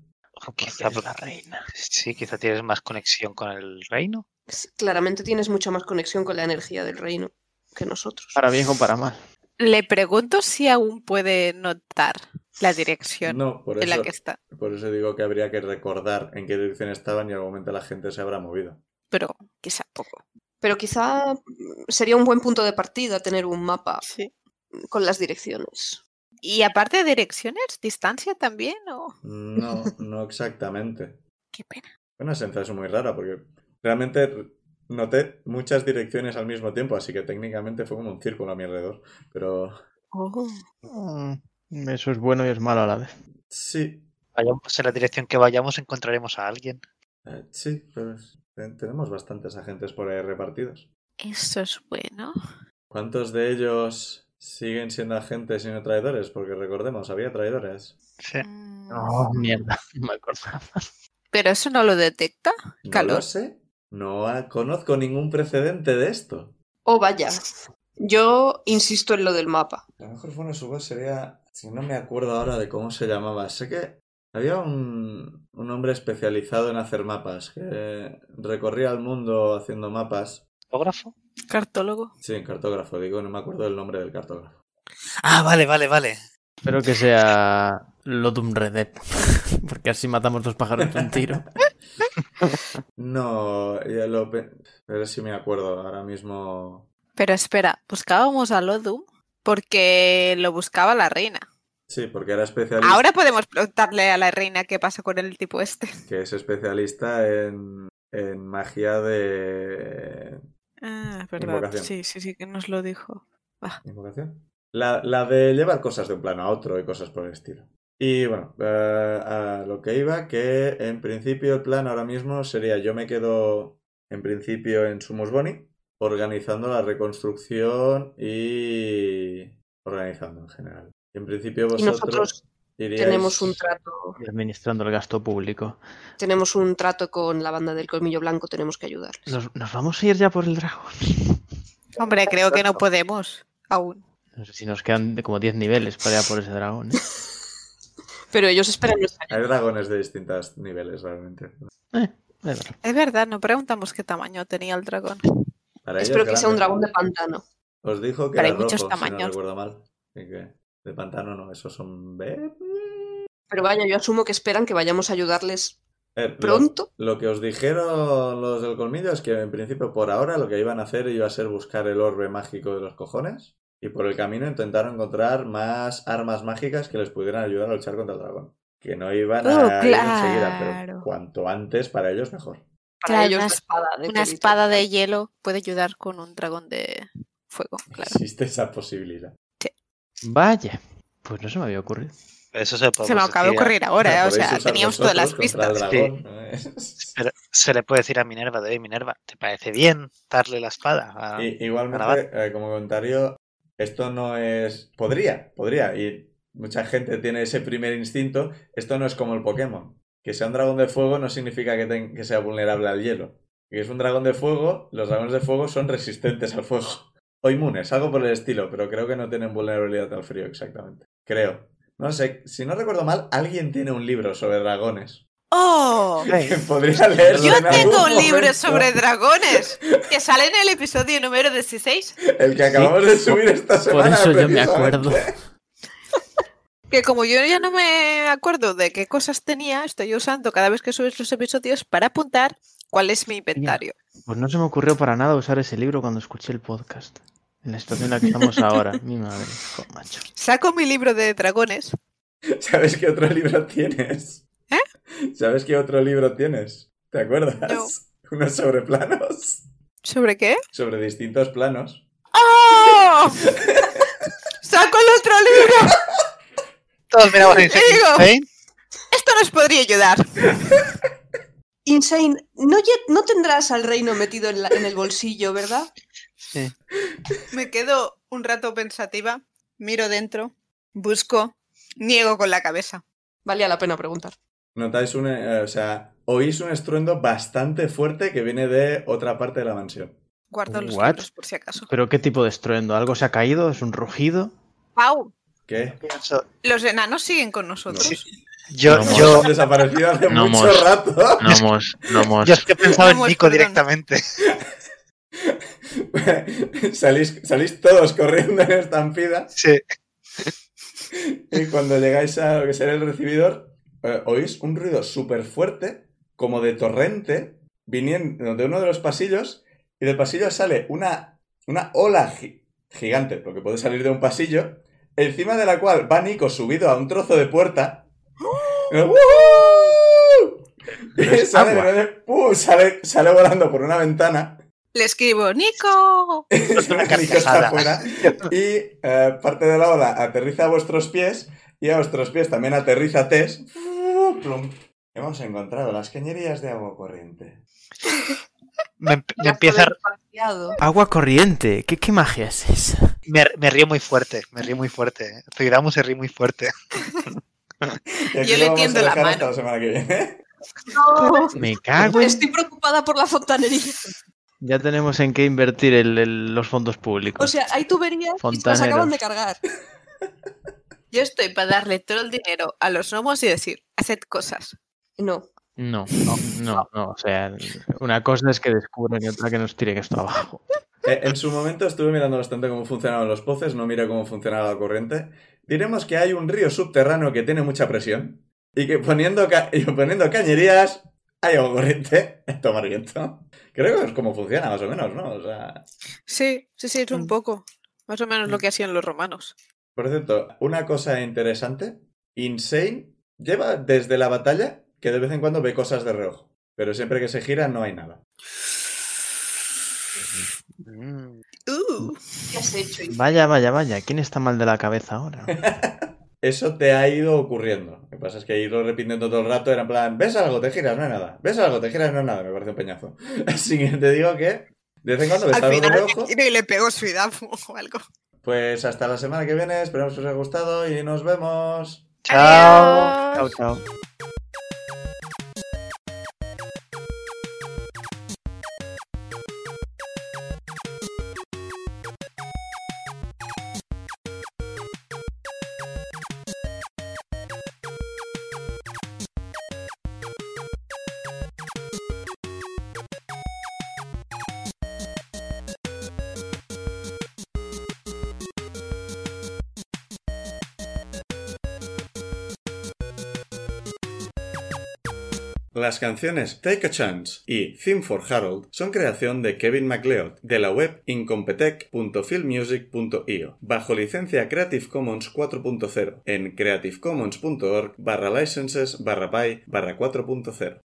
Speaker 4: Quizá
Speaker 7: es la
Speaker 4: porque-
Speaker 7: reina.
Speaker 4: Sí, quizá tienes más conexión con el reino.
Speaker 3: Sí, Claramente tienes mucha más conexión con la energía del reino que nosotros.
Speaker 7: Para bien o para mal.
Speaker 8: le pregunto si aún puede notar la dirección
Speaker 2: No, por
Speaker 8: en la
Speaker 2: eso,
Speaker 8: que está,
Speaker 2: por eso digo que habría que recordar en qué dirección estaban y al momento la gente se habrá movido.
Speaker 8: pero quizá poco.
Speaker 3: Pero quizá mm, sería un buen punto de partida tener un mapa
Speaker 8: Sí.
Speaker 3: con las direcciones.
Speaker 8: Y aparte de direcciones, distancia también, o
Speaker 2: No, no exactamente.
Speaker 8: qué pena.
Speaker 2: Una sensación muy rara porque realmente noté muchas direcciones al mismo tiempo, así que técnicamente fue como un círculo a mi alrededor. Pero
Speaker 7: Mm, Eso es bueno y es malo a la vez.
Speaker 2: sí,
Speaker 4: Vayamos en la dirección que vayamos, encontraremos a alguien.
Speaker 2: eh, sí, pero es- ten- tenemos bastantes agentes por ahí repartidos.
Speaker 8: Eso es bueno.
Speaker 2: ¿Cuántos de ellos siguen siendo agentes y no traidores? Porque recordemos, había traidores.
Speaker 4: Sí.
Speaker 8: Mm,
Speaker 7: No, Oh,
Speaker 2: Oh,
Speaker 7: mierda, no me acordaba.
Speaker 8: Pero eso no lo detecta.
Speaker 2: No
Speaker 8: Calor.
Speaker 2: lo sé. No ha- conozco ningún precedente de esto.
Speaker 3: Oh, vaya. Yo insisto en lo del mapa.
Speaker 2: La mejor forma de subir sería. Si no me acuerdo ahora de cómo se llamaba. Sé que había un, un hombre especializado en hacer mapas que recorría el mundo haciendo mapas.
Speaker 4: ¿Cartógrafo?
Speaker 5: Cartólogo.
Speaker 2: Sí, cartógrafo. Digo, no me acuerdo el nombre del cartógrafo.
Speaker 4: Ah, vale, vale, vale.
Speaker 1: Espero que sea.
Speaker 10: Lodum Redep. Porque así matamos dos pájaros de un tiro.
Speaker 2: No, ya lo... pe- Pero sí me acuerdo. Ahora mismo...
Speaker 5: Pero espera, buscábamos a Lodum porque lo buscaba la reina.
Speaker 2: Sí, porque era especialista.
Speaker 5: Ahora podemos preguntarle a la reina qué pasa con el tipo este.
Speaker 2: Que es especialista en, en magia de...
Speaker 5: Ah, es
Speaker 2: verdad. Invocación.
Speaker 5: Sí, sí, sí, que nos lo dijo.
Speaker 2: ¿Invocación? La, la de llevar cosas de un plano a otro y cosas por el estilo. Y bueno, eh, a lo que iba, que en principio el plan ahora mismo sería yo me quedo en principio en Sumus Boni, organizando la reconstrucción y organizando en general. En principio
Speaker 3: Y
Speaker 2: vosotros
Speaker 3: nosotros
Speaker 2: iríais-
Speaker 3: tenemos un trato,
Speaker 1: Y administrando el gasto público.
Speaker 3: tenemos un trato con la banda del colmillo blanco, tenemos que ayudarles.
Speaker 1: Nos, nos vamos a ir ya por el dragón.
Speaker 5: Hombre, creo que no podemos aún.
Speaker 1: No sé si nos quedan como 10 niveles para ir a por ese dragón. ¿eh?
Speaker 3: Pero ellos esperan nuestra
Speaker 2: Hay dragones de distintos niveles realmente.
Speaker 1: Da igual.
Speaker 5: Es verdad, no preguntamos qué tamaño tenía el dragón.
Speaker 2: Para ellos,
Speaker 3: Espero que sea un
Speaker 2: grandes.
Speaker 3: dragón de pantano.
Speaker 2: Os dijo que
Speaker 5: Pero
Speaker 2: era
Speaker 5: hay muchos
Speaker 2: rojo, si no
Speaker 5: tamaños.
Speaker 2: recuerdo mal. Así que de pantano no, esos son verdes.
Speaker 3: Pero vaya, yo asumo que esperan que vayamos a ayudarles
Speaker 2: Eh, lo-
Speaker 3: pronto.
Speaker 2: Lo que os dijeron los del colmillo es que en principio por ahora lo que iban a hacer iba a ser buscar el orbe mágico de los cojones y por el camino intentaron encontrar más armas mágicas que les pudieran ayudar a luchar contra el dragón. Que no iban a
Speaker 5: Oh,
Speaker 2: ir enseguida, pero
Speaker 5: claro.
Speaker 2: cuanto antes para ellos mejor.
Speaker 3: Para
Speaker 5: Claro,
Speaker 3: ellos
Speaker 5: una
Speaker 3: la espada. de
Speaker 5: Una
Speaker 3: Kelly.
Speaker 5: espada de hielo puede ayudar con un dragón de fuego, claro.
Speaker 2: Existe esa posibilidad.
Speaker 1: Vaya. Pues no se me había ocurrido.
Speaker 4: Eso se, lo podemos
Speaker 5: Se me acaba de
Speaker 4: decir a-
Speaker 5: ocurrir ahora, ¿eh? o
Speaker 2: Podéis
Speaker 5: sea,
Speaker 2: usar
Speaker 5: teníamos todas las
Speaker 2: vosotros contra
Speaker 5: pistas.
Speaker 2: el
Speaker 4: pistas.
Speaker 2: dragón, ¿no?
Speaker 4: Pero se le puede decir a Minerva de "Oye, Minerva, ¿te parece bien darle la espada? a-
Speaker 5: Ah.
Speaker 2: I- igualmente,
Speaker 4: grabar.
Speaker 2: eh, como comentario, esto no es. Podría, podría. Y mucha gente tiene ese primer instinto. Esto no es como el Pokémon. Que sea un dragón de fuego no significa que, ten- que sea vulnerable al hielo. Que es un dragón de fuego, los dragones de fuego son resistentes al fuego. O inmunes, algo por el estilo, pero creo que no tienen vulnerabilidad al frío exactamente. Creo. No sé, si no recuerdo mal, alguien tiene un libro sobre dragones.
Speaker 5: ¡Oh!
Speaker 2: Que podría leerlo.
Speaker 5: Yo
Speaker 2: en algún
Speaker 5: tengo un libro
Speaker 2: momento.
Speaker 5: sobre dragones que sale en el episodio número 16.
Speaker 2: El que acabamos de subir esta
Speaker 10: Por
Speaker 2: semana.
Speaker 10: eso yo me
Speaker 2: precisamente.
Speaker 10: acuerdo.
Speaker 5: Que como yo ya no me acuerdo de qué cosas tenía, estoy usando cada vez que subes los episodios para apuntar cuál es mi inventario.
Speaker 1: Pues no se me ocurrió para nada usar ese libro cuando escuché el podcast. En la situación en la que estamos ahora. Mi madre. jo, macho.
Speaker 5: Saco mi libro de dragones.
Speaker 2: ¿Sabes qué otro libro tienes? ¿Eh? ¿Sabes qué otro libro tienes? ¿Te acuerdas?
Speaker 5: No.
Speaker 2: Unos sobre planos.
Speaker 5: ¿Sobre qué?
Speaker 2: Sobre distintos planos.
Speaker 5: ¡Oh! Saco el otro libro.
Speaker 4: Todos miramos a
Speaker 5: Digo.
Speaker 4: Insane.
Speaker 5: Esto nos podría ayudar.
Speaker 3: Insane, no, lle- no tendrás al reino metido en, la- en el bolsillo, ¿verdad?
Speaker 5: Me quedo un rato pensativa, miro dentro, busco, niego con la cabeza.
Speaker 3: Valía la pena preguntar.
Speaker 2: Notáis un... eh, o sea, oís un estruendo bastante fuerte que viene de otra parte de la mansión.
Speaker 5: Guardo los
Speaker 1: What?
Speaker 5: libros por si acaso.
Speaker 1: Pero qué tipo de estruendo. ¿Algo se ha caído? ¿Es un rugido?
Speaker 5: ¡Pau!
Speaker 2: ¿Qué?
Speaker 4: Pienso-
Speaker 5: Los enanos siguen con nosotros.
Speaker 2: No.
Speaker 4: Yo,
Speaker 1: No,
Speaker 4: yo,
Speaker 2: Han desaparecido hace
Speaker 1: No,
Speaker 2: mucho
Speaker 1: mos.
Speaker 2: rato.
Speaker 1: Nomos, nomos.
Speaker 4: yo es que he pensado en
Speaker 5: Vamos,
Speaker 4: Nico
Speaker 5: perdón.
Speaker 4: directamente.
Speaker 2: salís, salís todos corriendo en estampida
Speaker 4: Sí.
Speaker 2: y cuando llegáis a lo que será el recibidor, eh, oís un ruido súper fuerte, como de torrente, viniendo de uno de los pasillos, y del pasillo sale una, una ola gi- gigante, porque puede salir de un pasillo, encima de la cual va Nico subido a un trozo de puerta. ¡Wuhu! Y
Speaker 1: ¡Oh! es
Speaker 2: sale, de
Speaker 1: agua.
Speaker 2: repente, ¡pum! sale, sale volando por una ventana.
Speaker 5: Le escribo, ¡Nico!
Speaker 2: Nico está
Speaker 4: carcajada.
Speaker 2: fuera. Y eh, parte de la ola aterriza a vuestros pies y a vuestros pies también aterriza Tess. Plum. Hemos encontrado las cañerías de agua corriente.
Speaker 4: Ah, Me, me empieza, a-
Speaker 3: Demasiado.
Speaker 10: Agua corriente. ¿Qué, qué magia es esa?
Speaker 4: me, me río muy fuerte, me río muy fuerte. eh. Zuidamu se ríe muy fuerte.
Speaker 2: Y aquí lo
Speaker 5: Yo le
Speaker 2: vamos a
Speaker 5: tiendo la
Speaker 2: dejar
Speaker 5: mano.
Speaker 2: hasta la semana que viene.
Speaker 1: Me cago en...
Speaker 3: Estoy preocupada por la fontanería.
Speaker 1: Ya tenemos en qué invertir el- el- los fondos públicos.
Speaker 3: O sea, hay tuberías y se las
Speaker 1: Fontaneros.
Speaker 3: acaban de cargar.
Speaker 5: Yo estoy para darle todo el dinero a los gnomos y decir, haced cosas.
Speaker 3: No,
Speaker 7: No, no, no, no. O sea, una cosa es que descubran y otra que nos tiren esto abajo.
Speaker 2: Eh, en su momento estuve mirando bastante cómo funcionaban los pozos, no mira cómo funcionaba la corriente. Diremos que hay un río subterráneo que tiene mucha presión y que poniendo, ca- y poniendo cañerías hay agua corriente a tomar viento. Creo que es como funciona más o menos, ¿no? O sea,
Speaker 5: Sí, sí, sí, es un
Speaker 6: Mm.
Speaker 5: poco. Más o menos lo que hacían los romanos.
Speaker 2: por cierto, una cosa interesante, Insane lleva desde la batalla que de vez en cuando ve cosas de reojo, pero siempre que se gira no hay nada.
Speaker 4: Mm,
Speaker 5: Uh,
Speaker 3: ¿Qué has hecho?
Speaker 7: Vaya, vaya, vaya. ¿Quién está mal de la cabeza ahora?
Speaker 2: Eso te ha ido ocurriendo. Lo que pasa es que irlo repitiendo todo el rato era en plan, ves algo, te giras, no hay nada. Ves algo, te giras, no hay nada. Me parece un peñazo. Así que te digo que de vez en cuando ves
Speaker 5: al
Speaker 2: Pues algo de
Speaker 5: final me
Speaker 2: reojo.
Speaker 5: giro y le pego su edad o algo.
Speaker 2: Pues hasta la semana que viene, esperamos que os haya gustado y nos vemos.
Speaker 7: Chao. Chao, chao.
Speaker 2: Las canciones Take a Chance y Theme for Harold son creación de Kevin MacLeod de la web incompetech.filmmusic.io bajo licencia Creative Commons 4.0 en creativecommons.org barra licenses barra by barra 4.0.